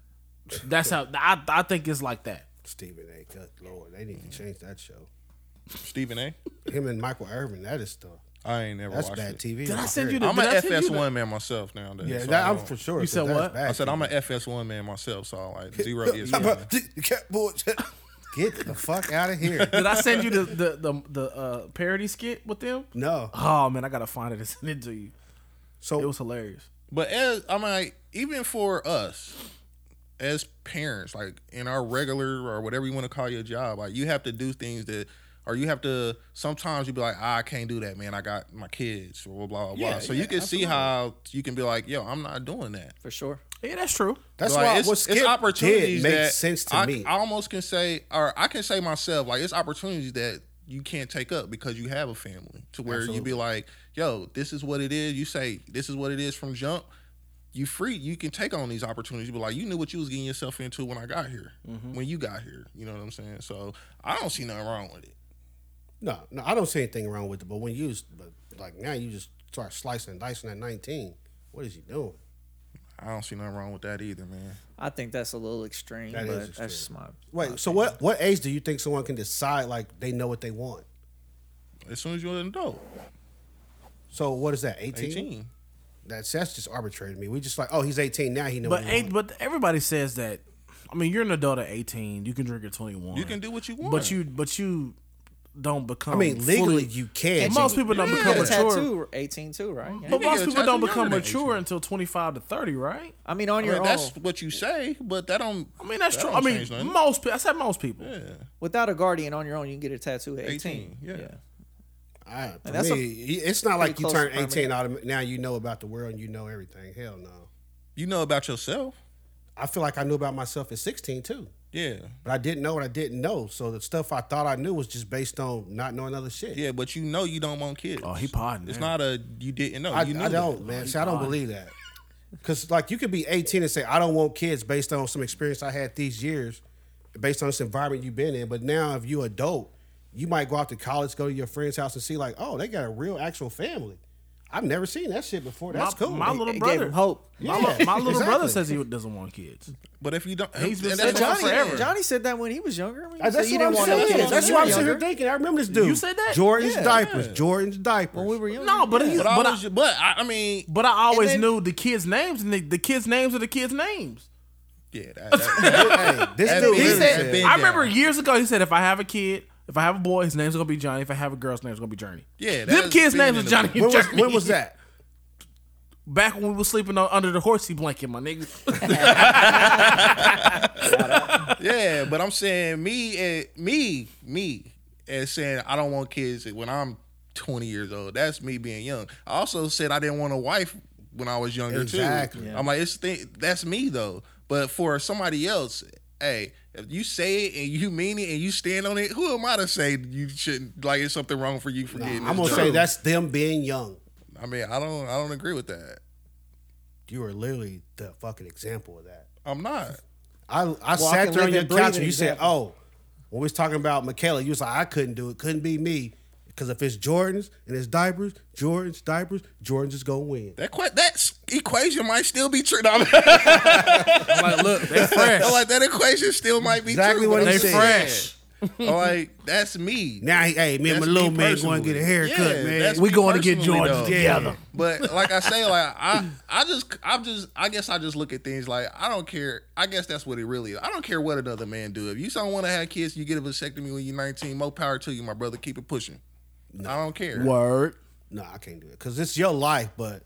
Speaker 2: That's how I, I think it's like that.
Speaker 1: Stephen A. Good Lord, they need to change that show.
Speaker 4: Stephen A.
Speaker 1: Him and Michael Irvin, that is stuff.
Speaker 4: I ain't never
Speaker 1: That's
Speaker 4: watched
Speaker 1: bad
Speaker 4: it.
Speaker 1: TV.
Speaker 2: Did I
Speaker 1: right
Speaker 2: send
Speaker 1: there.
Speaker 2: you the-
Speaker 4: I'm
Speaker 2: Did
Speaker 4: an
Speaker 2: I tell you
Speaker 4: FS
Speaker 2: that-
Speaker 4: one man myself nowadays.
Speaker 1: Yeah,
Speaker 4: so
Speaker 1: that,
Speaker 4: I
Speaker 1: I'm
Speaker 4: don't-
Speaker 1: for sure.
Speaker 2: You said what?
Speaker 4: I said I'm an FS one man myself, so I like zero is.
Speaker 1: Get the fuck out of here.
Speaker 2: Did I send you the the the, the uh, parody skit with them?
Speaker 1: No.
Speaker 2: Oh man, I gotta find it and send it to you.
Speaker 1: So
Speaker 2: It was hilarious.
Speaker 4: But as I mean, even for us as parents, like in our regular or whatever you want to call your job, like you have to do things that, or you have to. Sometimes you be like, "Ah, I can't do that, man. I got my kids, or blah blah blah.
Speaker 2: Yeah,
Speaker 4: so
Speaker 2: yeah,
Speaker 4: you can see how you can be like, yo, I'm not doing that.
Speaker 3: For sure.
Speaker 2: Yeah, that's true.
Speaker 1: that's
Speaker 4: like,
Speaker 1: why
Speaker 4: it's,
Speaker 1: what
Speaker 4: it's
Speaker 1: Skip did
Speaker 4: opportunities
Speaker 1: makes
Speaker 4: that
Speaker 1: sense to
Speaker 4: I,
Speaker 1: me.
Speaker 4: I almost can say, or I can say myself, like it's opportunities that you can't take up because you have a family. To where you be like, yo, this is what it is. You say this is what it is from jump. You free. You can take on these opportunities. But like you knew what you was getting yourself into when I got here,
Speaker 1: Mm-hmm.
Speaker 4: when you got here. You know what I'm saying? So I don't see nothing wrong with it.
Speaker 1: no, no, I don't see anything wrong with it. But when you, s- but like now, you just start slicing and dicing at 19. What is he doing?
Speaker 4: I don't see nothing wrong with that either, man.
Speaker 3: I think that's a little extreme,
Speaker 1: That is
Speaker 3: but
Speaker 1: extreme.
Speaker 3: that's just my
Speaker 1: Wait. So what? What age do you think someone can decide like they know what they want?
Speaker 4: As soon as you're an adult,
Speaker 1: So what is that? 18.
Speaker 4: 18.
Speaker 1: That's that's just arbitrary to me. We just like, oh, he's 18 now. He knows.
Speaker 2: But eight, but everybody says that. I mean, you're an adult at 18. You can drink at 21.
Speaker 4: You can do what you want.
Speaker 2: But you but you don't become.
Speaker 1: I mean,
Speaker 2: fully-
Speaker 1: legally you can.
Speaker 2: Most people don't
Speaker 4: Yeah.
Speaker 2: become
Speaker 4: It's
Speaker 2: mature. Mm-hmm.
Speaker 3: tattoo, eighteen too, right? Yeah.
Speaker 2: But
Speaker 4: Yeah,
Speaker 2: most
Speaker 4: yeah,
Speaker 2: people don't
Speaker 4: tattoo
Speaker 2: become
Speaker 4: younger than
Speaker 2: mature
Speaker 4: 18.
Speaker 2: until 25 to 30, right?
Speaker 3: I mean, on
Speaker 4: I
Speaker 3: your
Speaker 4: mean,
Speaker 3: own,
Speaker 4: that's what you say, but that don't.
Speaker 2: I mean, that's
Speaker 4: that
Speaker 2: true. I
Speaker 4: don't
Speaker 2: mean,
Speaker 4: change nothing.
Speaker 2: most people. I said most people.
Speaker 3: without a guardian, on your own, you can get a tattoo at
Speaker 4: 18,
Speaker 3: eighteen.
Speaker 4: yeah.
Speaker 1: I, to
Speaker 3: that's a
Speaker 1: me, it's not like
Speaker 3: pretty
Speaker 1: you
Speaker 3: close
Speaker 1: turn
Speaker 3: to
Speaker 1: 18 automatic, now you know about the world and you know everything. Hell no.
Speaker 4: you know about yourself.
Speaker 1: I feel like I knew about myself at 16 too,
Speaker 4: Yeah.
Speaker 1: but I didn't know what I didn't know. So the stuff I thought I knew was just based on not knowing other shit.
Speaker 4: Yeah, but you know you don't want kids.
Speaker 2: Oh, he podding,
Speaker 4: It's
Speaker 2: man.
Speaker 4: not a you didn't know.
Speaker 1: I,
Speaker 4: you knew
Speaker 1: I don't,
Speaker 4: that.
Speaker 1: man. See, I don't believe that. Because like you could be 18 and say I don't want kids based on some experience I had these years, based on this environment you've been in. But now if you adult, you might go out to college, go to your friend's house, and see like, oh, they got a real actual family. I've never seen that shit before. That's
Speaker 2: my,
Speaker 1: cool.
Speaker 2: My little
Speaker 3: It
Speaker 2: brother.
Speaker 3: gave him hope.
Speaker 2: My, li- my little
Speaker 1: exactly.
Speaker 2: brother says he doesn't want kids.
Speaker 4: But if you don't,
Speaker 2: He's been
Speaker 4: and
Speaker 2: saying
Speaker 4: that's
Speaker 2: that
Speaker 4: what I'm
Speaker 2: for
Speaker 4: saying.
Speaker 2: forever.
Speaker 3: Johnny said that when he was younger. I mean,
Speaker 1: That's
Speaker 3: so
Speaker 1: what
Speaker 3: you didn't
Speaker 1: I'm
Speaker 3: want no
Speaker 1: saying.
Speaker 3: kids.
Speaker 1: That's
Speaker 3: when
Speaker 1: what I'm
Speaker 3: you were
Speaker 1: sitting here
Speaker 3: younger.
Speaker 1: thinking. I remember this dude.
Speaker 2: You said that?
Speaker 1: Jordan's
Speaker 3: Yeah.
Speaker 1: diapers. Jordan's diapers.
Speaker 3: When we were younger.
Speaker 2: No, but he,
Speaker 4: But
Speaker 2: but,
Speaker 4: I
Speaker 2: I,
Speaker 4: was, but I, I mean,
Speaker 2: but I always
Speaker 3: then-
Speaker 2: knew the kids' names, and the, the kids' names are the kids' names.
Speaker 4: yeah, that, that,
Speaker 1: hey, this
Speaker 4: That
Speaker 1: dude.
Speaker 4: bitch
Speaker 2: He
Speaker 4: Really
Speaker 2: said,
Speaker 4: said-
Speaker 2: I remember
Speaker 4: Yeah.
Speaker 2: years ago, he said, if I have a kid, if I have a boy, his name's gonna be Johnny. If I have a girl, his name's gonna be Journey.
Speaker 4: Yeah,
Speaker 2: them
Speaker 4: that's
Speaker 2: kids'
Speaker 4: been
Speaker 2: names
Speaker 4: in
Speaker 2: was
Speaker 4: the-
Speaker 2: Johnny. and
Speaker 1: when was
Speaker 2: Journey.
Speaker 1: when was that?
Speaker 2: Back when we were sleeping on, under the horsey blanket, my nigga.
Speaker 4: yeah. But I'm saying me and me me and saying I don't want kids when I'm 20 years old. That's me being young. I also said I didn't want a wife when I was younger
Speaker 1: Exactly.
Speaker 4: too.
Speaker 1: Yeah.
Speaker 4: I'm like it's thing, that's me though. But for somebody else. hey, if you say it and you mean it and you stand on it, who am I to say you shouldn't? Like, it's something wrong for you for getting.
Speaker 1: I'm gonna
Speaker 4: this job?
Speaker 1: say that's them being young.
Speaker 4: I mean, I don't, I don't agree with that.
Speaker 1: You are literally the fucking example of that.
Speaker 4: I'm not.
Speaker 1: I I
Speaker 3: and
Speaker 1: sat there on
Speaker 3: live
Speaker 1: your
Speaker 3: and breathe
Speaker 1: couch
Speaker 3: an
Speaker 1: and you said,
Speaker 3: example.
Speaker 1: "Oh, when we was talking about Michaela, you was like, I couldn't do it. Couldn't be me, because if it's Jordans and it's diapers, Jordans, diapers, Jordans is gonna win."
Speaker 4: That que- that s- equation might still be true. No, I'm-
Speaker 2: I'm like, look, they fresh.
Speaker 4: I'm like that equation still might be
Speaker 1: Exactly
Speaker 4: true.
Speaker 1: what
Speaker 4: but
Speaker 1: he
Speaker 4: I'm
Speaker 2: they
Speaker 1: said.
Speaker 4: saying-
Speaker 2: fresh.
Speaker 4: I'm like that's me.
Speaker 1: Now, he- hey, me and my
Speaker 4: That's
Speaker 1: little man
Speaker 4: me
Speaker 1: going to
Speaker 4: personally.
Speaker 1: get a haircut,
Speaker 4: Yeah,
Speaker 1: man.
Speaker 4: that's
Speaker 2: We
Speaker 4: me
Speaker 2: going to get
Speaker 4: personally,
Speaker 2: Jordans
Speaker 4: though.
Speaker 2: together.
Speaker 4: But like I say, like I, I just, I'm just, I guess I just look at things like I don't care. I guess that's what it really is. I don't care what another man do. If you don't want to have kids, you get a vasectomy when you're 19. More power to you, my brother. Keep it pushing. I don't care.
Speaker 2: Word.
Speaker 1: No, I can't do it because it's your life. But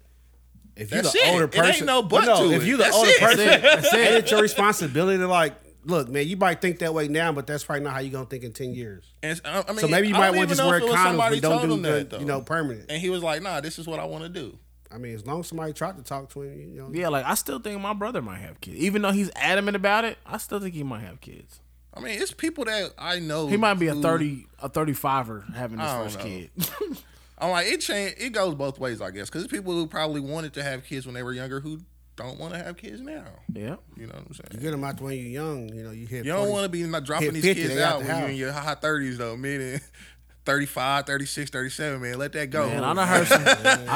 Speaker 1: if you're
Speaker 4: That's
Speaker 1: the
Speaker 4: it.
Speaker 1: older
Speaker 4: It
Speaker 1: person,
Speaker 4: ain't no but to
Speaker 1: if
Speaker 4: it.
Speaker 1: you're the
Speaker 4: That's
Speaker 1: older
Speaker 4: it.
Speaker 1: person,
Speaker 2: That's it. That's it.
Speaker 1: ain't it your responsibility to like, look, man, you might think that way now, but that's probably not how you're gonna think in ten years.
Speaker 4: And uh, I, I mean,
Speaker 1: So maybe you
Speaker 4: I
Speaker 1: might want
Speaker 4: don't even
Speaker 1: to just
Speaker 4: know
Speaker 1: wear
Speaker 4: if it was
Speaker 1: condoms,
Speaker 4: somebody
Speaker 1: but don't
Speaker 4: told
Speaker 1: do
Speaker 4: him
Speaker 1: the,
Speaker 4: that, though.
Speaker 1: you know, permanent.
Speaker 4: And he was like, "Nah, this is what I want to do."
Speaker 1: I mean, as long as somebody tried to talk to him, you know,
Speaker 2: Yeah, like I still think my brother might have kids, even though he's adamant about it. I still think he might have kids.
Speaker 4: I mean, it's people that I know.
Speaker 2: He might be a
Speaker 4: who-
Speaker 2: thirty, a thirty-fiver having his
Speaker 4: Mm. I don't
Speaker 2: first
Speaker 4: know.
Speaker 2: kid.
Speaker 4: I'm like, it change. It goes both ways, I guess, because people who probably wanted to have kids when they were younger who don't want to have kids now.
Speaker 2: yeah,
Speaker 4: You know what I'm saying?
Speaker 1: you get them out when you're young. You know, you hit.
Speaker 4: You don't want to be not dropping
Speaker 1: Hit
Speaker 4: these
Speaker 1: 50,
Speaker 4: kids
Speaker 1: they out
Speaker 4: out
Speaker 1: the
Speaker 4: when you're in
Speaker 1: house.
Speaker 4: your high 30s, though, eh, meaning 35, 36, 37, man. Let that go.
Speaker 2: and I done heard some. I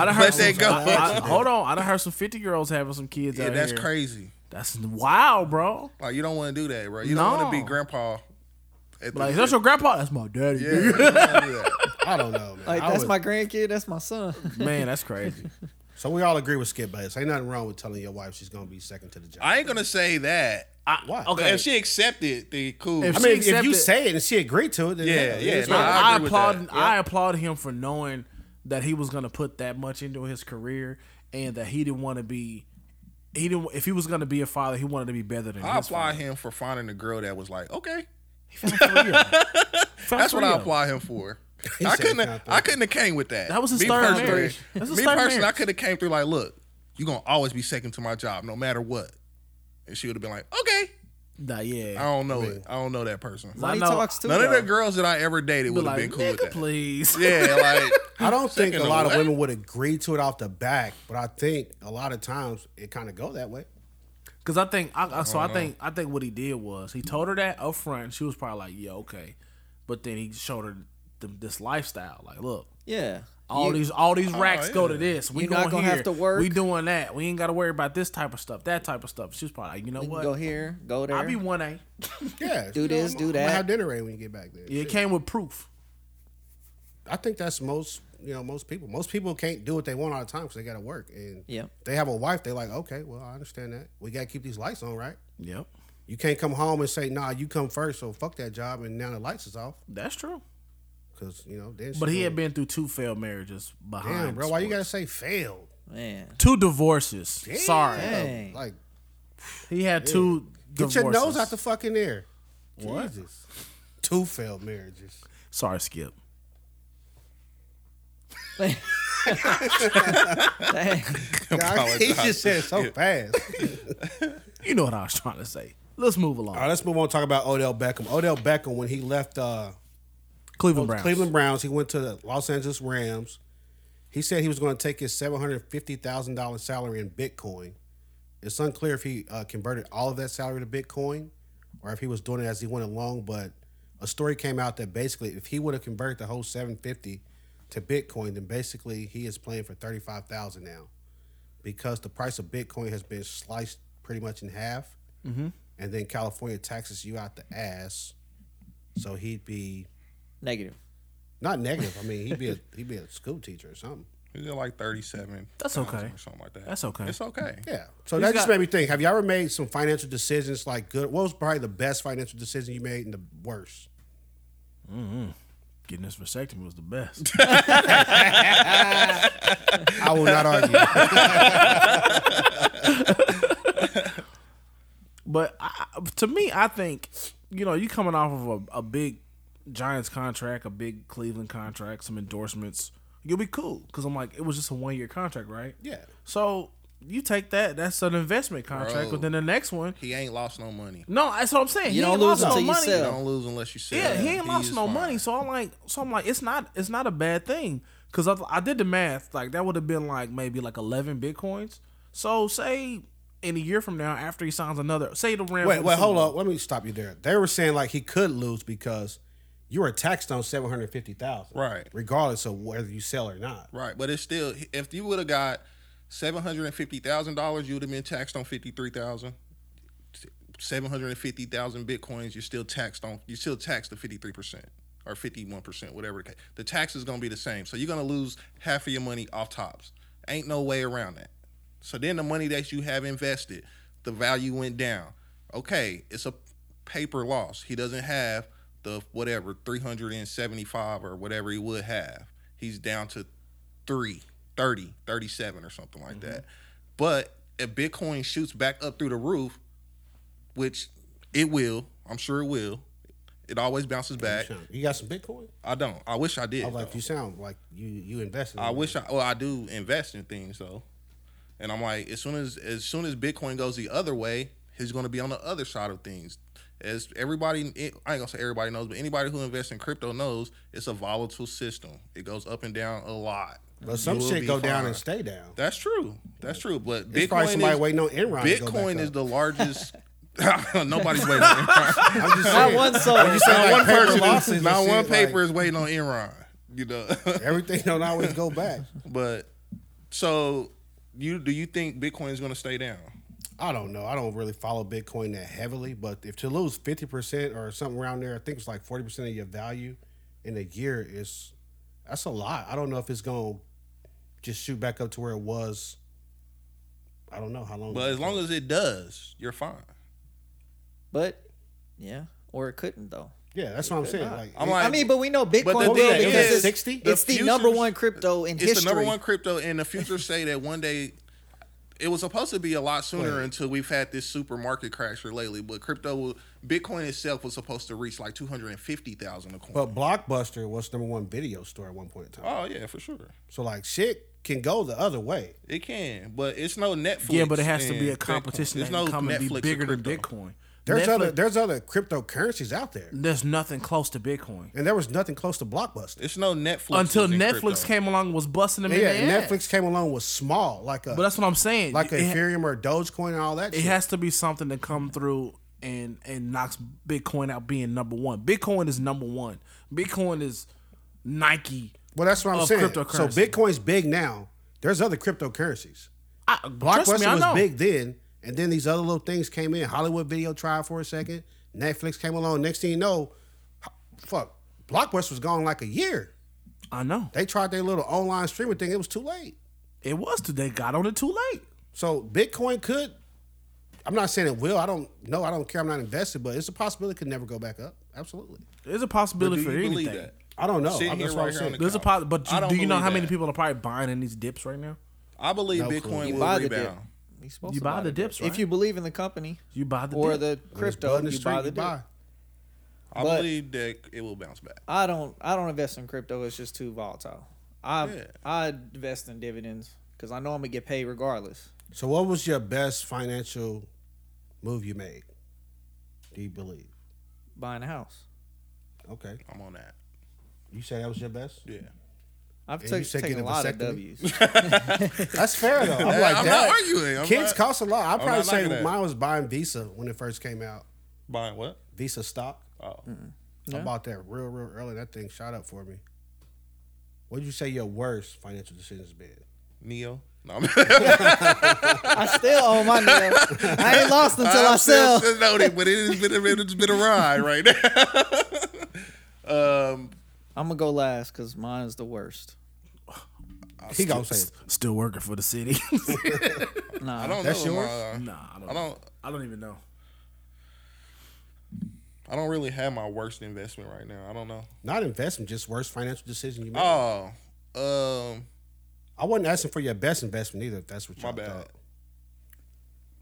Speaker 2: done heard
Speaker 4: Let that
Speaker 2: some.
Speaker 4: go.
Speaker 2: I- I- hold on, I done heard some fifty-year-olds having some kids.
Speaker 4: yeah,
Speaker 2: out
Speaker 4: that's
Speaker 2: here.
Speaker 4: crazy.
Speaker 2: That's wow, bro.
Speaker 4: Like, you don't want to do that, bro. You don't want to be
Speaker 2: No.
Speaker 4: grandpa. At the-
Speaker 2: Like that's your grandpa. That's my daddy.
Speaker 4: yeah,
Speaker 2: nigga.
Speaker 4: you don't wanna do that.
Speaker 1: I don't know, man.
Speaker 3: Like
Speaker 1: I
Speaker 3: that's
Speaker 1: would-
Speaker 3: my grandkid. That's my son.
Speaker 2: Man, that's crazy.
Speaker 1: So we all agree with Skip Bayless. Ain't nothing wrong with telling your wife she's gonna be second to the job.
Speaker 4: I ain't going to say that.
Speaker 2: I,
Speaker 1: Why?
Speaker 4: But
Speaker 2: Okay.
Speaker 4: if she accepted, then cool.
Speaker 2: If
Speaker 1: I
Speaker 2: she
Speaker 1: mean, if you
Speaker 2: accepted-
Speaker 1: say it and she agreed to it, then
Speaker 4: Yeah, yeah,
Speaker 1: it's
Speaker 4: no,
Speaker 1: fine.
Speaker 4: I
Speaker 2: I,
Speaker 4: agree with
Speaker 2: applaud.
Speaker 4: that.
Speaker 2: I applaud him for knowing that he was gonna put that much into his career and that he didn't want to be. He didn't. If he was gonna be a father, he wanted to be better than.
Speaker 4: I
Speaker 2: his father.
Speaker 4: applaud him for finding a girl that was like, okay.
Speaker 2: He found three of them. He found
Speaker 4: That's what
Speaker 2: three
Speaker 4: I
Speaker 2: of them.
Speaker 4: applaud him for.
Speaker 1: He
Speaker 4: I
Speaker 1: said
Speaker 4: couldn't.
Speaker 1: not
Speaker 4: I couldn't have came with that.
Speaker 2: That was his
Speaker 4: Me
Speaker 2: third
Speaker 4: personally-
Speaker 2: marriage. That's his
Speaker 4: me
Speaker 2: third
Speaker 4: personally, I
Speaker 2: marriage.
Speaker 4: could have came through like, look, you're gonna always be second to my job, no matter what. And she would have been like, okay,
Speaker 2: Nah,
Speaker 4: I
Speaker 2: yeah.
Speaker 4: don't know it. I don't know that person.
Speaker 2: I
Speaker 3: Money
Speaker 2: know.
Speaker 3: talks too.
Speaker 4: None of
Speaker 3: though.
Speaker 4: the girls that I ever
Speaker 2: Be
Speaker 4: dated would have
Speaker 2: like,
Speaker 4: been cool with
Speaker 2: nigga,
Speaker 4: that.
Speaker 2: please.
Speaker 4: Yeah, like
Speaker 1: I don't think a
Speaker 4: Second
Speaker 1: lot of
Speaker 4: away?
Speaker 1: women would agree to it off the back, but I think a lot of times it kind of go that way.
Speaker 2: Because I think, I, I, so
Speaker 4: Uh-huh.
Speaker 2: I think, I think what he did was he told her that up front. And she was probably like, "Yeah, okay," but then he showed her the, this lifestyle. Like, look,
Speaker 3: Yeah.
Speaker 2: all
Speaker 3: You-
Speaker 2: these, all these racks go to
Speaker 4: yeah.
Speaker 2: this. We
Speaker 3: You're not
Speaker 2: going
Speaker 3: gonna
Speaker 2: here.
Speaker 3: have to work.
Speaker 2: We doing that. We ain't got to worry about this type of stuff, that type of stuff. She was probably like, "You know
Speaker 3: you can
Speaker 2: what?
Speaker 3: go here, go there.
Speaker 2: I be one A."
Speaker 1: Yeah,
Speaker 3: Do
Speaker 1: you know,
Speaker 3: this,
Speaker 1: I'm-
Speaker 3: do
Speaker 1: I'm gonna
Speaker 3: that.
Speaker 1: Have dinner ready when you get back there.
Speaker 2: It
Speaker 1: Shit.
Speaker 2: came with proof.
Speaker 1: I think that's most you know most people. Most people can't do what they want all the time because they got to work and
Speaker 3: Yeah.
Speaker 1: they have a wife. They like okay, well I understand that. We got to keep these lights on, right?
Speaker 2: Yep,
Speaker 1: You can't come home and say nah, you come first, so fuck that job, and now the lights is off
Speaker 2: that's true.
Speaker 1: because you know. Then she
Speaker 2: But he had
Speaker 1: gonna-
Speaker 2: been through two failed marriages behind.
Speaker 1: damn bro, why you gotta
Speaker 2: sports.
Speaker 1: say failed?
Speaker 3: Man.
Speaker 2: two divorces? Sorry,
Speaker 3: Dang.
Speaker 1: Like
Speaker 2: he had two.
Speaker 1: get
Speaker 2: Divorces.
Speaker 1: your nose out the fucking air. Jesus, two failed marriages.
Speaker 2: Sorry, Skip.
Speaker 3: Dang.
Speaker 1: God, he just said it so fast.
Speaker 2: You know what I was trying to say. Let's move along.
Speaker 1: All right, let's move on. and Talk about Odell Beckham. Odell Beckham, when he left uh,
Speaker 2: Cleveland Browns.
Speaker 1: oh, Cleveland Browns, he went to the Los Angeles Rams. He said he was going to take his seven hundred fifty thousand dollars salary in Bitcoin. It's unclear if he uh, converted all of that salary to Bitcoin, or if he was doing it as he went along. But a story came out that basically, if he would have converted the whole seven fifty to Bitcoin, then basically he is playing for thirty five thousand now, because the price of Bitcoin has been sliced pretty much in half, mm-hmm. and then California taxes you out the ass. So he'd be
Speaker 3: Negative.
Speaker 1: not negative. I mean, he'd be a, he'd be a school teacher or something.
Speaker 4: They're like 37.
Speaker 2: That's
Speaker 4: thousand
Speaker 2: okay.
Speaker 4: Or something like that.
Speaker 2: That's okay.
Speaker 4: It's okay.
Speaker 1: Yeah. So
Speaker 2: He's
Speaker 1: that just
Speaker 2: got-
Speaker 1: made me think. Have you ever made some financial decisions like good? What was probably the best financial decision you made and the worst?
Speaker 2: Getting this vasectomy was the best.
Speaker 1: I will not argue.
Speaker 2: but I, to me, I think you know you coming off of a, a big Giants contract, a big Cleveland contract, some endorsements. You'll be cool because I'm like it was just a one year contract, right?
Speaker 1: yeah.
Speaker 2: So you take that. That's an investment contract.
Speaker 4: Bro.
Speaker 2: But then the next one,
Speaker 4: He ain't lost no money.
Speaker 2: no, that's what I'm saying.
Speaker 3: You
Speaker 2: he
Speaker 3: don't
Speaker 2: ain't lost
Speaker 3: lose
Speaker 2: no
Speaker 3: until you
Speaker 2: money.
Speaker 4: You
Speaker 3: sell.
Speaker 4: don't lose unless you sell.
Speaker 2: Yeah, he ain't lost
Speaker 4: is
Speaker 2: no
Speaker 4: fine.
Speaker 2: money. So I'm like, so I'm like, it's not, it's not a bad thing. Cause I, I did the math. Like that would have been like maybe like 11 bitcoins. So say in a year from now, after he signs another, say the Rams.
Speaker 1: Wait, wait, hold up. Let me stop you there. They were saying like he could lose because you were taxed on seven hundred fifty thousand,
Speaker 4: Right.
Speaker 1: Regardless of whether you sell or not.
Speaker 4: Right, but it's still if you would have got seven hundred and fifty thousand dollars, you would have been taxed on fifty three thousand. Seven hundred and fifty thousand bitcoins, you're still taxed on. You're still taxed to fifty three percent or fifty one percent, whatever. The, ca- the tax is gonna be the same, so you're gonna lose half of your money off tops. Ain't no way around that. So then the money that you have invested, the value went down. Okay, it's a paper loss. He doesn't have the whatever 375 or whatever he would have. He's down to 3, 30, 37 or something like that. But if Bitcoin shoots back up through the roof, which it will, I'm sure it will. It always bounces back.
Speaker 1: You got some Bitcoin?
Speaker 4: I don't. I wish I did.
Speaker 1: I was like,
Speaker 4: though.
Speaker 1: you sound like you you invested.
Speaker 4: I wish I well, I do invest in things though. And I'm like, as soon as as soon as Bitcoin goes the other way, he's gonna be on the other side of things. As everybody I ain't gonna say everybody knows, but anybody who invests in crypto knows it's a volatile system. It goes up and down a lot.
Speaker 1: but some
Speaker 4: You will
Speaker 1: shit
Speaker 4: be
Speaker 1: go down
Speaker 4: fine.
Speaker 1: and stay down.
Speaker 4: That's true. That's true. But
Speaker 1: It's probably
Speaker 4: Bitcoin
Speaker 1: somebody
Speaker 4: is,
Speaker 1: waiting on Enron. to go back
Speaker 4: Bitcoin
Speaker 1: up.
Speaker 4: is the largest nobody's waiting on Enron.
Speaker 1: I'm just
Speaker 3: Not
Speaker 1: saying,
Speaker 3: one sold.
Speaker 4: not
Speaker 1: like
Speaker 4: one
Speaker 1: paper
Speaker 4: person
Speaker 1: losses
Speaker 4: is,
Speaker 1: and
Speaker 4: not
Speaker 1: shit,
Speaker 4: one
Speaker 1: like-
Speaker 4: paper is waiting on Enron. You know.
Speaker 1: everything don't always go back.
Speaker 4: But so you do you think Bitcoin is going to stay down?
Speaker 1: I don't know. I don't really follow Bitcoin that heavily, but if to lose fifty percent or something around there, I think it's like forty percent of your value in a year is that's a lot. I don't know if it's gonna just shoot back up to where it was. I don't know how long.
Speaker 4: But as long as it does, you're fine.
Speaker 3: But yeah, or it couldn't though.
Speaker 1: yeah, that's what I'm saying. Like,
Speaker 4: I'm
Speaker 1: it-
Speaker 4: like,
Speaker 3: I mean, but we know Bitcoin
Speaker 4: the
Speaker 3: will
Speaker 4: thing
Speaker 1: what was that? It
Speaker 3: because
Speaker 1: was
Speaker 4: is,
Speaker 1: at
Speaker 3: it's,
Speaker 1: 60?
Speaker 4: the
Speaker 3: it's the
Speaker 4: futures-
Speaker 3: number one crypto in
Speaker 4: It's
Speaker 3: history.
Speaker 4: the number one crypto, and the futures say that one day. It was supposed to be a lot sooner until we've had this super market crash here lately. But crypto, will- Bitcoin itself was supposed to reach like two hundred and fifty thousand a coin.
Speaker 1: but Blockbuster was number one video store at one point in time.
Speaker 4: oh yeah, for sure,
Speaker 1: So like, shit can go the other way.
Speaker 4: it can. But it's no Netflix.
Speaker 2: Yeah, but it has to
Speaker 4: and
Speaker 2: be a
Speaker 4: Bitcoin.
Speaker 2: competition
Speaker 4: There's
Speaker 2: that can
Speaker 4: no
Speaker 2: come and be
Speaker 4: Netflix and
Speaker 2: bigger than
Speaker 4: crypto.
Speaker 2: Bitcoin.
Speaker 1: There's
Speaker 2: Netflix-
Speaker 1: other there's other cryptocurrencies out there,
Speaker 2: there's nothing close to Bitcoin.
Speaker 1: and there was nothing close to Blockbuster.
Speaker 4: It's no Netflix
Speaker 2: Until
Speaker 4: and
Speaker 2: Netflix
Speaker 4: crypto.
Speaker 2: came along and was busting them in
Speaker 1: Yeah,
Speaker 2: the ass.
Speaker 1: Netflix came along was small, like a
Speaker 2: But that's what I'm saying.
Speaker 1: like
Speaker 2: it,
Speaker 1: Ethereum or Dogecoin and all that.
Speaker 2: it
Speaker 1: shit.
Speaker 2: has to be something to come through and and knocks Bitcoin out being number one. Bitcoin is number one. Bitcoin is Nike.
Speaker 1: well, that's what I'm
Speaker 2: of
Speaker 1: saying. So
Speaker 2: cryptocurrency.
Speaker 1: Bitcoin's big now. There's other cryptocurrencies.
Speaker 2: I,
Speaker 1: Blockbuster
Speaker 2: trust me, I
Speaker 1: was
Speaker 2: know.
Speaker 1: big then, and then these other little things came in. Hollywood Video tried for a second. Netflix came along. Next thing you know, h- fuck, Blockbuster was gone like a year.
Speaker 2: I know.
Speaker 1: They tried their little online streaming thing. It was too late.
Speaker 2: It was too. They got on it too late.
Speaker 1: So Bitcoin could. I'm not saying it will. I don't know. I don't care. I'm not invested, but it's a possibility it could never go back up. Absolutely.
Speaker 2: There's a
Speaker 4: Do
Speaker 2: possibility
Speaker 4: you
Speaker 2: for
Speaker 4: believe
Speaker 2: anything.
Speaker 4: that?
Speaker 1: I don't know.
Speaker 4: Sitting
Speaker 1: I'm,
Speaker 4: here
Speaker 1: that's what
Speaker 4: right
Speaker 1: I'm
Speaker 4: here on
Speaker 1: saying.
Speaker 4: the
Speaker 2: There's a pos- but
Speaker 4: I
Speaker 2: you,
Speaker 4: don't
Speaker 2: do you know
Speaker 4: believe
Speaker 2: how many
Speaker 4: that.
Speaker 2: people are probably buying in these dips right now?
Speaker 4: I believe
Speaker 1: No clue.
Speaker 4: Bitcoin
Speaker 1: You
Speaker 4: will
Speaker 3: buy the dip.
Speaker 4: rebound.
Speaker 3: You're supposed
Speaker 2: You
Speaker 3: to
Speaker 2: buy the
Speaker 3: dip.
Speaker 2: dips, right?
Speaker 3: If you believe in the company
Speaker 2: You buy the
Speaker 3: or
Speaker 2: dip.
Speaker 3: the
Speaker 1: When it's blood
Speaker 3: crypto,
Speaker 1: in
Speaker 3: you
Speaker 1: the street,
Speaker 3: buy the
Speaker 1: you
Speaker 3: dip.
Speaker 1: buy.
Speaker 4: I
Speaker 3: But-
Speaker 4: believe that it will bounce back.
Speaker 3: I don't. I don't invest in crypto. It's just too volatile. I
Speaker 4: Yeah.
Speaker 3: I invest in dividends because I know I'm gonna get paid regardless.
Speaker 1: So, what was your best financial move you made? Do you believe?
Speaker 3: Buying a house.
Speaker 1: Okay,
Speaker 4: I'm on that.
Speaker 1: you say that was your best.
Speaker 4: Yeah.
Speaker 3: I've
Speaker 1: And
Speaker 3: took-
Speaker 1: you said
Speaker 3: taken
Speaker 1: get a
Speaker 3: a lot of
Speaker 1: vasectomy?
Speaker 3: W's.
Speaker 1: That's fair though. I'm
Speaker 4: I'm
Speaker 1: like
Speaker 4: not
Speaker 1: that.
Speaker 4: arguing. I'm
Speaker 1: Kids
Speaker 4: not-
Speaker 1: cost a lot. I probably
Speaker 4: not
Speaker 1: say
Speaker 4: knocking that.
Speaker 1: mine was buying Visa when it first came out.
Speaker 4: Buying what?
Speaker 1: Visa stock.
Speaker 4: Oh.
Speaker 1: I bought that real, real early. That thing shot up for me. What would you say your worst financial decision has been?
Speaker 4: Neo. No, I'm
Speaker 3: I still own my nail. I ain't lost until I,
Speaker 4: I'm
Speaker 3: sell.
Speaker 4: still- still noted, but it has been a, it's been a ride right now. um,
Speaker 3: I'm gonna go last because mine's the worst.
Speaker 1: He gonna say
Speaker 2: S- Still working for the city.
Speaker 3: Nah,
Speaker 4: I don't
Speaker 1: That's
Speaker 4: know.
Speaker 1: yours?
Speaker 4: my-
Speaker 2: nah, I don't,
Speaker 4: I don't.
Speaker 2: I don't even know.
Speaker 4: I don't really have my worst investment right now. I don't know.
Speaker 1: not investment, just worst financial decision you made.
Speaker 4: Oh, um,
Speaker 1: I wasn't asking for your best investment either. If that's what you
Speaker 4: my
Speaker 1: thought.
Speaker 4: bad.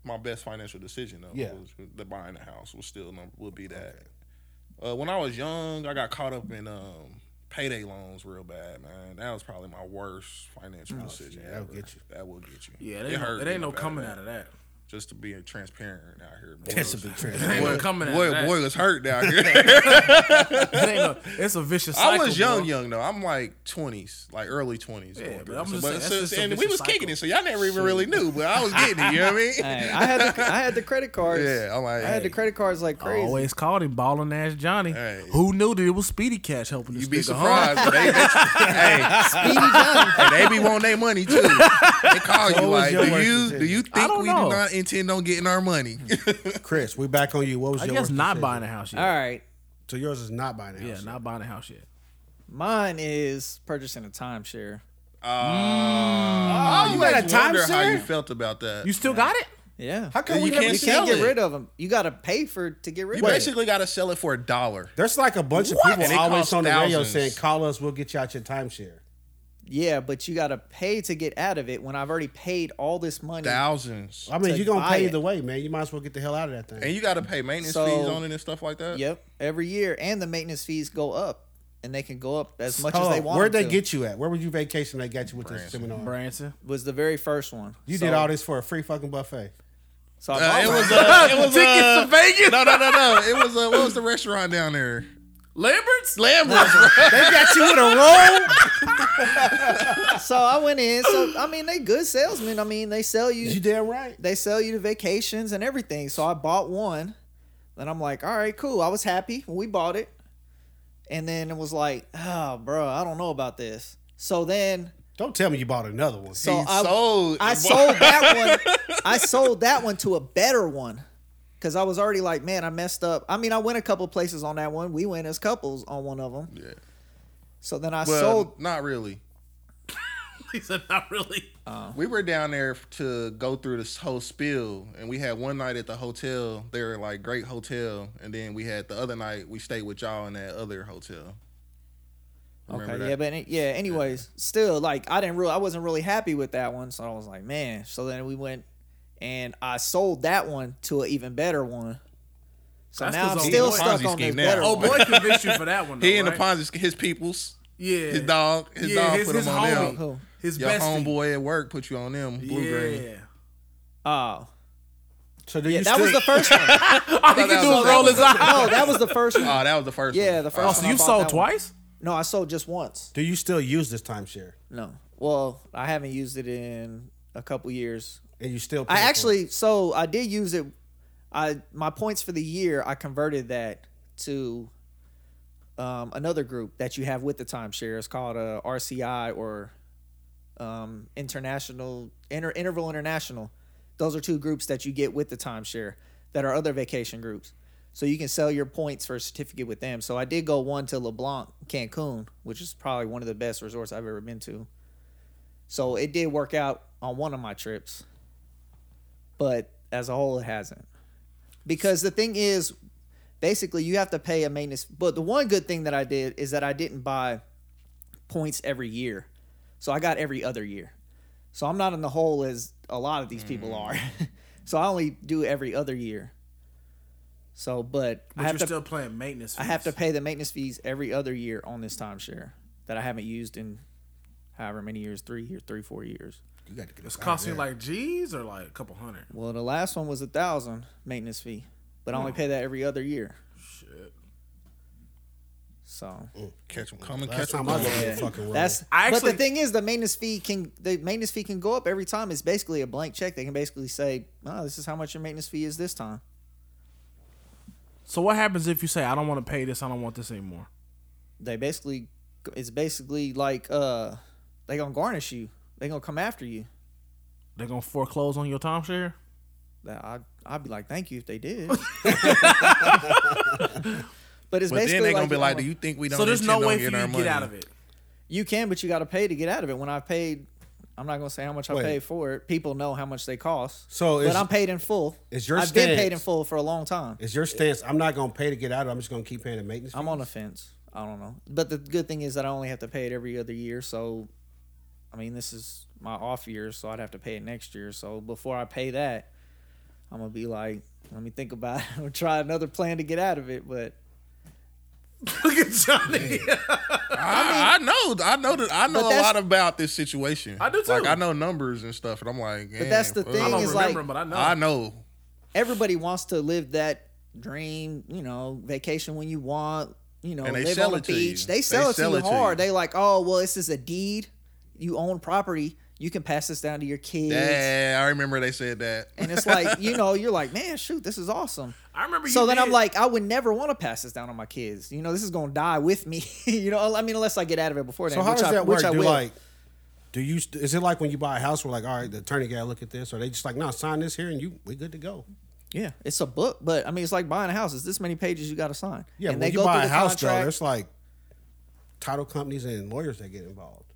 Speaker 4: My best financial decision though,
Speaker 1: Yeah.
Speaker 4: was the buying a house was still num- would be that. Uh, when I was young, I got caught up in um, payday loans real bad, man. That was probably my worst financial decision.
Speaker 1: Oh, that'll
Speaker 4: ever.
Speaker 1: get you.
Speaker 4: That will get you.
Speaker 2: Yeah, it ain't, no, it ain't no coming out of that.
Speaker 4: Just to be transparent out here.
Speaker 1: That's a
Speaker 4: Boy,
Speaker 1: big
Speaker 2: It
Speaker 1: trend.
Speaker 2: ain't
Speaker 4: boy,
Speaker 2: no coming out
Speaker 4: boy,
Speaker 2: of that.
Speaker 4: boy was hurt down here.
Speaker 2: It ain't no, it's a vicious
Speaker 4: I
Speaker 2: cycle.
Speaker 4: was young,
Speaker 2: bro.
Speaker 4: young though. I'm like twenties, like early twenties.
Speaker 2: Yeah, but I'm just saying, that's just a
Speaker 4: and we
Speaker 2: vicious
Speaker 4: was kicking
Speaker 2: cycle.
Speaker 4: it, so y'all never even really knew. But I was getting it. You know what I mean?
Speaker 3: Hey, I had the, I had the credit cards.
Speaker 4: Yeah, I'm like,
Speaker 3: I had the
Speaker 4: hey.
Speaker 3: credit cards like
Speaker 2: I
Speaker 3: crazy.
Speaker 2: Always called him balling ass Johnny.
Speaker 4: Hey.
Speaker 2: Who knew that it was Speedy Cash helping this
Speaker 4: You'd be
Speaker 2: nigga home?
Speaker 4: surprised. but They, hey, hey, they be wanting their money too. They call you
Speaker 1: was
Speaker 4: like,
Speaker 1: your
Speaker 4: do
Speaker 1: worst
Speaker 4: you
Speaker 1: decision?"
Speaker 4: do you think
Speaker 2: don't
Speaker 4: we
Speaker 2: know.
Speaker 4: do not intend on getting our money?
Speaker 1: Chris, we back on you. What was
Speaker 2: I
Speaker 1: your
Speaker 2: guess
Speaker 1: worst
Speaker 2: not
Speaker 1: decision?
Speaker 2: buying a house yet.
Speaker 3: All right,
Speaker 1: So yours is not buying a house.
Speaker 2: Yeah, not buying a house yet.
Speaker 3: mine is purchasing a timeshare.
Speaker 4: oh, you,
Speaker 1: got a
Speaker 4: guys wonder
Speaker 1: timeshare?
Speaker 4: how you felt about that.
Speaker 2: You
Speaker 4: You,
Speaker 2: still got it?
Speaker 3: Yeah,
Speaker 1: How come
Speaker 4: You
Speaker 1: we never
Speaker 4: can't
Speaker 1: see
Speaker 4: sell
Speaker 1: it?
Speaker 3: get rid of them? You got to pay for to get rid of it.
Speaker 4: basically got to sell it for a dollar.
Speaker 1: There's like a bunch
Speaker 4: What?
Speaker 1: of
Speaker 4: And
Speaker 1: people
Speaker 4: it
Speaker 1: always
Speaker 4: costs
Speaker 1: on the radio
Speaker 4: thousands.
Speaker 1: saying, "Call us, we'll get you out your timeshare."
Speaker 3: Yeah, but you got to pay to get out of it when I've already paid all this money.
Speaker 4: Thousands.
Speaker 1: I mean,
Speaker 3: To
Speaker 1: you're gonna
Speaker 3: buy
Speaker 1: pay
Speaker 3: it.
Speaker 1: either way, man. You might as well get the hell out of that thing.
Speaker 4: And you got to pay maintenance
Speaker 3: So-
Speaker 4: fees on it and stuff like that.
Speaker 3: Yep, every year, and the maintenance fees go up, and they can go up as much
Speaker 1: Hold
Speaker 3: as they
Speaker 1: on,
Speaker 3: want.
Speaker 1: Where'd
Speaker 3: them
Speaker 1: they
Speaker 3: to.
Speaker 1: get you at? Where were you vacation? They got you with this
Speaker 4: Branson.
Speaker 1: seminar.
Speaker 2: Branson.
Speaker 3: Was the very first one.
Speaker 1: You
Speaker 3: So-
Speaker 1: did all this for a free fucking buffet.
Speaker 3: So I
Speaker 4: Uh,
Speaker 3: bought
Speaker 4: it
Speaker 3: one.
Speaker 4: was uh, it was
Speaker 2: Tickets to
Speaker 4: uh,
Speaker 2: Vegas.
Speaker 4: no no no no. It was uh, what was the restaurant down there?
Speaker 2: Lambert's?
Speaker 4: Lambert's.
Speaker 1: They got you with a roll.
Speaker 3: so I went in. So I mean, they good salesmen. I mean, they sell you.
Speaker 1: You damn right.
Speaker 3: they sell you the vacations and everything. So I bought one. Then I'm like, all right, cool. I was happy when we bought it. And then it was like, oh, bro, I don't know about this. So then
Speaker 1: Don't tell me you bought another one.
Speaker 3: so
Speaker 4: He
Speaker 3: I
Speaker 4: sold.
Speaker 3: I sold that one. I sold that one to a better one. Cause I was already like, man, I messed up. I mean, I went a couple places on that one. We went as couples on one of them.
Speaker 4: Yeah.
Speaker 3: So then I
Speaker 4: Well,
Speaker 3: sold.
Speaker 4: not really.
Speaker 2: He said, not really.
Speaker 4: We were down there to go through this whole spill, and we had one night at the hotel. They were like great hotel, and then we had the other night we stayed with y'all in that other hotel. Remember
Speaker 3: Okay,
Speaker 4: that?
Speaker 3: yeah, but any- yeah. Anyways, still like I didn't really, I wasn't really happy with that one, so I was like, man. So then we went and I sold that one to an even better one. So
Speaker 2: That's
Speaker 3: now
Speaker 2: 'cause
Speaker 3: I'm
Speaker 2: old
Speaker 3: still
Speaker 2: boy-
Speaker 3: stuck on
Speaker 4: Ponzi
Speaker 3: this
Speaker 4: scheme now.
Speaker 3: better
Speaker 2: Oh,
Speaker 3: one.
Speaker 2: boy convinced you for that one. Though,
Speaker 4: he and
Speaker 2: Oh, right?
Speaker 4: the Ponzi, his peoples,
Speaker 2: Yeah.
Speaker 4: his dog, his
Speaker 2: yeah,
Speaker 4: dog
Speaker 2: his,
Speaker 4: put
Speaker 2: his
Speaker 4: him on
Speaker 2: homie.
Speaker 4: them.
Speaker 3: Who?
Speaker 2: His
Speaker 4: Your
Speaker 2: bestie.
Speaker 4: homeboy at work put you on them. Blue green.
Speaker 2: Yeah.
Speaker 3: Oh,
Speaker 1: So do
Speaker 3: yeah,
Speaker 1: you
Speaker 3: that was
Speaker 1: still-
Speaker 3: the first one. No,
Speaker 2: All he can
Speaker 4: that
Speaker 2: do
Speaker 4: was
Speaker 2: is
Speaker 4: the
Speaker 2: roll
Speaker 4: second
Speaker 2: his eyes.
Speaker 3: oh, that was the first one.
Speaker 4: Oh, that was the first one.
Speaker 3: Yeah, the first
Speaker 2: Oh,
Speaker 3: one.
Speaker 2: so
Speaker 3: I
Speaker 2: you
Speaker 3: bought
Speaker 2: sold
Speaker 3: that one.
Speaker 2: twice?
Speaker 3: No, I sold just once.
Speaker 1: Do you still use this timeshare?
Speaker 3: No, well, I haven't used it in a couple years.
Speaker 1: And you still? pay
Speaker 3: I
Speaker 1: for it?
Speaker 3: actually, so I did use it. I my points for the year, I converted that to um, another group that you have with the timeshare. It's called uh, RCI or um, International Inter- Interval International. Those are two groups that you get with the timeshare that are other vacation groups. So you can sell your points for a certificate with them. So I did go one to LeBlanc Cancun, which is probably one of the best resorts I've ever been to. So it did work out on one of my trips but as a whole, it hasn't. Because the thing is, basically, you have to pay a maintenance. But the one good thing that I did is that I didn't buy points every year, so I got every other year. So I'm not in the hole as a lot of these people
Speaker 2: Mm.
Speaker 3: are. so I only do every other year. So, but,
Speaker 2: But
Speaker 3: I have
Speaker 2: you're
Speaker 3: to
Speaker 2: still playing maintenance.
Speaker 3: I have to pay the maintenance fees every other year on this timeshare that I haven't used in however many years three year three four years.
Speaker 1: You got to get
Speaker 2: It's
Speaker 1: out of
Speaker 2: costing you
Speaker 1: there.
Speaker 2: like G's or like a couple hundred.
Speaker 3: Well, the last one was a thousand maintenance fee, but I only pay that every other year.
Speaker 2: Hmm. Shit.
Speaker 3: So
Speaker 4: Catch him coming,
Speaker 1: Mm. Last
Speaker 4: catch him
Speaker 1: time I
Speaker 4: coming.
Speaker 1: was on
Speaker 3: yeah,
Speaker 1: the fucking roll.
Speaker 3: that's.
Speaker 2: I
Speaker 3: but
Speaker 2: actually-
Speaker 3: the thing is, the maintenance fee can the maintenance fee can go up every time. It's basically a blank check. They can basically say, "Oh, this is how much your maintenance fee is this time."
Speaker 2: So what happens if you say, I don't want to pay this, I don't want this anymore?
Speaker 3: They basically, it's basically like uh, they gonna garnish you. They gonna come after you.
Speaker 2: They're going to foreclose on your timeshare?
Speaker 3: That I I'd be like, thank you if they did. but it's
Speaker 4: But
Speaker 3: basically
Speaker 4: then they're
Speaker 3: like,
Speaker 4: gonna be
Speaker 3: you
Speaker 4: like,
Speaker 3: know,
Speaker 4: "Do you think we don't?"
Speaker 2: So there's no
Speaker 4: intend on
Speaker 2: way for you
Speaker 4: getting
Speaker 2: to
Speaker 4: our
Speaker 2: get
Speaker 4: money?
Speaker 2: out of it.
Speaker 3: You can, but you got to pay to get out of it. When I paid, I'm not gonna say how much I
Speaker 1: Wait.
Speaker 3: paid for it. People know how much they cost.
Speaker 1: So
Speaker 3: but
Speaker 1: is-
Speaker 3: I'm paid in full.
Speaker 1: is your
Speaker 3: I've been paid in
Speaker 1: stance-
Speaker 3: full for a long time.
Speaker 1: Is your stance? I'm not gonna pay to get out. I'm just gonna keep paying the maintenance.
Speaker 3: I'm on the fence. I don't know. But the good thing is that I only have to pay it every other year. So, I mean, this is my off year, so I'd have to pay it next year. So before I pay that, I'm gonna be like, let me think about it. I'm gonna try another plan to get out of it. But
Speaker 2: Look at Johnny.
Speaker 4: I I, I know, I know that I know
Speaker 3: But
Speaker 4: a
Speaker 3: that's-
Speaker 4: lot about this situation.
Speaker 2: I do
Speaker 4: Like
Speaker 2: too.
Speaker 4: I know numbers and stuff, and I'm like, but
Speaker 3: that's the
Speaker 2: I
Speaker 3: thing
Speaker 2: don't
Speaker 3: is,
Speaker 2: remember
Speaker 3: like-
Speaker 2: him, but I know.
Speaker 4: I know.
Speaker 3: everybody wants to live that dream, you know, vacation when you want, you know,
Speaker 4: And they
Speaker 3: live
Speaker 4: sell
Speaker 3: on the
Speaker 4: it to you.
Speaker 3: beach. They sell it to you hard. They like, oh, well, this is a deed. You own property. You can pass this down to your kids.
Speaker 4: Yeah, I remember they said that.
Speaker 3: And it's like, you know, you're like, man, shoot, this is awesome.
Speaker 2: I remember.
Speaker 3: So
Speaker 2: you
Speaker 3: then
Speaker 2: did.
Speaker 3: I'm like, I would never want to pass this down on my kids. You know, this is gonna die with me. you know, I mean, unless I get out of it before then.
Speaker 1: So how
Speaker 3: which
Speaker 1: does
Speaker 3: I,
Speaker 1: that
Speaker 3: which
Speaker 1: work?
Speaker 3: I
Speaker 1: Do
Speaker 3: will.
Speaker 1: like, do you? st- Is it like when you buy a house? We're like, all right, the attorney got to look at this. Or they just like, no, sign this here, and you we good to go.
Speaker 3: yeah, it's a book, but I mean, it's like buying a house. It's this many pages you got to sign.
Speaker 1: Yeah,
Speaker 3: and
Speaker 1: when
Speaker 3: they
Speaker 1: you
Speaker 3: go
Speaker 1: buy
Speaker 3: through
Speaker 1: a
Speaker 3: the
Speaker 1: house, though,
Speaker 3: contract.
Speaker 1: there's like title companies and lawyers that get involved.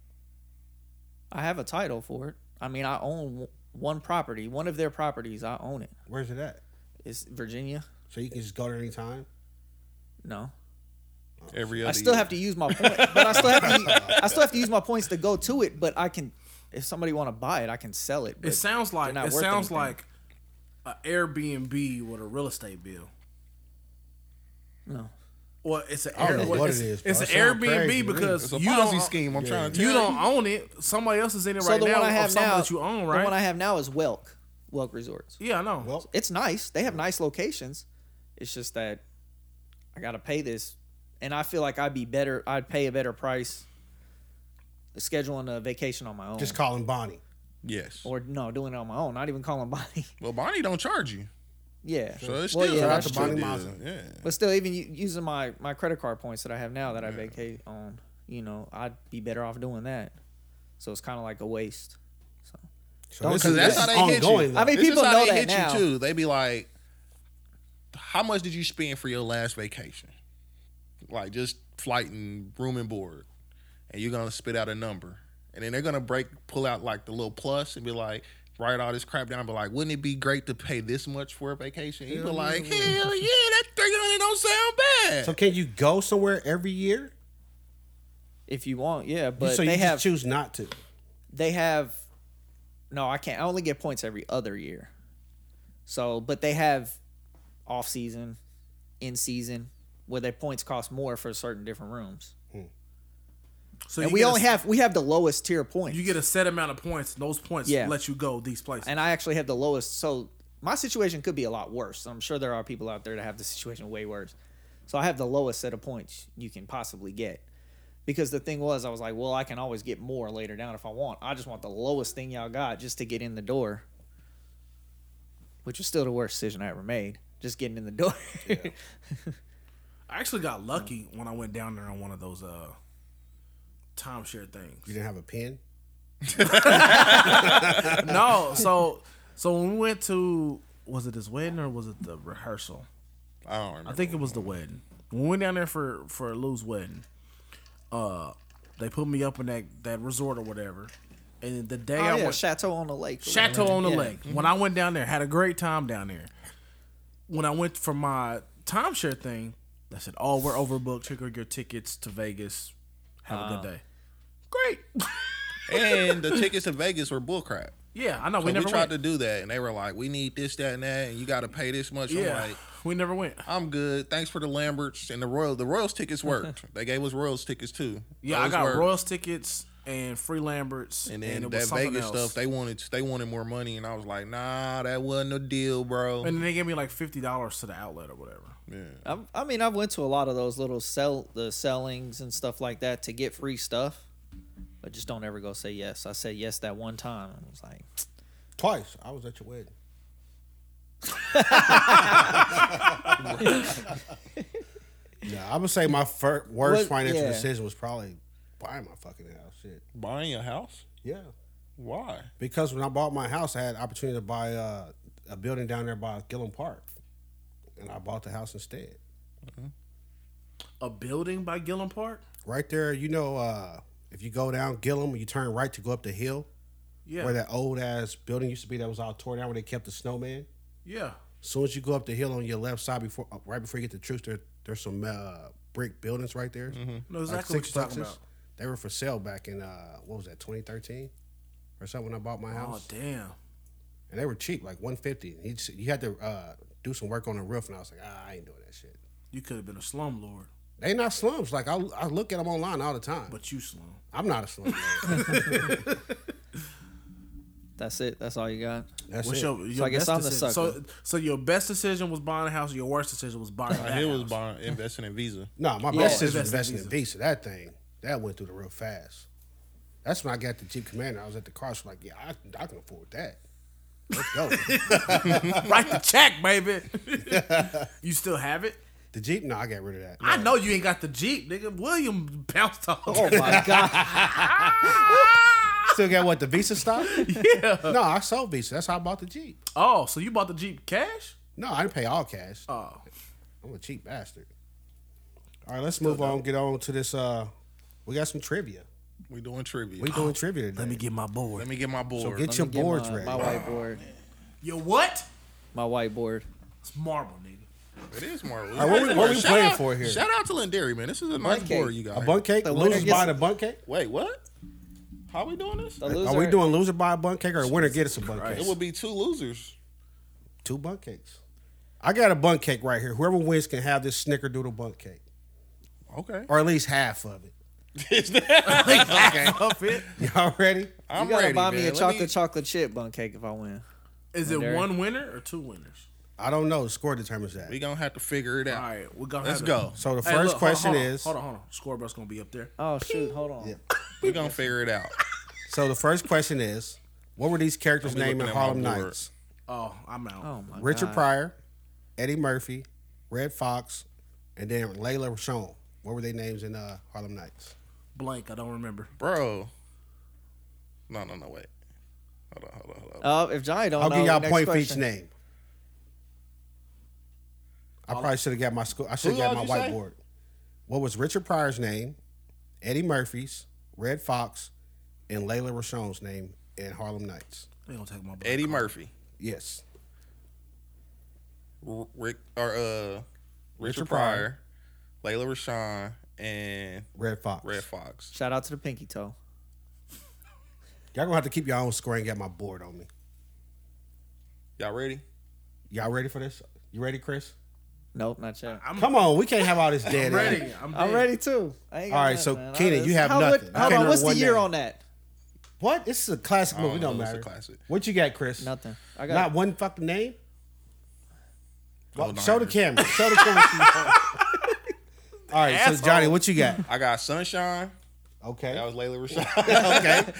Speaker 3: I have a title for it. I mean, I own w- one property, one of their properties. I own it.
Speaker 1: Where's it at?
Speaker 3: It's Virginia.
Speaker 1: So you can just go there anytime.
Speaker 3: No,
Speaker 4: Every other
Speaker 3: I still
Speaker 4: year.
Speaker 3: have to use my point, but I still have to. I still have to use my points to go to it. But I can, if somebody want to buy it, I can sell it.
Speaker 2: It
Speaker 3: but
Speaker 2: sounds
Speaker 3: they're
Speaker 2: like
Speaker 3: not
Speaker 2: it
Speaker 3: worth
Speaker 2: sounds
Speaker 3: anything.
Speaker 2: like an Airbnb with a real estate bill.
Speaker 3: No.
Speaker 2: Well, it's an
Speaker 1: I don't know
Speaker 2: well,
Speaker 1: what
Speaker 2: it's,
Speaker 1: it is, bro.
Speaker 2: It's an
Speaker 1: It sound crazy
Speaker 2: Airbnb
Speaker 1: to me.
Speaker 2: because
Speaker 4: It's a
Speaker 2: you
Speaker 4: Ponzi
Speaker 2: don't
Speaker 4: scheme. I'm trying to tell
Speaker 2: you don't own it. Somebody else is in it
Speaker 3: So
Speaker 2: right
Speaker 3: the
Speaker 2: now.
Speaker 3: one I
Speaker 2: of
Speaker 3: have
Speaker 2: something
Speaker 3: now,
Speaker 2: that you own,
Speaker 3: the
Speaker 2: right?
Speaker 3: one I have now is Welk, Welk Resorts.
Speaker 2: yeah, I know.
Speaker 1: Well,
Speaker 3: It's nice. They have nice locations. It's just that I gotta pay this, and I feel like I'd be better. I'd pay a better price scheduling a vacation on my own.
Speaker 1: just calling Bonnie.
Speaker 4: Yes.
Speaker 3: or no, doing it on my own, not even calling Bonnie.
Speaker 4: Well, Bonnie don't charge you,
Speaker 3: yeah.
Speaker 4: so it's
Speaker 3: well,
Speaker 4: still
Speaker 3: yeah,
Speaker 1: out
Speaker 3: that's
Speaker 1: to
Speaker 4: it's
Speaker 3: true.
Speaker 1: Bonnie.
Speaker 4: still-
Speaker 1: Mazel.
Speaker 4: Yeah.
Speaker 3: But still, even u- using my my credit card points that I have now that I vacate on, you know, I'd be better off doing that. So it's kind of like a waste.
Speaker 1: So
Speaker 3: Don't
Speaker 1: this
Speaker 3: do
Speaker 1: is-
Speaker 4: Because that's
Speaker 1: this is
Speaker 4: how they hit you.
Speaker 1: ongoing,
Speaker 3: I mean,
Speaker 4: This is
Speaker 3: people
Speaker 4: how
Speaker 3: know
Speaker 4: they
Speaker 3: that
Speaker 4: hit
Speaker 3: now.
Speaker 4: you too. They be like, "How much did you spend for your last vacation? Like just flight and room and board." And you're gonna spit out a number, and then they're gonna break, pull out like the little plus, and be like, write all this crap down. And be like, wouldn't it be great to pay this much for a vacation? And you be like, hell yeah, that three hundred don't sound bad.
Speaker 1: So can you go somewhere every year?
Speaker 3: If you want, yeah, but
Speaker 1: so you
Speaker 3: they
Speaker 1: just
Speaker 3: have
Speaker 1: choose not to.
Speaker 3: they have no i can't i only get points every other year so but they have off season in season where their points cost more for certain different rooms
Speaker 2: So
Speaker 3: and
Speaker 2: you
Speaker 3: we
Speaker 2: get a-
Speaker 3: only have we have the lowest tier points
Speaker 2: you get a set amount of points. and Those points
Speaker 3: Yeah.
Speaker 2: let you go these places.
Speaker 3: and i actually have the lowest so my situation could be a lot worse i'm sure there are people out there that have the situation way worse so i have the lowest set of points you can possibly get because the thing was i was like well i can always get more later down if i want i just want the lowest thing y'all got just to get in the door which was still the worst decision I ever made. Just getting in the door.
Speaker 2: I actually got lucky when I went down there on one of those uh timeshare things.
Speaker 1: You didn't have a pen.
Speaker 2: no, so so when we went to was it his wedding or was it the rehearsal?
Speaker 4: I don't remember.
Speaker 2: I think it was the wedding. When we went down there for for Lou's wedding, uh, they put me up in that that resort or whatever, and the day I
Speaker 3: Oh, yeah,
Speaker 2: went
Speaker 3: Chateau on the Lake.
Speaker 2: Chateau on the
Speaker 3: Yeah.
Speaker 2: Lake. When I went down there, had a great time down there. When I went for my timeshare thing, they said, "Oh, we're overbooked. Check out your tickets to Vegas. Have
Speaker 4: Uh.
Speaker 2: a good day." Great.
Speaker 4: and the tickets to Vegas were bullcrap.
Speaker 2: yeah, I know.
Speaker 4: So
Speaker 2: we
Speaker 4: we,
Speaker 2: never went.
Speaker 4: tried to do that, and they were like, "We need this, that, and that, and you got to pay this much."
Speaker 2: yeah,
Speaker 4: I'm like,
Speaker 2: we never went.
Speaker 4: "I'm good. Thanks for the Lamberts and the Royal. The Royals tickets worked. they gave us Royals tickets too.
Speaker 2: Yeah, I
Speaker 4: Those
Speaker 2: got
Speaker 4: worked.
Speaker 2: Royals tickets and free Lamberts, and,
Speaker 4: And then
Speaker 2: it
Speaker 4: that
Speaker 2: was something
Speaker 4: Vegas
Speaker 2: else.
Speaker 4: stuff, they wanted they wanted more money, and I was like, "Nah, that wasn't a deal, bro."
Speaker 2: and then they gave me like fifty dollars to the outlet or whatever.
Speaker 3: I've, I mean, I've went to a lot of those little sell the sellings and stuff like that to get free stuff, but just don't ever go say yes. I said yes that one time. I was like,
Speaker 1: Twice. I was at your wedding. yeah, I would say my fir- worst
Speaker 3: What-
Speaker 1: financial
Speaker 3: yeah.
Speaker 1: decision was probably buying my fucking house. Shit.
Speaker 4: Buying a house?
Speaker 1: Yeah.
Speaker 4: Why?
Speaker 1: Because when I bought my house, I had opportunity to buy uh, a building down there by Gillum Park, and I bought the house instead.
Speaker 2: A building by Gillum Park.
Speaker 1: Right there, you know, uh, if you go down Gillum, you turn right to go up the hill
Speaker 2: Yeah,
Speaker 1: where that old ass building used to be that was all torn down where they kept the snowman.
Speaker 2: yeah.
Speaker 1: As soon as you go up the hill on your left side, before uh, right before you get to Troops, there there's some uh, brick buildings right there.
Speaker 2: No, exactly what
Speaker 1: six
Speaker 2: you're talking
Speaker 1: boxes.
Speaker 2: about.
Speaker 1: They were for sale back in uh, what was that, 2013 or something? When I bought my
Speaker 2: Oh
Speaker 1: house,
Speaker 2: damn.
Speaker 1: and they were cheap, like 150. He just- you had to uh, do some work on the roof, and I was like, ah, I ain't doing that shit.
Speaker 2: You could have been a slumlord.
Speaker 1: They not slums. Like I, I look at them online all the time. But
Speaker 2: But you slum.
Speaker 1: I'm not a slum.
Speaker 3: That's it. That's all you got.
Speaker 1: That's
Speaker 2: What's
Speaker 1: it.
Speaker 2: your, your
Speaker 3: I guess
Speaker 2: best
Speaker 3: I'm the
Speaker 2: decision? So,
Speaker 3: sucker.
Speaker 2: so your best decision was buying a house. Your worst decision was buying.
Speaker 4: Like,
Speaker 2: that
Speaker 4: it was
Speaker 2: house.
Speaker 4: buying investing in Visa.
Speaker 1: No, my
Speaker 3: Yeah.
Speaker 1: best is
Speaker 2: Investing
Speaker 1: investing in
Speaker 2: Visa.
Speaker 1: Visa. That thing that went through the real fast. That's when I got the Jeep Commander. I was at the car. So like, yeah, I, I can afford that. Let's go.
Speaker 2: Write the check, baby. you still have it?
Speaker 1: the Jeep? No, I got rid of that.
Speaker 2: I know you ain't got the Jeep, nigga. William bounced off.
Speaker 3: Oh my god.
Speaker 1: Still got what the Visa stock?
Speaker 2: yeah.
Speaker 1: no, I sold Visa. That's how I bought the Jeep.
Speaker 2: Oh, so you bought the Jeep cash?
Speaker 1: No, I didn't pay all cash.
Speaker 2: Oh.
Speaker 1: I'm a cheap bastard. All right, let's move on. Get on to this. Uh, we got some trivia.
Speaker 4: We doing trivia.
Speaker 1: We doing trivia today.
Speaker 2: Let me get my board.
Speaker 4: Oh, Let me get my board.
Speaker 1: get
Speaker 3: Let
Speaker 1: your
Speaker 3: me get
Speaker 1: boards
Speaker 3: my,
Speaker 1: ready.
Speaker 3: My whiteboard.
Speaker 2: Yo, what?
Speaker 3: My whiteboard.
Speaker 2: It's marble, nigga.
Speaker 4: it is Marvel.
Speaker 1: right, what we- what we
Speaker 4: Shout
Speaker 1: playing
Speaker 4: out-
Speaker 1: for here?
Speaker 4: Shout out to Lindari, man. This is a nice
Speaker 3: Bundt cake.
Speaker 4: board you got.
Speaker 1: A bunk cake.
Speaker 3: The winner
Speaker 1: Losers
Speaker 3: gets
Speaker 1: buy
Speaker 3: it.
Speaker 1: the bunk cake.
Speaker 4: Wait, what? How we doing this?
Speaker 3: The loser.
Speaker 1: Are we doing loser buy a bunk cake or a winner get us a bunk
Speaker 4: It
Speaker 1: cake?
Speaker 4: would be two losers.
Speaker 1: Two bunk cakes. I got a bunk cake right here. Whoever wins can have this snickerdoodle bunk cake,
Speaker 4: Okay.
Speaker 1: or at least half of it.
Speaker 2: okay.
Speaker 1: Y'all ready?
Speaker 4: I'm
Speaker 3: You gotta
Speaker 4: ready,
Speaker 3: buy
Speaker 4: man.
Speaker 3: me a
Speaker 4: Let
Speaker 3: chocolate chocolate chip bun cake if I win.
Speaker 2: Is it
Speaker 3: Wonder.
Speaker 2: one winner or two winners?
Speaker 1: I don't know. The score determines that.
Speaker 4: We gonna have to figure it
Speaker 2: All
Speaker 4: out.
Speaker 2: right, we're gonna
Speaker 4: Let's
Speaker 2: have
Speaker 4: go.
Speaker 2: To,
Speaker 1: So the first
Speaker 2: Hey, look, hold on,
Speaker 1: question
Speaker 2: hold on,
Speaker 1: is.
Speaker 2: Hold on, hold on. Scorebook's gonna be up there.
Speaker 3: Oh shoot, hold on.
Speaker 4: We gonna figure it out.
Speaker 1: So the first question is, what were these characters'
Speaker 4: I'll be
Speaker 1: named in
Speaker 4: looking at my
Speaker 1: Harlem
Speaker 4: board.
Speaker 1: Nights?
Speaker 2: Oh, I'm out.
Speaker 3: Oh my
Speaker 1: Richard
Speaker 3: god.
Speaker 1: Pryor, Eddie Murphy, Red Fox, and then Layla Rashawn. What were their names in uh, Harlem Nights?
Speaker 2: Blank. I don't remember.
Speaker 4: Bro. No, no, no, wait. Hold on, hold on,
Speaker 1: Uh,
Speaker 4: hold on.
Speaker 3: Oh, if Johnny don't
Speaker 1: I'll
Speaker 3: know,
Speaker 1: give y'all a
Speaker 3: next
Speaker 1: point for each
Speaker 3: question.
Speaker 1: name. I probably should have got my school. I should
Speaker 4: Who
Speaker 1: have got my
Speaker 4: y'all did you
Speaker 1: whiteboard. What was Richard Pryor's name, Eddie Murphy's, Red Fox, and Layla Rashawn's name in Harlem Nights?
Speaker 2: They gonna take my blank.
Speaker 4: Eddie Murphy.
Speaker 1: Yes.
Speaker 4: R- Rick or uh Richard, Pryor, Layla Rashawn, and
Speaker 1: Red Fox.
Speaker 4: Red Fox.
Speaker 3: Shout out to the pinky toe.
Speaker 1: Y'all gonna have to keep your own score and get my board on me.
Speaker 4: Y'all ready?
Speaker 1: Y'all ready for this? You ready, Chris?
Speaker 3: Nope, not yet.
Speaker 2: I'm
Speaker 1: Come on, we can't have all this dead.
Speaker 2: I'm
Speaker 1: air.
Speaker 2: ready. I'm,
Speaker 3: I'm
Speaker 2: dead.
Speaker 3: ready too. I ain't got
Speaker 1: All right,
Speaker 3: nothing,
Speaker 1: so
Speaker 3: man.
Speaker 1: Keenan,
Speaker 3: I-
Speaker 1: you have
Speaker 3: how, what-
Speaker 1: nothing. I
Speaker 3: Hold
Speaker 1: can't
Speaker 3: on,
Speaker 1: remember
Speaker 3: what's the
Speaker 1: one
Speaker 3: year
Speaker 1: name.
Speaker 3: on that?
Speaker 1: What? This is a classic
Speaker 4: I don't
Speaker 1: movie.
Speaker 4: know,
Speaker 1: Don't
Speaker 4: it's a
Speaker 1: matter.
Speaker 4: classic.
Speaker 1: What you got, Chris?
Speaker 3: Nothing. I got
Speaker 1: Not one fucking name. Well,
Speaker 4: Hold on
Speaker 1: show the
Speaker 4: here.
Speaker 1: camera. Show the camera. All right, so
Speaker 2: Asshole.
Speaker 1: Johnny, what you got?
Speaker 4: I got Sunshine.
Speaker 1: Okay.
Speaker 4: That was Layla Rashawn.
Speaker 1: okay.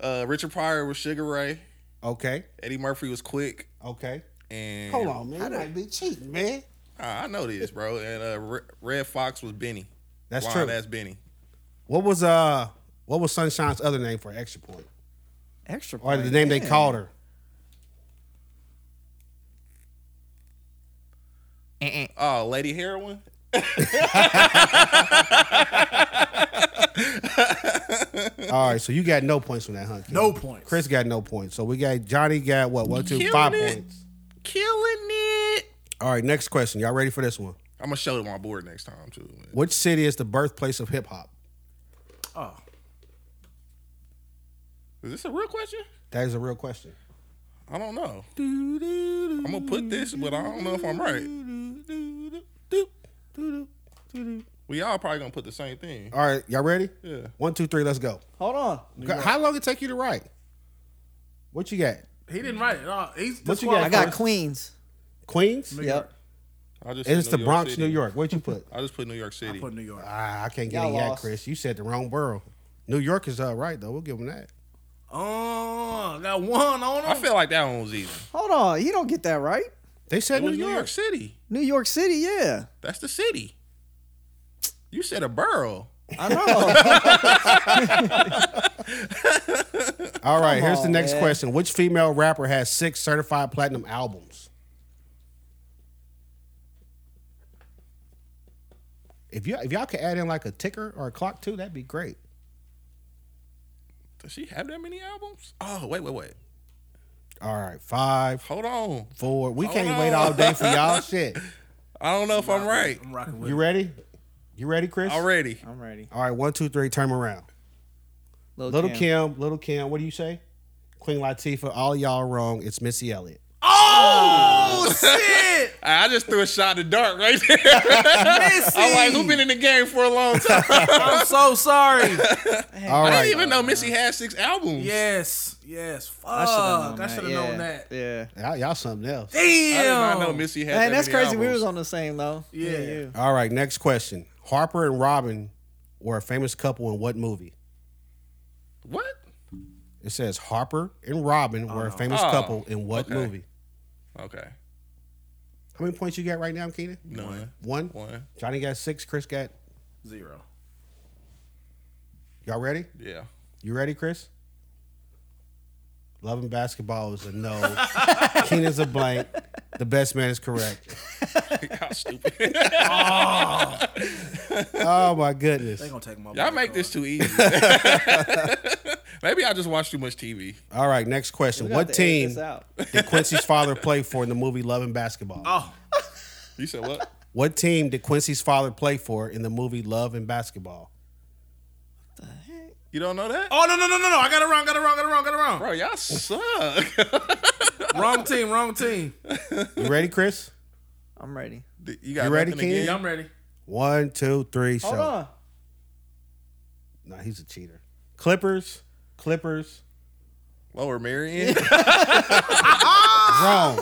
Speaker 4: uh, Richard Pryor was Sugar Ray.
Speaker 1: Okay.
Speaker 4: Eddie Murphy was Quick.
Speaker 1: Okay.
Speaker 4: And
Speaker 1: Hold on, man. You might be cheating, man.
Speaker 4: I I know this, bro. And uh, Re- Red Fox was Benny.
Speaker 1: That's
Speaker 4: Blind
Speaker 1: true.
Speaker 4: ass Benny.
Speaker 1: What was uh? What was Sunshine's other name for extra point,
Speaker 3: extra.
Speaker 1: or
Speaker 3: Point.
Speaker 1: the name they
Speaker 3: Damn.
Speaker 1: called her?
Speaker 4: Oh, Lady Heroin.
Speaker 1: All right, so you got no points from that, huh? Ken?
Speaker 2: No points.
Speaker 1: Chris got no points. So we got Johnny got what? One, two,
Speaker 4: Killing
Speaker 1: five
Speaker 4: it.
Speaker 1: points.
Speaker 4: Killing it.
Speaker 1: All right, next question. Y'all ready for this one?
Speaker 4: I'm gonna show them my board next time too. man.
Speaker 1: Which city is the birthplace of hip hop?
Speaker 2: Oh,
Speaker 4: Is this a real question?
Speaker 1: That is a real question.
Speaker 4: I don't know. I'm gonna put this, but I don't know if I'm right. We all probably gonna put the same thing.
Speaker 1: All right, y'all ready?
Speaker 4: Yeah.
Speaker 1: One, two, three, let's go.
Speaker 3: Hold on.
Speaker 1: How long it take you to write? What you got?
Speaker 2: he didn't write it. Oh, he's
Speaker 1: What you
Speaker 3: I
Speaker 1: got,
Speaker 3: got Queens.
Speaker 1: Queens?
Speaker 2: New
Speaker 3: Yep.
Speaker 2: York.
Speaker 4: I just
Speaker 1: It's
Speaker 4: put
Speaker 1: the
Speaker 4: New York
Speaker 1: Bronx,
Speaker 4: City.
Speaker 1: New York. What'd you put?
Speaker 4: I just put New York City.
Speaker 2: I put New York.
Speaker 1: Ah, I can't get
Speaker 3: Y'all
Speaker 1: it yet,
Speaker 3: lost.
Speaker 1: Chris. You said the wrong borough. New York is uh, right, though. We'll give them that.
Speaker 2: Oh, I got one on him.
Speaker 4: I feel like that one was easy.
Speaker 3: Hold on. You don't get that right.
Speaker 1: They said
Speaker 4: It
Speaker 1: New
Speaker 4: was
Speaker 1: York.
Speaker 4: New York City.
Speaker 3: New York City, yeah.
Speaker 4: That's the city. You said a borough.
Speaker 3: I know.
Speaker 1: All right, here's the
Speaker 3: on,
Speaker 1: next
Speaker 3: man.
Speaker 1: question. Which female rapper has six certified platinum albums? If, you, if y'all could add in like a ticker or a clock too, that'd be great.
Speaker 4: Does she have that many albums? Oh, wait, wait, wait.
Speaker 1: All right, five,
Speaker 4: Hold on.
Speaker 1: four. We can't
Speaker 4: on.
Speaker 1: wait all day for y'all shit.
Speaker 4: I don't know if I'm right.
Speaker 2: I'm rocking with
Speaker 1: You
Speaker 2: you.
Speaker 1: ready? You ready, Chris?
Speaker 4: Already.
Speaker 3: I'm ready.
Speaker 1: All right, one, two, three, turn around.
Speaker 3: Little,
Speaker 1: Little Kim, Little Kim, what do you say? Queen Latifah, all y'all wrong. It's Missy Elliott.
Speaker 2: Oh shit!
Speaker 4: I I just threw a shot in the dark right there.
Speaker 2: Missy,
Speaker 4: I'm like, who been in the game for a long time?
Speaker 2: I'm so sorry.
Speaker 1: All
Speaker 4: I
Speaker 1: right.
Speaker 4: didn't even know Missy had six albums.
Speaker 2: Yes, yes. Fuck.
Speaker 3: I should have known,
Speaker 2: Oh, I
Speaker 3: that.
Speaker 2: should have
Speaker 3: yeah.
Speaker 2: known that.
Speaker 3: Yeah.
Speaker 1: Y'all, y'all something else.
Speaker 4: I did
Speaker 2: Damn.
Speaker 4: not know Missy had.
Speaker 3: Man,
Speaker 4: that
Speaker 3: that's
Speaker 4: many
Speaker 3: crazy. We
Speaker 4: albums.
Speaker 3: was on the same though.
Speaker 2: Yeah.
Speaker 3: you.
Speaker 1: All right, next question. Harper and Robin were a famous couple in what movie?
Speaker 4: what?
Speaker 1: It says Harper and Robin were a famous
Speaker 4: Oh,
Speaker 1: couple in what
Speaker 4: okay.
Speaker 1: movie?
Speaker 4: Okay,
Speaker 1: How many points you got right now, Keenan?
Speaker 4: none.
Speaker 1: One.
Speaker 4: One.
Speaker 1: Johnny got six. Chris got.
Speaker 2: Zero.
Speaker 1: Y'all ready?
Speaker 4: Yeah.
Speaker 1: You ready, Chris? Loving basketball is a no. Keenan's a blank. The best man is correct.
Speaker 4: How stupid.
Speaker 1: Oh my goodness!
Speaker 2: They gonna take my.
Speaker 4: Y'all
Speaker 2: black
Speaker 4: make
Speaker 2: card.
Speaker 4: this too easy. Maybe I just watch too much TV.
Speaker 1: All right, next question.
Speaker 3: We
Speaker 1: What
Speaker 3: got to edit
Speaker 1: team
Speaker 3: this out.
Speaker 1: did Quincy's father play for in the movie Loving Basketball?
Speaker 2: Oh,
Speaker 4: You said what?
Speaker 1: What team did Quincy's father play for in the movie Love and Basketball?
Speaker 4: You don't know that?
Speaker 2: oh no no no no no! I got it wrong. Got it wrong. Got it wrong. Got it wrong.
Speaker 4: Bro, y'all suck.
Speaker 2: Wrong team. Wrong team.
Speaker 1: You ready, Chris?
Speaker 3: I'm ready.
Speaker 4: you got
Speaker 1: You ready,
Speaker 4: nothing
Speaker 1: Ken?
Speaker 2: Yeah,
Speaker 4: again?
Speaker 2: I'm ready.
Speaker 1: One, two, three.
Speaker 3: Hold
Speaker 1: show.
Speaker 3: on.
Speaker 1: Nah, he's a cheater. Clippers, Clippers.
Speaker 4: Lower Marion.
Speaker 1: Wrong.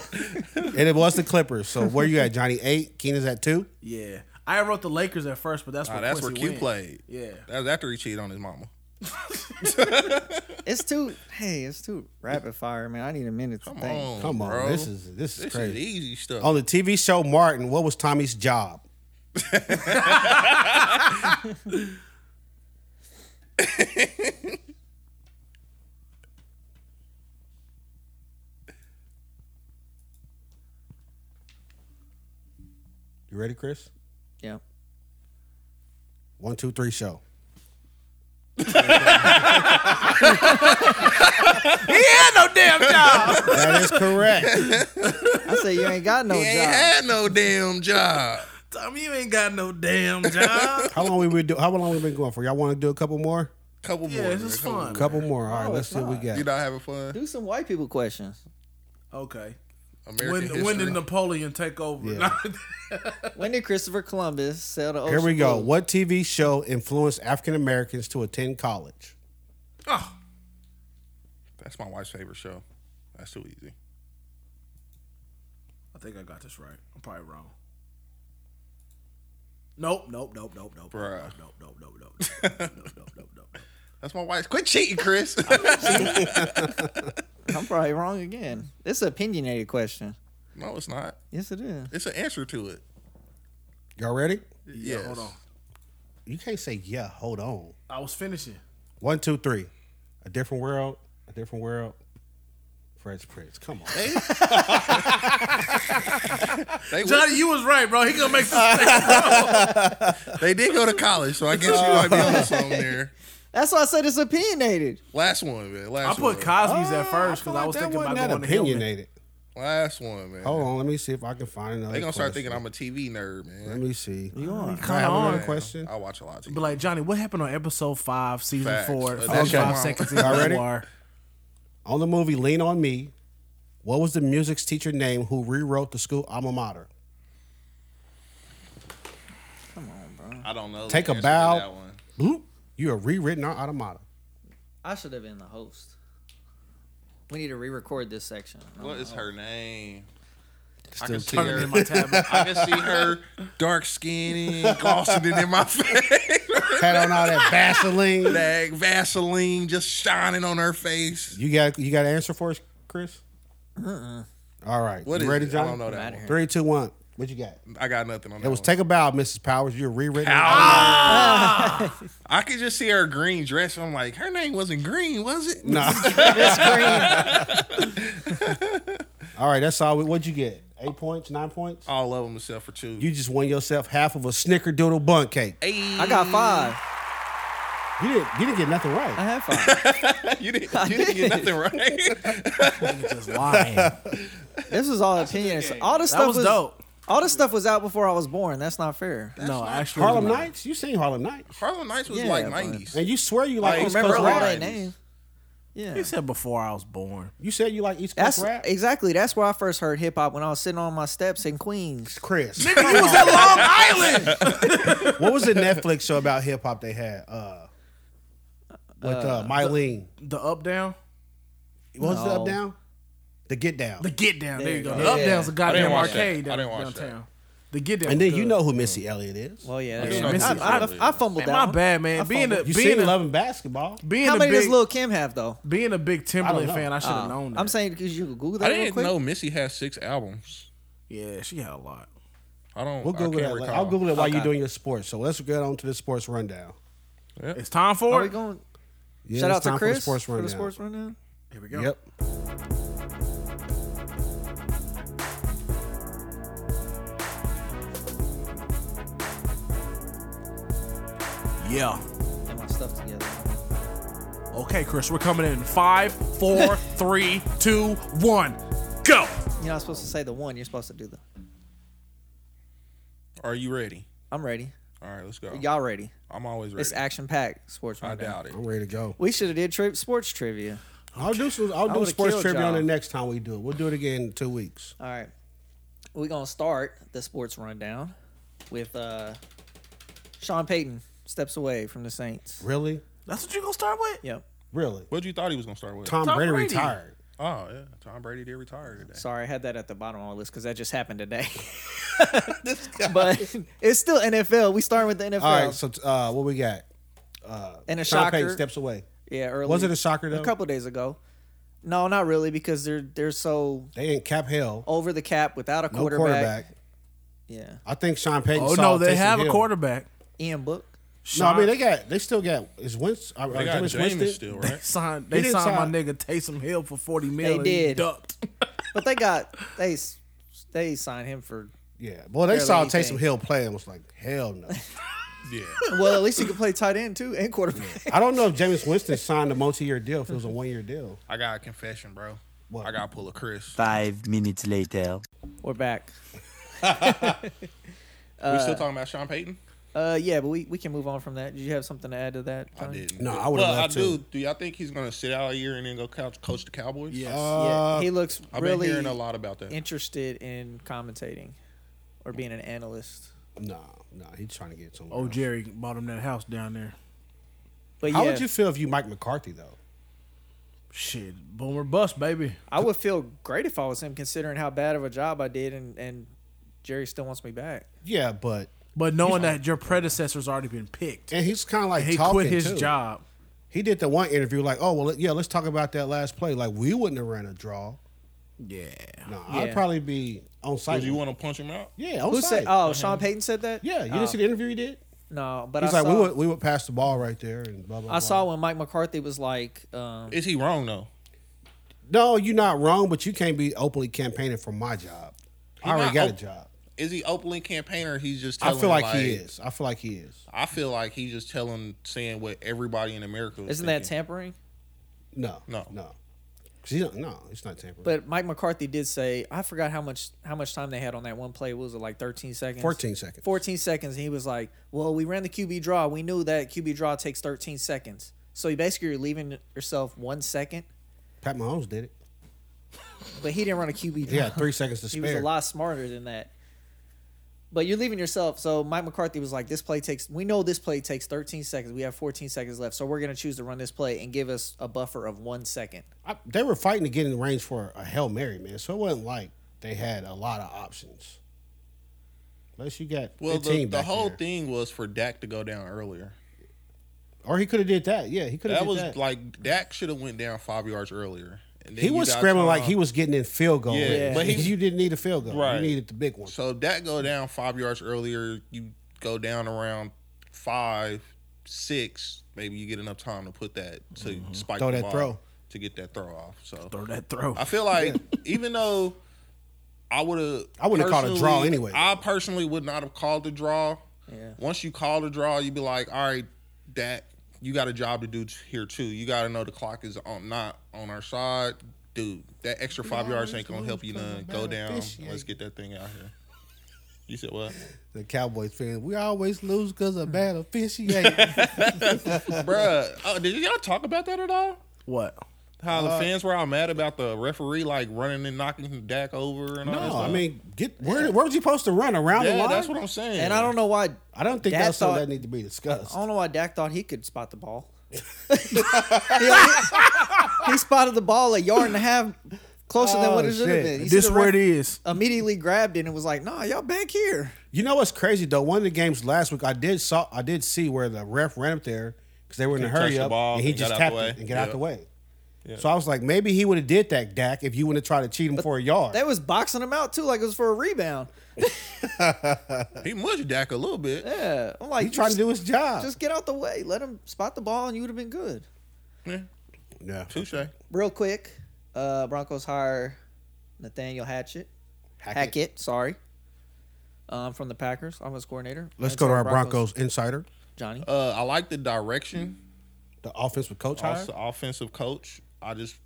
Speaker 1: and it was the Clippers. So where you at, Johnny? Eight. Keenan's at two.
Speaker 2: Yeah, I wrote the Lakers at first, but that's where
Speaker 4: Oh, that's where
Speaker 2: Quincy
Speaker 4: Q
Speaker 2: went.
Speaker 4: played.
Speaker 2: Yeah.
Speaker 4: That was after he cheated on his mama.
Speaker 3: It's too. Hey, it's too rapid fire, man. I need a minute to
Speaker 4: Come
Speaker 3: think.
Speaker 4: on,
Speaker 1: Come on,
Speaker 4: bro.
Speaker 1: this is this is
Speaker 4: This
Speaker 1: crazy.
Speaker 4: is easy stuff.
Speaker 1: On the TV show Martin, what was Tommy's job? you ready, Chris?
Speaker 3: Yeah.
Speaker 1: One, two, three, show.
Speaker 2: He had no damn job.
Speaker 1: That is correct.
Speaker 3: I say you ain't got no
Speaker 4: he ain't
Speaker 3: job.
Speaker 4: had no damn job.
Speaker 2: Tommy, you ain't got no damn job.
Speaker 1: how long we been do? How long we been going for? Y'all want to do a couple more?
Speaker 4: Couple
Speaker 2: Yeah,
Speaker 4: more.
Speaker 2: this
Speaker 4: man,
Speaker 2: is
Speaker 4: couple
Speaker 2: fun.
Speaker 4: more.
Speaker 1: Couple more. All right, let's
Speaker 3: it's
Speaker 1: see what we got.
Speaker 4: You not having fun?
Speaker 3: Do some white people questions.
Speaker 2: Okay.
Speaker 4: American
Speaker 2: When,
Speaker 4: history.
Speaker 2: when did Napoleon take over?
Speaker 1: Yeah.
Speaker 3: When did Christopher Columbus sail the ocean?
Speaker 1: Here we go.
Speaker 3: blue?
Speaker 1: What TV show influenced African Americans to attend college?
Speaker 2: oh,
Speaker 4: That's my wife's favorite show. That's too easy.
Speaker 2: I think I got this right. I'm probably wrong. Nope, nope, nope, nope, nope, nope,
Speaker 4: Bruh.
Speaker 2: nope, nope, nope, nope, nope, nope, nope, nope, nope, nope.
Speaker 4: That's my wife's. Quit cheating, Chris.
Speaker 3: I'm probably wrong again. It's an opinionated question.
Speaker 4: no, it's not.
Speaker 3: Yes, it is.
Speaker 4: It's an answer to it.
Speaker 1: Y'all ready?
Speaker 4: Yeah,
Speaker 2: hold on.
Speaker 1: You can't say yeah. Hold on.
Speaker 2: I was finishing.
Speaker 1: One, two, three. A different world. A different world. Fresh Prince. Come on.
Speaker 4: They,
Speaker 2: Johnny, you was right, bro. He gonna make this.
Speaker 4: they did go to college, so I guess you might be on something there.
Speaker 3: That's why I said it's opinionated.
Speaker 4: Last one, man.
Speaker 2: I
Speaker 4: Last
Speaker 2: put
Speaker 4: one.
Speaker 2: Cosby's at first because
Speaker 1: Ah,
Speaker 2: I was
Speaker 1: that
Speaker 2: thinking about
Speaker 1: wasn't that
Speaker 2: going to Hillman.
Speaker 1: opinionated.
Speaker 4: Last one, man.
Speaker 1: Hold on. Let me see if I can find another.
Speaker 4: They gonna start
Speaker 1: question.
Speaker 4: thinking I'm a TV nerd, man.
Speaker 1: Let me see. You
Speaker 3: are.
Speaker 1: I have another
Speaker 2: are.
Speaker 1: question.
Speaker 4: I watch a lot of TV.
Speaker 2: Be like, Johnny, what happened on episode five, season
Speaker 4: Facts.
Speaker 2: four,
Speaker 4: Okay.
Speaker 2: 45
Speaker 1: Okay.
Speaker 2: seconds
Speaker 1: Y'all
Speaker 2: into
Speaker 1: ready?
Speaker 2: the war?
Speaker 1: On the movie Lean on Me, what was the music's teacher name who rewrote the school alma mater?
Speaker 4: I don't know.
Speaker 1: Take
Speaker 4: the
Speaker 1: a
Speaker 4: answer to
Speaker 1: bow.
Speaker 4: that one.
Speaker 1: Bloop. Hmm? You have rewritten our alma mater.
Speaker 3: I should have been the host. We need to re-record this section.
Speaker 4: What is her name? I
Speaker 1: Still
Speaker 4: can see
Speaker 2: Turn it in my
Speaker 4: her.
Speaker 2: tablet.
Speaker 4: I can see her dark skin and glossing it in my face.
Speaker 1: Had on all that Vaseline.
Speaker 4: Like Vaseline just shining on her face.
Speaker 1: You got you got an answer for us, Chris? Uh-uh. All right.
Speaker 4: What
Speaker 1: you
Speaker 4: is
Speaker 1: ready,
Speaker 4: it?
Speaker 1: John?
Speaker 4: I don't know that.
Speaker 3: Matter.
Speaker 4: One.
Speaker 1: Three, two, one. What you got?
Speaker 4: I got nothing on that.
Speaker 1: It was
Speaker 4: one.
Speaker 1: take a bow, Mrs. Powers. You're rewritten.
Speaker 4: I could just see her green dress. I'm like, her name wasn't green, was it?
Speaker 1: Nah.
Speaker 3: That's green.
Speaker 1: all right, that's all. we- What'd you get? Eight points, nine points.
Speaker 4: All of them except for two.
Speaker 1: You just won yourself half of a Snickerdoodle bun cake.
Speaker 4: Ayy.
Speaker 3: I got five.
Speaker 1: You didn't. You didn't get nothing
Speaker 3: I
Speaker 1: right.
Speaker 3: have five.
Speaker 4: you didn't. You didn't get nothing right.
Speaker 2: Just lying. That
Speaker 3: This is all opinionated. All the stuff
Speaker 2: was dope.
Speaker 3: All this stuff was out before I was born. That's not fair.
Speaker 2: no, actually,
Speaker 1: Harlem
Speaker 2: it was not.
Speaker 1: Nights. You seen Harlem Nights?
Speaker 4: Harlem Nights was
Speaker 3: Yeah,
Speaker 4: like
Speaker 3: but-
Speaker 4: '90s.
Speaker 1: And you swear you
Speaker 4: I
Speaker 1: like
Speaker 4: don't
Speaker 1: East
Speaker 3: Remember
Speaker 1: Coast
Speaker 3: all
Speaker 4: Right.
Speaker 1: rock?
Speaker 3: that name? Yeah.
Speaker 2: He said before I was born.
Speaker 1: You said you like East Coast
Speaker 3: That's
Speaker 1: rap?
Speaker 3: exactly. That's where I first heard hip hop when I was sitting on my steps in Queens.
Speaker 1: Chris.
Speaker 2: Nigga, you was at Long Island.
Speaker 1: what was the Netflix show about hip hop they had? Uh, with uh, Mylene.
Speaker 2: The up down,
Speaker 1: what was the
Speaker 3: No.
Speaker 1: up down? The get down.
Speaker 2: the get down. There, you go.
Speaker 3: you
Speaker 2: The
Speaker 3: go.
Speaker 2: up
Speaker 3: Yeah.
Speaker 2: down's a goddamn
Speaker 4: didn't watch that.
Speaker 2: arcade
Speaker 4: I
Speaker 2: down,
Speaker 4: didn't watch that.
Speaker 2: downtown. The get down.
Speaker 1: and then
Speaker 2: was
Speaker 1: you
Speaker 2: good.
Speaker 1: know who Missy Elliott is.
Speaker 3: Well, yeah.
Speaker 4: Yeah,
Speaker 3: that's-
Speaker 4: Missy
Speaker 3: I,
Speaker 4: Elliott.
Speaker 3: I, I fumbled
Speaker 2: Man,
Speaker 3: out.
Speaker 2: my bad, man.
Speaker 3: I
Speaker 2: being a
Speaker 3: fumbled.
Speaker 1: you
Speaker 2: being
Speaker 1: seen
Speaker 2: a,
Speaker 1: Love and Basketball.
Speaker 2: being
Speaker 3: How
Speaker 2: a
Speaker 3: many does
Speaker 2: big
Speaker 3: Lil Kim have though?
Speaker 2: being a big Timberland
Speaker 1: know.
Speaker 2: fan, I should have
Speaker 3: Uh,
Speaker 2: known that.
Speaker 3: I'm saying because you can Google that
Speaker 4: I
Speaker 3: real
Speaker 4: didn't
Speaker 3: quick.
Speaker 4: know Missy had six albums.
Speaker 2: yeah, she had a lot.
Speaker 4: I don't.
Speaker 1: We'll Google
Speaker 4: I
Speaker 1: that.
Speaker 4: can't
Speaker 1: later.
Speaker 4: Recall.
Speaker 1: I'll Google it while you're
Speaker 3: Okay.
Speaker 1: doing your sports. So let's get on to the sports rundown.
Speaker 2: It's time
Speaker 3: Are
Speaker 2: for
Speaker 3: we
Speaker 2: it.
Speaker 3: going?
Speaker 1: Yeah,
Speaker 3: Shout
Speaker 1: it's
Speaker 3: out to
Speaker 1: time
Speaker 3: Chris
Speaker 1: for the sports
Speaker 3: for
Speaker 1: rundown.
Speaker 3: the sports rundown.
Speaker 2: Here we go.
Speaker 1: Yep.
Speaker 2: Yeah.
Speaker 3: Get my stuff together.
Speaker 2: Okay, Chris, we're coming in five, four, three, two, one, go.
Speaker 3: You're not supposed to say the one. You're supposed to do the.
Speaker 4: Are you ready?
Speaker 3: I'm ready.
Speaker 4: All right, let's go.
Speaker 3: Y'all ready?
Speaker 4: I'm always ready.
Speaker 3: It's action packed sports
Speaker 4: I
Speaker 3: rundown.
Speaker 4: doubt it.
Speaker 1: I'm ready to go.
Speaker 3: We should have did tri- sports trivia.
Speaker 1: I'll do some, I'll
Speaker 3: I
Speaker 1: do
Speaker 3: would've
Speaker 1: sports
Speaker 3: killed
Speaker 1: trivia on
Speaker 3: y'all.
Speaker 1: the next time we do it. We'll do it again in two weeks.
Speaker 3: All right. We're going to start the sports rundown with uh, Sean Payton steps away from the Saints.
Speaker 1: Really?
Speaker 2: That's what you gonna start with?
Speaker 3: Yep.
Speaker 1: Really?
Speaker 4: What you thought he was gonna start with?
Speaker 1: Tom,
Speaker 2: Tom
Speaker 1: Brady,
Speaker 2: Brady.
Speaker 1: retired.
Speaker 4: Oh yeah, Tom Brady did retire today.
Speaker 3: Sorry, I had that at the bottom of my list because that just happened today. but it's still NFL. We starting with the NFL.
Speaker 1: All right. So uh, what we got?
Speaker 3: and a
Speaker 1: Sean
Speaker 3: shocker.
Speaker 1: Payton steps away.
Speaker 3: yeah, early.
Speaker 1: Was it a shocker though?
Speaker 3: A couple days ago. No, not really because they're they're so
Speaker 1: They ain't cap hell.
Speaker 3: over the cap without a
Speaker 1: no quarterback.
Speaker 3: Yeah.
Speaker 1: I think Sean Payton.
Speaker 2: Oh
Speaker 1: saw
Speaker 2: no, they
Speaker 1: Taysom
Speaker 2: have a
Speaker 1: Hill.
Speaker 2: quarterback.
Speaker 3: Ian Book.
Speaker 1: No, I
Speaker 2: Sean-
Speaker 1: mean they got. They still got. Is Wentz? uh,
Speaker 4: They
Speaker 1: uh,
Speaker 4: got
Speaker 1: Jameis
Speaker 4: Jameis
Speaker 1: Winston?
Speaker 4: still,
Speaker 2: They
Speaker 4: right?
Speaker 2: signed,
Speaker 1: He
Speaker 2: they
Speaker 1: didn't
Speaker 2: signed
Speaker 1: sign-
Speaker 2: my nigga Taysom Hill for forty million.
Speaker 3: They
Speaker 2: and he
Speaker 3: did.
Speaker 2: ducked.
Speaker 3: But they got they s- they signed him for
Speaker 1: Yeah. Well, they
Speaker 3: Barely
Speaker 1: saw
Speaker 3: anything.
Speaker 1: Taysom Hill play and was like, hell no.
Speaker 4: Yeah.
Speaker 3: well at least he could play tight end too and quarterback.
Speaker 1: I don't know if Jameis Winston signed a multi-year deal. If it was a one-year deal,
Speaker 4: I got a confession, bro.
Speaker 1: What?
Speaker 4: I gotta pull a Chris.
Speaker 5: Five minutes later.
Speaker 3: We're back.
Speaker 4: we still talking about Sean Payton?
Speaker 3: Uh yeah, but we, we can move on from that. Did you have something to add to that?
Speaker 4: I
Speaker 3: Tony?
Speaker 4: didn't.
Speaker 1: No, I would've
Speaker 4: Well,
Speaker 1: loved
Speaker 4: I do.
Speaker 1: to.
Speaker 4: Do y'all think he's gonna sit out a year and then go coach, coach the Cowboys?
Speaker 2: Yes.
Speaker 3: Yeah,
Speaker 1: Uh,
Speaker 3: he looks
Speaker 4: I've
Speaker 3: really
Speaker 4: been hearing a lot about that.
Speaker 3: interested in commentating or being an analyst.
Speaker 1: no, no, he's trying to get somewhere.
Speaker 2: oh,
Speaker 1: else.
Speaker 2: Jerry bought him that house down there.
Speaker 3: But
Speaker 1: How
Speaker 3: yeah,
Speaker 1: would you feel if you Mike McCarthy though?
Speaker 2: Shit, boomer bust, baby.
Speaker 3: I would feel great if I was him, considering how bad of a job I did, and and Jerry still wants me back.
Speaker 1: Yeah, but
Speaker 2: But knowing that your predecessor's already been picked,
Speaker 1: and he's kind of like
Speaker 2: he
Speaker 1: talking
Speaker 2: quit his
Speaker 1: too.
Speaker 2: job.
Speaker 1: He did the one interview like, oh well, yeah, let's talk about that last play. Like we wouldn't have ran a draw.
Speaker 2: Yeah.
Speaker 1: No,
Speaker 3: Yeah.
Speaker 1: I'd probably be on site.
Speaker 4: Would you want to punch him out?
Speaker 1: yeah, on
Speaker 3: Who
Speaker 1: site.
Speaker 3: said? Oh, Sean Payton said that.
Speaker 1: yeah, you
Speaker 3: Oh,
Speaker 1: didn't see the interview he did.
Speaker 3: no, but I
Speaker 1: He's
Speaker 3: saw.
Speaker 1: like, we would we would pass the ball right there and blah blah.
Speaker 3: I
Speaker 1: blah.
Speaker 3: saw when Mike McCarthy was like, um,
Speaker 4: Is he wrong though?
Speaker 1: No, you're not wrong, but you can't be openly campaigning for my job. I already
Speaker 4: not
Speaker 1: got a
Speaker 4: op-
Speaker 1: job.
Speaker 4: Is he openly campaigner? Or he's just.
Speaker 1: I
Speaker 4: Telling
Speaker 1: feel like, he is. I feel like he is.
Speaker 4: I feel like he's just telling, saying what everybody in America. Is
Speaker 3: "Isn't that
Speaker 4: thinking.
Speaker 3: tampering?"
Speaker 1: No,
Speaker 4: No.
Speaker 1: no. 'Cause he don't- no, it's not tampering.
Speaker 3: But Mike McCarthy did say, I forgot how much how much time they had on that one play. What was it like thirteen seconds?
Speaker 1: 14 seconds.
Speaker 3: 14 seconds and he was like well we ran the qb draw we knew that qb draw takes 13 seconds so you basically are leaving yourself one second
Speaker 1: Pat Mahomes did it.
Speaker 3: but he didn't run a qb draw
Speaker 1: He had three seconds to
Speaker 3: he was a
Speaker 1: spare.
Speaker 3: lot smarter than that but you're leaving yourself so mike mccarthy was like this play takes we know this play takes 13 seconds we have 14 seconds left so we're going to choose to run this play and give us a buffer of one second
Speaker 1: I- they were fighting to get in range for a hail mary, man. So it wasn't like they had a lot of options. Unless you got
Speaker 4: Well, the,
Speaker 1: 15
Speaker 4: the
Speaker 1: back
Speaker 4: whole
Speaker 1: there.
Speaker 4: thing was for Dak to go down earlier.
Speaker 1: or he could have did that. Yeah, he could have.
Speaker 4: That
Speaker 1: did
Speaker 4: was
Speaker 1: that.
Speaker 4: like Dak should have went down five yards earlier. And then
Speaker 1: he
Speaker 4: you
Speaker 1: was
Speaker 4: got
Speaker 1: scrambling like
Speaker 4: time.
Speaker 1: he was getting in field goal.
Speaker 4: Yeah,
Speaker 1: range.
Speaker 4: but he-
Speaker 1: you didn't need a field goal.
Speaker 4: Right.
Speaker 1: You needed the big one.
Speaker 4: So that go down five yards earlier. You go down around five, six. Maybe you get enough time to put that to
Speaker 1: Mm-hmm.
Speaker 4: spike
Speaker 1: Throw
Speaker 4: the
Speaker 1: that
Speaker 4: ball,
Speaker 1: throw.
Speaker 4: to get that throw off. So
Speaker 2: Throw that throw.
Speaker 4: I feel like even though I would have,
Speaker 1: I wouldn't have called a draw anyway.
Speaker 4: I personally would not have called the draw.
Speaker 3: Yeah.
Speaker 4: Once you call the draw, you'd be like, all right, Dak, you got a job to do t- here too. You got to know the clock is on not on our side. Dude, that extra five yards ain't gonna help you none. Go down. Let's get that thing out here. You said what?
Speaker 1: The Cowboys fan, we always lose because of bad officiating.
Speaker 4: uh, Bruh, oh, did y'all talk about that at all?
Speaker 2: what?
Speaker 4: How
Speaker 1: Uh,
Speaker 4: the fans were all mad about the referee like running and knocking Dak over and all that
Speaker 1: No,
Speaker 4: stuff.
Speaker 1: I mean, get where, where was he supposed to run around the
Speaker 4: yeah,
Speaker 1: line?
Speaker 4: that's what I'm saying.
Speaker 3: And I don't know why.
Speaker 1: I don't think
Speaker 3: Dak
Speaker 1: that's something
Speaker 3: thought- Oh.
Speaker 1: that need to be discussed.
Speaker 3: I don't know why Dak thought he could spot the ball. he, he- he spotted the ball a yard and a half closer than what
Speaker 1: Oh,
Speaker 3: it should have
Speaker 1: shit.
Speaker 3: been. He
Speaker 2: This
Speaker 3: should have
Speaker 2: where it
Speaker 3: ref-
Speaker 2: is.
Speaker 3: Immediately grabbed it and was like, "Nah, y'all back here."
Speaker 1: You know what's crazy though? One of the games last week, I did saw, I did see where the ref ran up there because they were in a
Speaker 4: He touched
Speaker 1: hurry
Speaker 4: the
Speaker 1: up,
Speaker 4: ball
Speaker 1: and he
Speaker 4: and
Speaker 1: just
Speaker 4: got out
Speaker 1: tapped
Speaker 4: the
Speaker 1: it
Speaker 4: way.
Speaker 1: and got out
Speaker 4: Yeah.
Speaker 1: the way. So I was like, maybe he would have did that, Dak, if you wouldn't have tried to cheat him for a yard.
Speaker 3: They was boxing him out too, like it was for a rebound.
Speaker 4: he mushed Dak a little bit.
Speaker 3: Yeah, I'm like,
Speaker 1: he trying to
Speaker 3: just,
Speaker 1: do his job.
Speaker 3: just get out the way, let him spot the ball, and you would have been good.
Speaker 4: Yeah,
Speaker 1: yeah.
Speaker 4: touche.
Speaker 3: Real quick, uh, Broncos hire Nathaniel Hatchett.
Speaker 1: Hackett.
Speaker 3: Hackett, sorry. Um, from the Packers, offense coordinator.
Speaker 1: Let's
Speaker 3: And
Speaker 1: go to
Speaker 3: so
Speaker 1: our Broncos insider,
Speaker 3: Johnny.
Speaker 4: Uh, I like the direction.
Speaker 1: the offensive coach.
Speaker 2: Mm-hmm.
Speaker 1: hire.
Speaker 4: Also, offensive coach. I just,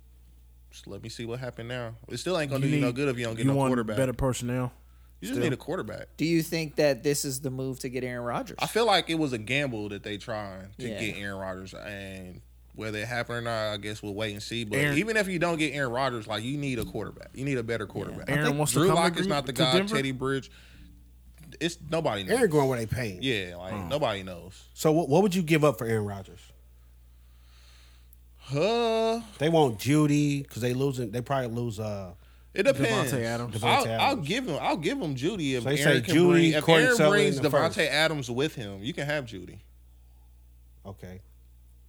Speaker 4: just let me see what happened now. It still ain't gonna do you no
Speaker 2: need-
Speaker 4: good if you don't get
Speaker 2: you
Speaker 4: no
Speaker 2: want
Speaker 4: quarterback.
Speaker 2: better personnel.
Speaker 4: you just need a quarterback.
Speaker 3: Do you think that this is the move to get Aaron Rodgers?
Speaker 4: I feel like it was a gamble that they trying to
Speaker 3: Yeah.
Speaker 4: get Aaron Rodgers, and whether it happened or not, I guess we'll wait and see. But
Speaker 2: Aaron-
Speaker 4: even if you don't get Aaron Rodgers, like you need a quarterback, you need a better quarterback.
Speaker 2: Aaron wants to
Speaker 4: Drew
Speaker 2: come to
Speaker 4: Lock is
Speaker 2: Gre-
Speaker 4: not the
Speaker 2: to
Speaker 4: guy.
Speaker 2: Denver?
Speaker 4: Teddy Bridge, it's nobody knows.
Speaker 1: Aaron going where they pay him.
Speaker 4: yeah, like nobody knows.
Speaker 1: So what, what would you give up for Aaron Rodgers?
Speaker 4: Huh?
Speaker 1: They want Judy because they losing. They probably lose. Uh,
Speaker 4: It depends.
Speaker 2: Devontae Adams.
Speaker 4: I'll,
Speaker 1: Devontae
Speaker 4: I'll
Speaker 1: Adams.
Speaker 4: give him. I'll give him Judy if
Speaker 1: So they say
Speaker 4: Aaron can
Speaker 1: Judy,
Speaker 4: bring. If
Speaker 1: Corey
Speaker 4: Aaron
Speaker 1: Selly
Speaker 4: brings
Speaker 1: in the
Speaker 4: Devontae
Speaker 1: first.
Speaker 4: Adams with him, you can have Judy.
Speaker 1: okay,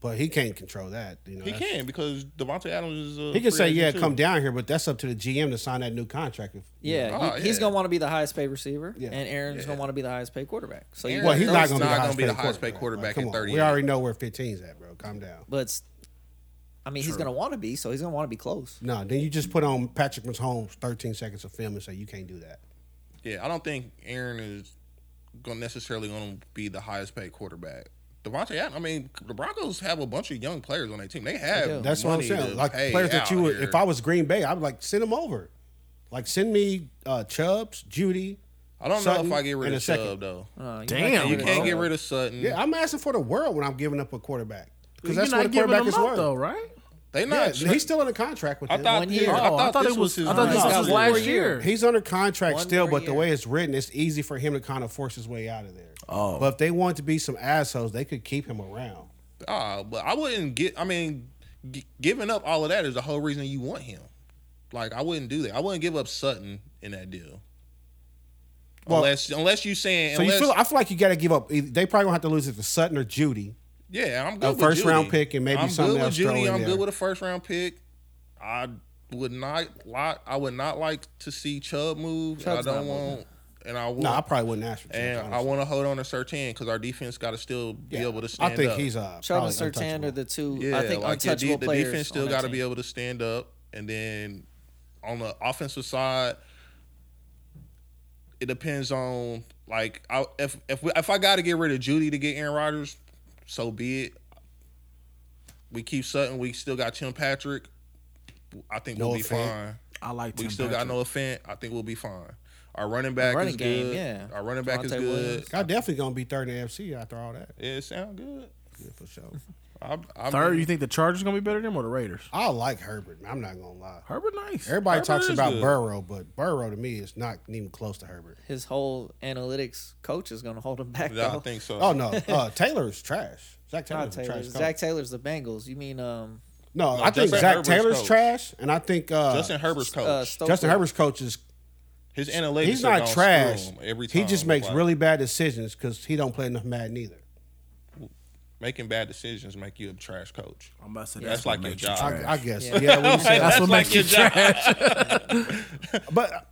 Speaker 1: but he can't control that. You know,
Speaker 4: He
Speaker 1: that's-
Speaker 4: can because Devontae Adams is. A
Speaker 1: He can
Speaker 4: free
Speaker 1: say,
Speaker 4: agent,
Speaker 1: "Yeah,
Speaker 4: too.
Speaker 1: come down here," but that's up to the GM to sign that new contract. If,
Speaker 3: yeah,
Speaker 4: Oh,
Speaker 3: he- he's
Speaker 4: yeah.
Speaker 3: gonna want to be the highest paid receiver,
Speaker 1: Yeah.
Speaker 3: and Aaron's gonna want to be the highest paid quarterback. So, you
Speaker 4: Aaron-
Speaker 1: Well, he's
Speaker 4: No,
Speaker 1: not
Speaker 4: he's
Speaker 1: going to
Speaker 4: not gonna
Speaker 1: be
Speaker 4: be
Speaker 1: the
Speaker 4: the
Speaker 1: highest paid
Speaker 4: highest-paid
Speaker 1: quarterback, Like,
Speaker 4: quarterback in
Speaker 1: come on.
Speaker 4: 30
Speaker 1: We already know where 15's at, bro. Calm down.
Speaker 3: but it's- I mean, he's gonna want to be, so he's gonna want to be close.
Speaker 1: No, then you just put on Patrick Mahomes 13 seconds of film and say you can't do that.
Speaker 4: Yeah, I don't think Aaron is going necessarily going to be the highest paid quarterback. Devontae, Adams, I mean, the Broncos have a bunch of young players on their team. They have
Speaker 1: That's
Speaker 4: money
Speaker 1: what I'm
Speaker 4: to
Speaker 1: saying. Like
Speaker 4: pay
Speaker 1: players that
Speaker 4: out
Speaker 1: you would,
Speaker 4: here.
Speaker 1: if I was Green Bay, I'd like send them over. Like send me uh, Chubbs, Judy.
Speaker 4: I don't know
Speaker 1: Sutton
Speaker 4: if I get rid
Speaker 1: in
Speaker 4: of
Speaker 1: a second.
Speaker 4: Chubb though.
Speaker 3: Uh,
Speaker 2: Damn,
Speaker 3: you might get
Speaker 4: You
Speaker 3: rid of
Speaker 4: can't
Speaker 3: Chubb.
Speaker 4: get rid of Sutton.
Speaker 1: Yeah, I'm asking for the world when I'm giving up a quarterback because
Speaker 2: You're
Speaker 1: that's
Speaker 2: not
Speaker 1: what a
Speaker 2: giving
Speaker 1: quarterback
Speaker 2: them
Speaker 1: is
Speaker 2: up,
Speaker 1: worth.
Speaker 2: though, right?
Speaker 4: They
Speaker 1: Yeah,
Speaker 4: not.
Speaker 1: he's still under contract with
Speaker 4: I
Speaker 1: them.
Speaker 4: thought
Speaker 3: One
Speaker 4: this-
Speaker 3: year.
Speaker 4: I
Speaker 2: Oh, I
Speaker 4: thought,
Speaker 2: thought
Speaker 4: this
Speaker 2: it was-
Speaker 4: was. His
Speaker 2: I thought
Speaker 1: this
Speaker 4: last
Speaker 1: was
Speaker 4: year.
Speaker 2: last
Speaker 3: One
Speaker 2: year.
Speaker 1: He's under contract
Speaker 3: One
Speaker 1: still,
Speaker 3: more
Speaker 1: but the
Speaker 3: year.
Speaker 1: way it's written, it's easy for him to kind of force his way out of there. Oh. But if they want to be some assholes, they could keep him around.
Speaker 4: Ah, but I wouldn't get. I mean, g- giving up all of that is the whole reason you want him. Like I wouldn't do that. I wouldn't give up Sutton in that deal.
Speaker 1: Well-
Speaker 4: unless, unless you saying,
Speaker 1: So
Speaker 4: unless,
Speaker 1: you feel I feel like you got to give up. Either- They probably gonna have to lose it to Sutton or Judy.
Speaker 4: yeah, I'm good.
Speaker 1: a
Speaker 4: with
Speaker 1: first
Speaker 4: Judy.
Speaker 1: round pick and maybe
Speaker 4: I'm
Speaker 1: something
Speaker 4: good with
Speaker 1: else thrown
Speaker 4: Judy.
Speaker 1: in
Speaker 4: I'm
Speaker 1: there.
Speaker 4: good with a first round pick. I would not like. I would not like to see Chubb move. and
Speaker 3: Chubb's
Speaker 4: I
Speaker 3: not
Speaker 4: don't
Speaker 3: moving.
Speaker 4: want. And I
Speaker 1: No, I
Speaker 4: want.
Speaker 1: probably wouldn't ask for
Speaker 4: and
Speaker 1: Chubb,
Speaker 4: I
Speaker 1: honestly.
Speaker 4: want to hold on to Sertan because our defense got to still be able to stand
Speaker 1: I think
Speaker 4: up.
Speaker 1: he's uh,
Speaker 3: Chubb
Speaker 1: probably
Speaker 3: and Sertan
Speaker 1: untouchable.
Speaker 3: are the two
Speaker 4: Yeah,
Speaker 3: I think
Speaker 4: like the,
Speaker 3: untouchable
Speaker 4: de- the
Speaker 3: players.
Speaker 4: defense still
Speaker 3: got to
Speaker 4: be able to stand up, and then on the offensive side, it depends on like I, if if we, if I got to get rid of Judy to get Aaron Rodgers, so be it. We keep Sutton. We still got Tim Patrick. I think we'll
Speaker 1: Noah
Speaker 4: be
Speaker 1: Fant.
Speaker 4: fine.
Speaker 2: I like.
Speaker 4: We
Speaker 2: Tim
Speaker 4: still
Speaker 2: Patrick.
Speaker 4: got Noah Fant. I think we'll be fine. Our running back
Speaker 3: running
Speaker 4: is
Speaker 3: game,
Speaker 4: good.
Speaker 3: yeah.
Speaker 4: Our running back is
Speaker 3: Javonte
Speaker 4: good.
Speaker 3: Williams.
Speaker 1: I definitely gonna be third in the AFC after all that.
Speaker 4: Yeah, it sound good.
Speaker 1: Yeah, for sure.
Speaker 4: I, I
Speaker 2: Third,
Speaker 4: mean,
Speaker 2: you think the Chargers gonna be better than them or the Raiders?
Speaker 1: I like Herbert. man. I'm not gonna lie.
Speaker 2: Herbert, nice.
Speaker 1: Everybody
Speaker 4: Herbert
Speaker 1: talks
Speaker 4: is
Speaker 1: about
Speaker 4: good.
Speaker 1: Burrow, but Burrow to me is not even close to Herbert.
Speaker 3: His whole analytics coach is going to hold him back.
Speaker 4: I
Speaker 3: though.
Speaker 4: think so.
Speaker 1: Oh no, uh, Taylor's trash. Zach
Speaker 3: Not
Speaker 1: Taylor's a
Speaker 3: Taylor.
Speaker 1: trash.
Speaker 3: Zach
Speaker 1: coach.
Speaker 3: Taylor's the Bengals. You mean um
Speaker 1: no,
Speaker 4: No,
Speaker 1: I think
Speaker 4: Justin
Speaker 1: Zach
Speaker 4: Herbert's
Speaker 1: Taylor's
Speaker 4: coach.
Speaker 1: trash, and I think uh,
Speaker 4: Justin Herbert's coach.
Speaker 3: uh, Stokely?
Speaker 1: Justin Herbert's coach is
Speaker 4: His analytics.
Speaker 1: he's
Speaker 4: are
Speaker 1: not
Speaker 4: gonna screw
Speaker 1: trash.
Speaker 4: him Every time
Speaker 1: he just makes
Speaker 4: Like,
Speaker 1: really bad decisions because he don't play enough Madden either.
Speaker 4: making bad decisions make you a trash coach.
Speaker 2: I'm about to say
Speaker 4: That's
Speaker 2: what
Speaker 4: like your
Speaker 2: makes you
Speaker 4: job.
Speaker 2: trash.
Speaker 1: I, I guess. Yeah, when you say
Speaker 2: That's
Speaker 1: that.
Speaker 2: what makes you trash.
Speaker 1: But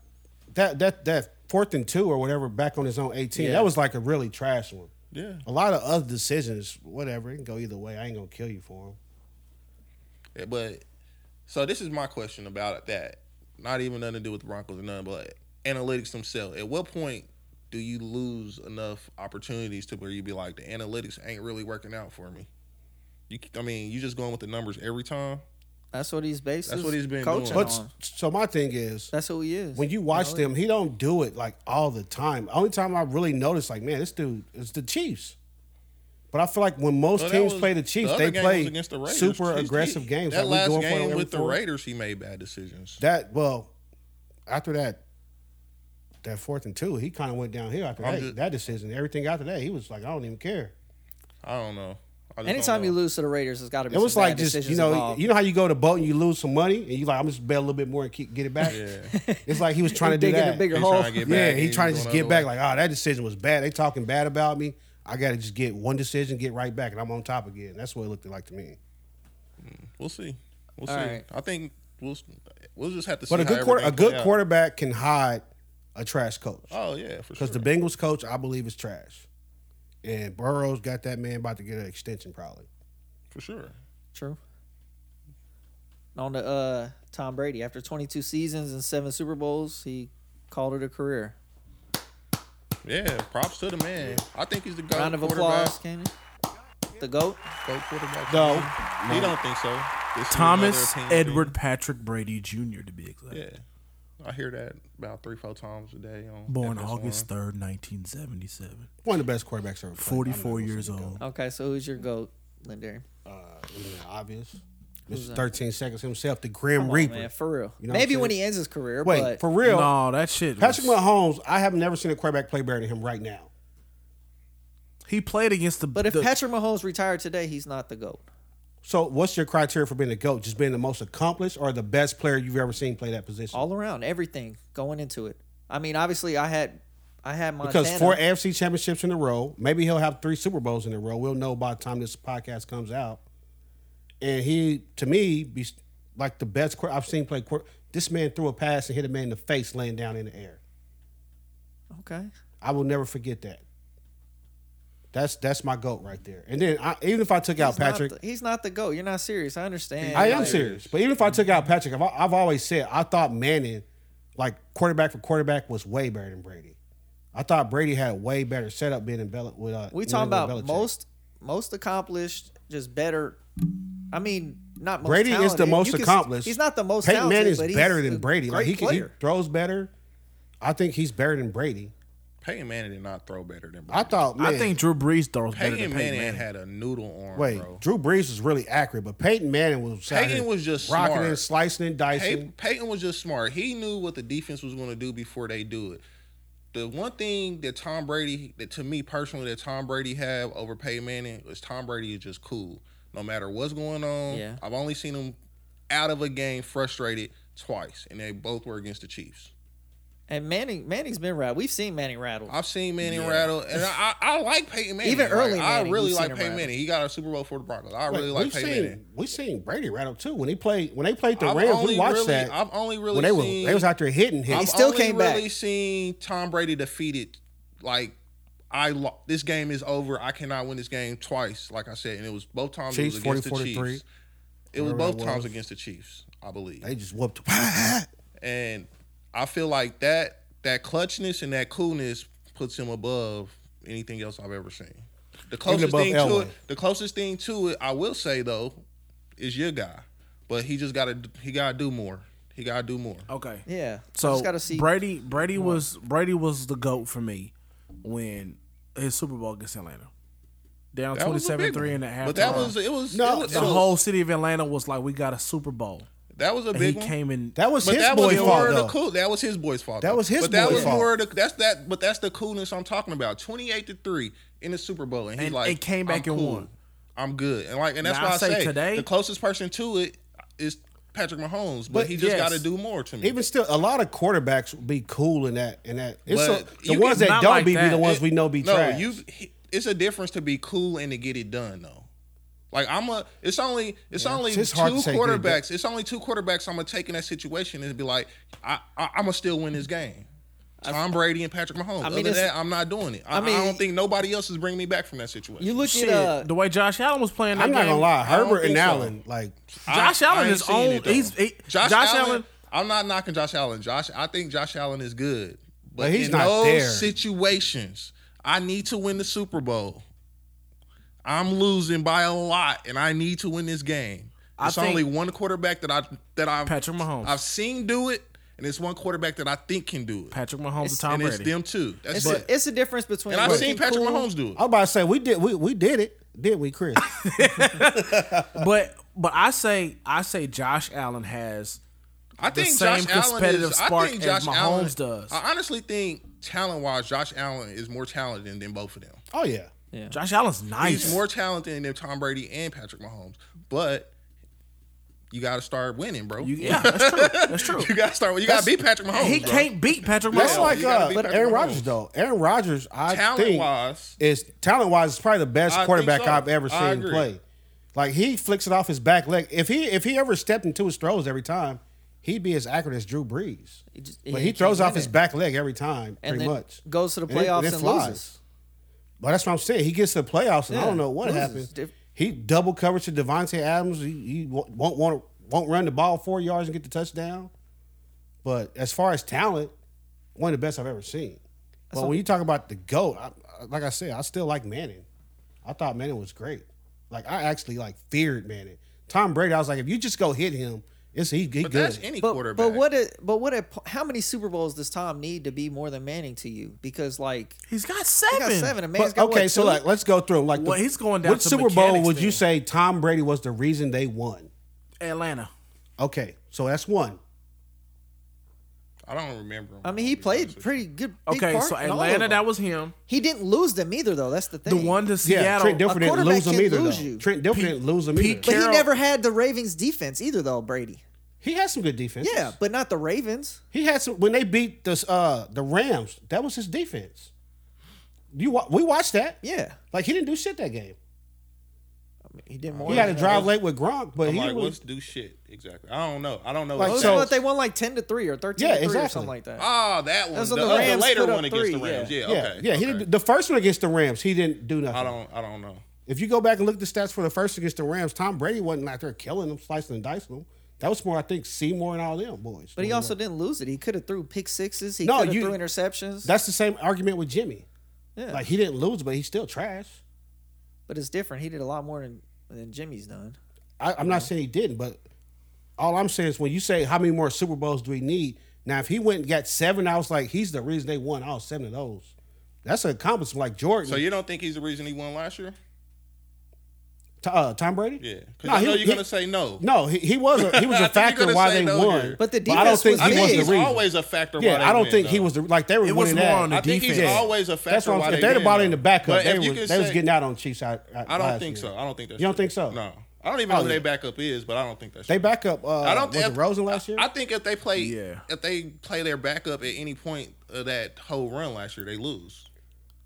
Speaker 1: that that that fourth and two or whatever back on his own eighteen,
Speaker 3: Yeah.
Speaker 1: that was like a really trash one.
Speaker 4: Yeah,
Speaker 1: A lot of other decisions, whatever, it can go either way. I ain't gonna kill you for him.
Speaker 4: Eh, but so this is my question about that. Not even nothing to do with the Broncos or nothing, but analytics themselves. At what point do you lose enough opportunities to where you be like the analytics ain't really working out for me? You, I mean, you just going with the numbers every time.
Speaker 3: That's what he's based.
Speaker 4: That's what he's been
Speaker 3: coaching
Speaker 4: doing.
Speaker 1: But
Speaker 3: on.
Speaker 1: so my thing is,
Speaker 3: That's who he is.
Speaker 1: when you watch them, he don't do it like all the time. Only time I really noticed, like, man, this dude is the Chiefs. But I feel like when most
Speaker 4: But that
Speaker 1: teams
Speaker 4: was-
Speaker 1: play the Chiefs,
Speaker 4: other
Speaker 1: they
Speaker 4: game
Speaker 1: play
Speaker 4: was against the Raiders.
Speaker 1: super
Speaker 4: Chiefs
Speaker 1: aggressive
Speaker 4: did.
Speaker 1: games. Like,
Speaker 4: That
Speaker 1: we
Speaker 4: last
Speaker 1: going for it
Speaker 4: game
Speaker 1: every
Speaker 4: with the
Speaker 1: four-
Speaker 4: Raiders, he made bad decisions.
Speaker 1: That well, after that, that fourth and two, he kind of went downhill after
Speaker 4: I'm
Speaker 1: that,
Speaker 4: just-
Speaker 1: that decision. Everything after that, he was like, I don't even care.
Speaker 4: I don't know. I just don't
Speaker 3: Anytime
Speaker 4: know.
Speaker 3: you lose to the Raiders, it's got to be.
Speaker 1: It was
Speaker 3: some
Speaker 1: like
Speaker 3: bad
Speaker 1: just you
Speaker 3: decisions
Speaker 1: know
Speaker 3: involved.
Speaker 1: you know how you go to boat and you lose some money and you like I'm just bet a little bit more and keep, get it back.
Speaker 4: Yeah.
Speaker 1: It's like he was trying to do
Speaker 3: Digging
Speaker 1: that.
Speaker 3: a bigger
Speaker 4: He's
Speaker 3: hole.
Speaker 4: trying to get back.
Speaker 1: yeah, he
Speaker 4: He's
Speaker 1: trying to
Speaker 4: going
Speaker 1: just
Speaker 4: the
Speaker 1: get
Speaker 4: other
Speaker 1: back.
Speaker 4: way.
Speaker 1: Like, oh, that decision was bad. They talking bad about me. I got to just get one decision, get right back, and I'm on top again. That's what it looked like to me.
Speaker 4: We'll see. We'll
Speaker 3: All
Speaker 4: see.
Speaker 3: right.
Speaker 4: I think we'll s- we'll just have to see.
Speaker 1: But a
Speaker 4: how
Speaker 1: good quarter, a
Speaker 4: everything
Speaker 1: good
Speaker 4: play out.
Speaker 1: quarterback can hide a trash coach
Speaker 4: Oh yeah, for sure.
Speaker 1: because the Bengals coach, I believe, is trash, and Burrow's got that man about to get an extension probably.
Speaker 4: for sure.
Speaker 3: True. And on to uh, Tom Brady. After 22 seasons and seven Super Bowls, he called it a career.
Speaker 4: Yeah, props to the man. I think he's the guy.
Speaker 3: Round of applause, Kenny. The GOAT.
Speaker 4: Go quarterback.
Speaker 1: No.
Speaker 4: he don't think so. This is
Speaker 2: Thomas
Speaker 4: another opinion
Speaker 2: Edward Patrick Brady Jr. to be exact.
Speaker 4: thing. Yeah, I hear that about three, four times a day. On
Speaker 2: Born
Speaker 4: FS1.
Speaker 2: August 3rd, 1977.
Speaker 1: One of the best quarterbacks ever. played.
Speaker 2: 44 years old.
Speaker 3: Okay, so who's your GOAT, Lindary?
Speaker 1: Uh, isn't that obvious. Mr. 13 seconds himself, the Grim
Speaker 3: Come on,
Speaker 1: Reaper.
Speaker 3: Oh, man, for real.
Speaker 1: You know what
Speaker 3: Maybe
Speaker 1: I'm
Speaker 3: when
Speaker 1: saying?
Speaker 3: he ends his career,
Speaker 1: Wait,
Speaker 3: but
Speaker 1: for real,
Speaker 2: No, that shit.
Speaker 1: Patrick
Speaker 2: was-
Speaker 1: Mahomes. I have never seen a quarterback play better than him right now.
Speaker 2: he played against the.
Speaker 3: but if
Speaker 2: the,
Speaker 3: Patrick Mahomes retired today, he's not the GOAT.
Speaker 1: So, what's your criteria for being a goat? Just being the most accomplished or the best player you've ever seen play that position?
Speaker 3: All around, everything going into it. I mean, obviously, I had, I had Montana.
Speaker 1: because four AFC championships in a row, maybe he'll have three Super Bowls in a row. We'll know by the time this podcast comes out. And he, to me, be like the best quarter I've seen play. Quarter, this man threw a pass and hit a man in the face, laying down in the air.
Speaker 3: okay,
Speaker 1: I will never forget that. That's that's my goat right there. And then I, even if I took out
Speaker 3: He's not
Speaker 1: Patrick,
Speaker 3: the- he's not the GOAT. You're not serious. I understand.
Speaker 1: I am
Speaker 3: Like,
Speaker 1: serious. But even if I took out Patrick, I've, I've always said I thought Manning, like quarterback for quarterback, was way better than Brady. I thought Brady had way better setup being in Bel- with uh,
Speaker 3: We
Speaker 1: New
Speaker 3: talking about
Speaker 1: England Belichick.
Speaker 3: most most accomplished, just better. I mean, not most
Speaker 1: Brady is the
Speaker 3: talented.
Speaker 1: most
Speaker 3: You can-
Speaker 1: accomplished.
Speaker 3: He's not the most
Speaker 1: Peyton
Speaker 3: talented,
Speaker 1: Manning's
Speaker 3: but he's
Speaker 1: better
Speaker 3: a
Speaker 1: than Brady. Like
Speaker 3: great
Speaker 1: he, can, he
Speaker 3: player.
Speaker 1: throws better. I think he's better than Brady.
Speaker 4: Peyton Manning did not throw better than.
Speaker 1: I
Speaker 4: Brady.
Speaker 1: thought. Man,
Speaker 2: I think Drew Brees throws better than
Speaker 4: Peyton Manning,
Speaker 2: Peyton Manning.
Speaker 4: had a noodle arm,
Speaker 1: Wait,
Speaker 4: bro.
Speaker 1: Drew Brees was really accurate, but Peyton Manning was out
Speaker 4: Peyton
Speaker 1: here
Speaker 4: was just
Speaker 1: rocking
Speaker 4: smart.
Speaker 1: and slicing and dicing.
Speaker 4: Pey- Peyton was just smart. He knew what the defense was going to do before they do it. The one thing that Tom Brady, that to me personally, that Tom Brady had over Peyton Manning was Tom Brady is just cool. No matter what's going on,
Speaker 3: Yeah.
Speaker 4: I've only seen him out of a game frustrated twice, and they both were against the Chiefs.
Speaker 3: And Manning, Manning's been rattled. We've seen Manning rattled.
Speaker 4: I've seen Manning rattle, and I, I, I like Peyton Manning.
Speaker 3: Even
Speaker 4: Like,
Speaker 3: early Manning,
Speaker 4: I really
Speaker 3: you've
Speaker 4: like
Speaker 3: seen him
Speaker 4: Peyton
Speaker 3: rattle.
Speaker 4: Manning. He got a Super Bowl for the Broncos. I really
Speaker 1: we've
Speaker 4: like Peyton
Speaker 1: seen
Speaker 4: Manning.
Speaker 1: we seen Brady rattle too when he played when they played the
Speaker 4: I've
Speaker 1: Rams.
Speaker 4: only
Speaker 1: We watched
Speaker 4: really-
Speaker 1: that.
Speaker 4: I've only really
Speaker 1: when they were
Speaker 4: seen-
Speaker 1: they was out there hitting him.
Speaker 4: I've
Speaker 3: still
Speaker 4: only
Speaker 3: came back.
Speaker 4: really seen Tom Brady defeated. Like I, lo- this game is over. I cannot win this game twice. Like I said, and it was both times
Speaker 1: Chiefs,
Speaker 4: it was
Speaker 1: 40,
Speaker 4: against the
Speaker 1: 43,
Speaker 4: Chiefs. It was
Speaker 1: whatever
Speaker 4: both
Speaker 1: that
Speaker 4: times
Speaker 1: was.
Speaker 4: against the Chiefs, I believe.
Speaker 1: They just whooped.
Speaker 4: And I feel like that that clutchness and that coolness puts him above anything else I've ever seen. The closest
Speaker 1: above
Speaker 4: thing to
Speaker 1: Elway.
Speaker 4: it, the closest thing to it, I will say though, is your guy. But he just got to he got to do more. He got to do more.
Speaker 2: Okay.
Speaker 3: yeah. I
Speaker 2: So
Speaker 3: just gotta see.
Speaker 2: Brady Brady was Brady was the goat for me when his Super Bowl against Atlanta. Down
Speaker 4: That was a big
Speaker 2: 27 3
Speaker 4: one.
Speaker 2: and a half.
Speaker 4: But that
Speaker 2: time.
Speaker 4: was it was
Speaker 1: No,
Speaker 4: it was,
Speaker 2: the
Speaker 4: it was-
Speaker 2: whole city of Atlanta was like, we got a Super Bowl.
Speaker 4: That was a
Speaker 2: And he
Speaker 4: big one.
Speaker 2: came in.
Speaker 1: That was
Speaker 4: but
Speaker 1: his
Speaker 4: that was
Speaker 1: boy's
Speaker 4: more
Speaker 1: fault
Speaker 4: of
Speaker 1: though.
Speaker 4: the cool. That was his boy's fault.
Speaker 1: That
Speaker 4: though.
Speaker 1: was his
Speaker 4: But that
Speaker 1: boy's
Speaker 4: was
Speaker 1: fault.
Speaker 4: more of the that's that. But that's the coolness I'm talking about. Twenty eight to three in the Super Bowl, and he
Speaker 2: And-
Speaker 4: like
Speaker 2: and came back
Speaker 4: I'm
Speaker 2: and
Speaker 4: cool.
Speaker 2: won.
Speaker 4: I'm good, and like and that's
Speaker 2: Now,
Speaker 4: why
Speaker 2: I
Speaker 4: I
Speaker 2: say
Speaker 4: say
Speaker 2: today-
Speaker 4: the closest person to it is Patrick Mahomes, but,
Speaker 1: But
Speaker 4: he just
Speaker 2: yes.
Speaker 4: got to do more to me.
Speaker 1: Even still, a lot of quarterbacks would be cool in that. In that, it's
Speaker 4: But
Speaker 1: a- the
Speaker 4: you
Speaker 1: ones
Speaker 4: can-
Speaker 1: that
Speaker 2: not
Speaker 1: don't
Speaker 2: like
Speaker 1: be, be
Speaker 2: that.
Speaker 1: the ones
Speaker 4: It-
Speaker 1: we know be
Speaker 4: no,
Speaker 1: trash.
Speaker 4: you. he- It's a difference to be cool and to get it done though. Like I'm a, it's only it's only
Speaker 1: It's just
Speaker 4: two
Speaker 1: hard to say get it done.
Speaker 4: quarterbacks. It's only two quarterbacks I'm gonna take in that situation and be like, I, I I'm gonna still win this game. Tom Brady and Patrick Mahomes.
Speaker 3: mean,
Speaker 4: Other than
Speaker 3: it's-
Speaker 4: that, I'm not doing it. I,
Speaker 3: I
Speaker 4: I,
Speaker 3: mean-
Speaker 4: don't think nobody else is bringing me back from that situation.
Speaker 3: you look
Speaker 2: Shit,
Speaker 3: at uh,
Speaker 2: the way Josh Allen was playing that
Speaker 1: I'm not
Speaker 2: game,
Speaker 1: gonna lie,
Speaker 4: I don't
Speaker 1: Herbert and
Speaker 4: think so.
Speaker 1: Allen, like
Speaker 2: Josh Allen
Speaker 4: ain't
Speaker 2: is
Speaker 4: seeing
Speaker 2: on-
Speaker 4: it, though.
Speaker 2: he's- he-
Speaker 4: Josh,
Speaker 2: Josh
Speaker 4: Allen,
Speaker 2: Allen-
Speaker 4: I'm not knocking Josh Allen. Josh, I think Josh Allen is good, but,
Speaker 1: he's
Speaker 4: in
Speaker 1: not
Speaker 4: those
Speaker 1: there.
Speaker 4: situations, I need to win the Super Bowl. I'm losing by a lot, and I need to win this game.
Speaker 2: I
Speaker 4: It's
Speaker 2: think-
Speaker 4: only one quarterback that I that I
Speaker 2: Patrick Mahomes.
Speaker 4: I've seen do it, and it's one quarterback that I think can do it,
Speaker 2: Patrick Mahomes and Tom
Speaker 4: and it's
Speaker 2: Brady.
Speaker 4: them too. That's
Speaker 3: it's,
Speaker 4: it.
Speaker 3: a, it's a difference between.
Speaker 4: and I've
Speaker 3: looking
Speaker 4: seen Patrick
Speaker 3: cool-
Speaker 4: Mahomes do it.
Speaker 1: I'm about to say we did we, we did it. Did we, Chris?
Speaker 2: But but I say I say Josh Allen has
Speaker 4: I think
Speaker 2: same
Speaker 4: Josh Allen
Speaker 2: competitive
Speaker 4: is,
Speaker 2: spark
Speaker 4: I think
Speaker 2: as
Speaker 4: Josh
Speaker 2: Mahomes
Speaker 4: Allen,
Speaker 2: does.
Speaker 4: I honestly think talent wise, Josh Allen is more talented than both of them.
Speaker 1: oh yeah.
Speaker 2: Josh Allen's nice.
Speaker 4: He's more talented than Tom Brady and Patrick Mahomes, but you got to start winning, bro.
Speaker 2: You-
Speaker 4: You,
Speaker 2: yeah, that's true. That's true.
Speaker 4: got to start. You got to beat Patrick Mahomes.
Speaker 2: he
Speaker 4: bro.
Speaker 2: can't beat Patrick
Speaker 1: That's
Speaker 2: Mahomes.
Speaker 1: like
Speaker 4: you gotta
Speaker 1: uh,
Speaker 4: be
Speaker 1: but
Speaker 4: Patrick
Speaker 1: Aaron
Speaker 4: Mahomes.
Speaker 1: Rodgers though. Aaron Rodgers, I think
Speaker 4: Talent-wise.
Speaker 1: is talent wise is probably the best
Speaker 4: I think
Speaker 1: quarterback
Speaker 4: so.
Speaker 1: I've ever seen
Speaker 4: I agree.
Speaker 1: play. Like he flicks it off his back leg. If he if he ever stepped into his throws every time, he'd be as accurate as Drew Brees.
Speaker 3: just-
Speaker 1: but
Speaker 3: he
Speaker 1: he, throws
Speaker 3: can't
Speaker 1: off
Speaker 3: win
Speaker 1: his
Speaker 3: it.
Speaker 1: back leg every time,
Speaker 3: And
Speaker 1: pretty
Speaker 3: then
Speaker 1: much.
Speaker 3: goes to the
Speaker 1: And it-
Speaker 3: playoffs
Speaker 1: it
Speaker 3: and
Speaker 1: flies.
Speaker 3: loses.
Speaker 1: But that's what I'm saying. He gets to the playoffs, and I
Speaker 3: Yeah,
Speaker 1: don't know what
Speaker 3: loses.
Speaker 1: happens.
Speaker 3: Diff-
Speaker 1: He double covers to Devontae Adams. He, he wo- won't want to won't run the ball four yards and get the touchdown. But as far as talent, one of the best I've ever seen. But when you talk about the goat, I, I- like I said, I still like Manning. I thought Manning was great. Like I actually like feared Manning. Tom Brady, I was like, if you just go hit him, it's he, he good.
Speaker 4: But that's any
Speaker 3: But,
Speaker 4: quarterback.
Speaker 3: but what? A, but what? A, how many Super Bowls does Tom need to be more than Manning to you? Because like
Speaker 2: He's got
Speaker 3: he
Speaker 2: seven.
Speaker 3: got seven, and Manning's
Speaker 1: But,
Speaker 3: got
Speaker 1: okay,
Speaker 3: what,
Speaker 1: so
Speaker 3: two?
Speaker 1: like let's go through 'em. like
Speaker 2: Well, he's going down
Speaker 1: What
Speaker 2: to
Speaker 1: Super Bowl
Speaker 2: mechanics
Speaker 1: would you
Speaker 2: then.
Speaker 1: say Tom Brady was the reason they won?
Speaker 2: Atlanta.
Speaker 1: Okay, so that's one.
Speaker 4: I don't remember. Him,
Speaker 3: I mean, he
Speaker 4: I'll be honest
Speaker 3: played
Speaker 4: with
Speaker 3: pretty good. Big
Speaker 2: Okay,
Speaker 3: part
Speaker 2: so
Speaker 3: in all of
Speaker 2: Atlanta,
Speaker 3: them.
Speaker 2: that was him.
Speaker 3: he didn't lose them either, though. That's the
Speaker 2: The
Speaker 3: thing.
Speaker 2: one to
Speaker 1: Yeah,
Speaker 2: Seattle.
Speaker 1: Trent Dilfer
Speaker 3: a
Speaker 1: didn't
Speaker 3: quarterback
Speaker 1: lose them
Speaker 3: can't
Speaker 1: either.
Speaker 3: lose
Speaker 1: though.
Speaker 3: you.
Speaker 1: Trent Dilfer didn't lose them
Speaker 2: Pete
Speaker 1: either.
Speaker 3: but he
Speaker 2: Carroll-
Speaker 3: never had the Ravens defense either, though Brady.
Speaker 1: He had some good defense.
Speaker 3: Yeah, but not the Ravens.
Speaker 1: he had some when they beat the uh, the Rams. That was his defense. You wa- we watched that.
Speaker 3: Yeah,
Speaker 1: Like he didn't do shit that game.
Speaker 3: I mean, he did more.
Speaker 1: He had to
Speaker 3: than
Speaker 1: drive
Speaker 3: that.
Speaker 1: late with Gronk, but
Speaker 4: you. I'm
Speaker 1: he
Speaker 4: like,
Speaker 1: was
Speaker 4: let's do shit. Exactly. I don't know. I don't know.
Speaker 1: Like,
Speaker 4: what
Speaker 3: Those
Speaker 1: so-
Speaker 3: are
Speaker 4: happened.
Speaker 3: what they won like ten to three or thirteen
Speaker 1: Yeah,
Speaker 3: to three or
Speaker 1: exactly.
Speaker 3: something like that.
Speaker 4: Ah, that one.
Speaker 3: That's
Speaker 4: The,
Speaker 3: when the
Speaker 4: other
Speaker 3: Rams
Speaker 4: later
Speaker 3: split up
Speaker 4: one against the
Speaker 3: three,
Speaker 4: Rams.
Speaker 3: yeah.
Speaker 4: Yeah.
Speaker 1: yeah
Speaker 4: okay.
Speaker 1: yeah. He
Speaker 4: okay.
Speaker 1: didn't, the first one against the Rams, he didn't do nothing.
Speaker 4: I don't. I don't know.
Speaker 1: If you go back and look at the stats for the first against the Rams, Tom Brady wasn't out there killing them, slicing and dicing them. That was more, I think, Seymour and all them boys.
Speaker 3: but he also didn't lose it. He could have threw pick sixes. He
Speaker 1: No,
Speaker 3: could have
Speaker 1: you-
Speaker 3: threw interceptions.
Speaker 1: that's the same argument with Jimmy.
Speaker 3: yeah,
Speaker 1: Like he didn't lose, but he's still trash.
Speaker 3: but it's different. He did a lot more than than Jimmy's done.
Speaker 1: I, I'm not saying he didn't, but all I'm saying is when you say how many more Super Bowls do we need? Now, if he went and got seven, I was like, he's the reason they won all seven of those. That's an accomplishment, like Jordan,
Speaker 4: So you don't think he's the reason he won last year?
Speaker 1: T- uh, Tom Brady.
Speaker 4: Yeah. Because
Speaker 1: no,
Speaker 4: I
Speaker 1: he,
Speaker 4: know you're
Speaker 1: he-
Speaker 4: gonna say no.
Speaker 1: no, he, he was a, he was
Speaker 4: I
Speaker 1: a
Speaker 4: think you're
Speaker 1: factor
Speaker 4: gonna
Speaker 1: why
Speaker 4: say
Speaker 1: they
Speaker 4: no
Speaker 1: won,
Speaker 4: here.
Speaker 3: But the
Speaker 1: I don't
Speaker 3: defense
Speaker 1: think he
Speaker 3: was
Speaker 4: I
Speaker 3: big.
Speaker 1: was
Speaker 4: think
Speaker 1: the
Speaker 4: he's
Speaker 1: reason.
Speaker 4: always a factor. why they
Speaker 1: yeah, I don't
Speaker 4: win,
Speaker 1: think he
Speaker 4: though.
Speaker 1: was the, like they were
Speaker 2: It was
Speaker 1: winning
Speaker 2: more
Speaker 1: that.
Speaker 2: on the
Speaker 4: I think he's
Speaker 2: defense.
Speaker 4: always a factor.
Speaker 1: That's what I'm
Speaker 4: why
Speaker 1: saying. If
Speaker 4: they
Speaker 1: they'd have
Speaker 4: win,
Speaker 1: brought in
Speaker 4: though.
Speaker 1: the backup,
Speaker 4: But
Speaker 1: they,
Speaker 4: if you
Speaker 1: was,
Speaker 4: could
Speaker 1: they was
Speaker 4: say-
Speaker 1: getting out on Chiefs. I,
Speaker 4: I don't think so. I don't think that's.
Speaker 1: You don't
Speaker 4: true.
Speaker 1: think so?
Speaker 4: No, I don't even know
Speaker 1: Oh,
Speaker 4: who
Speaker 1: yeah.
Speaker 4: their backup is, but I don't think that's.
Speaker 1: They
Speaker 4: true.
Speaker 1: back up. Uh,
Speaker 4: I don't
Speaker 1: was
Speaker 4: think
Speaker 1: it Rosen last year.
Speaker 4: I think if they play,
Speaker 2: Yeah.
Speaker 4: if they play their backup at any point of that whole run last year, they lose.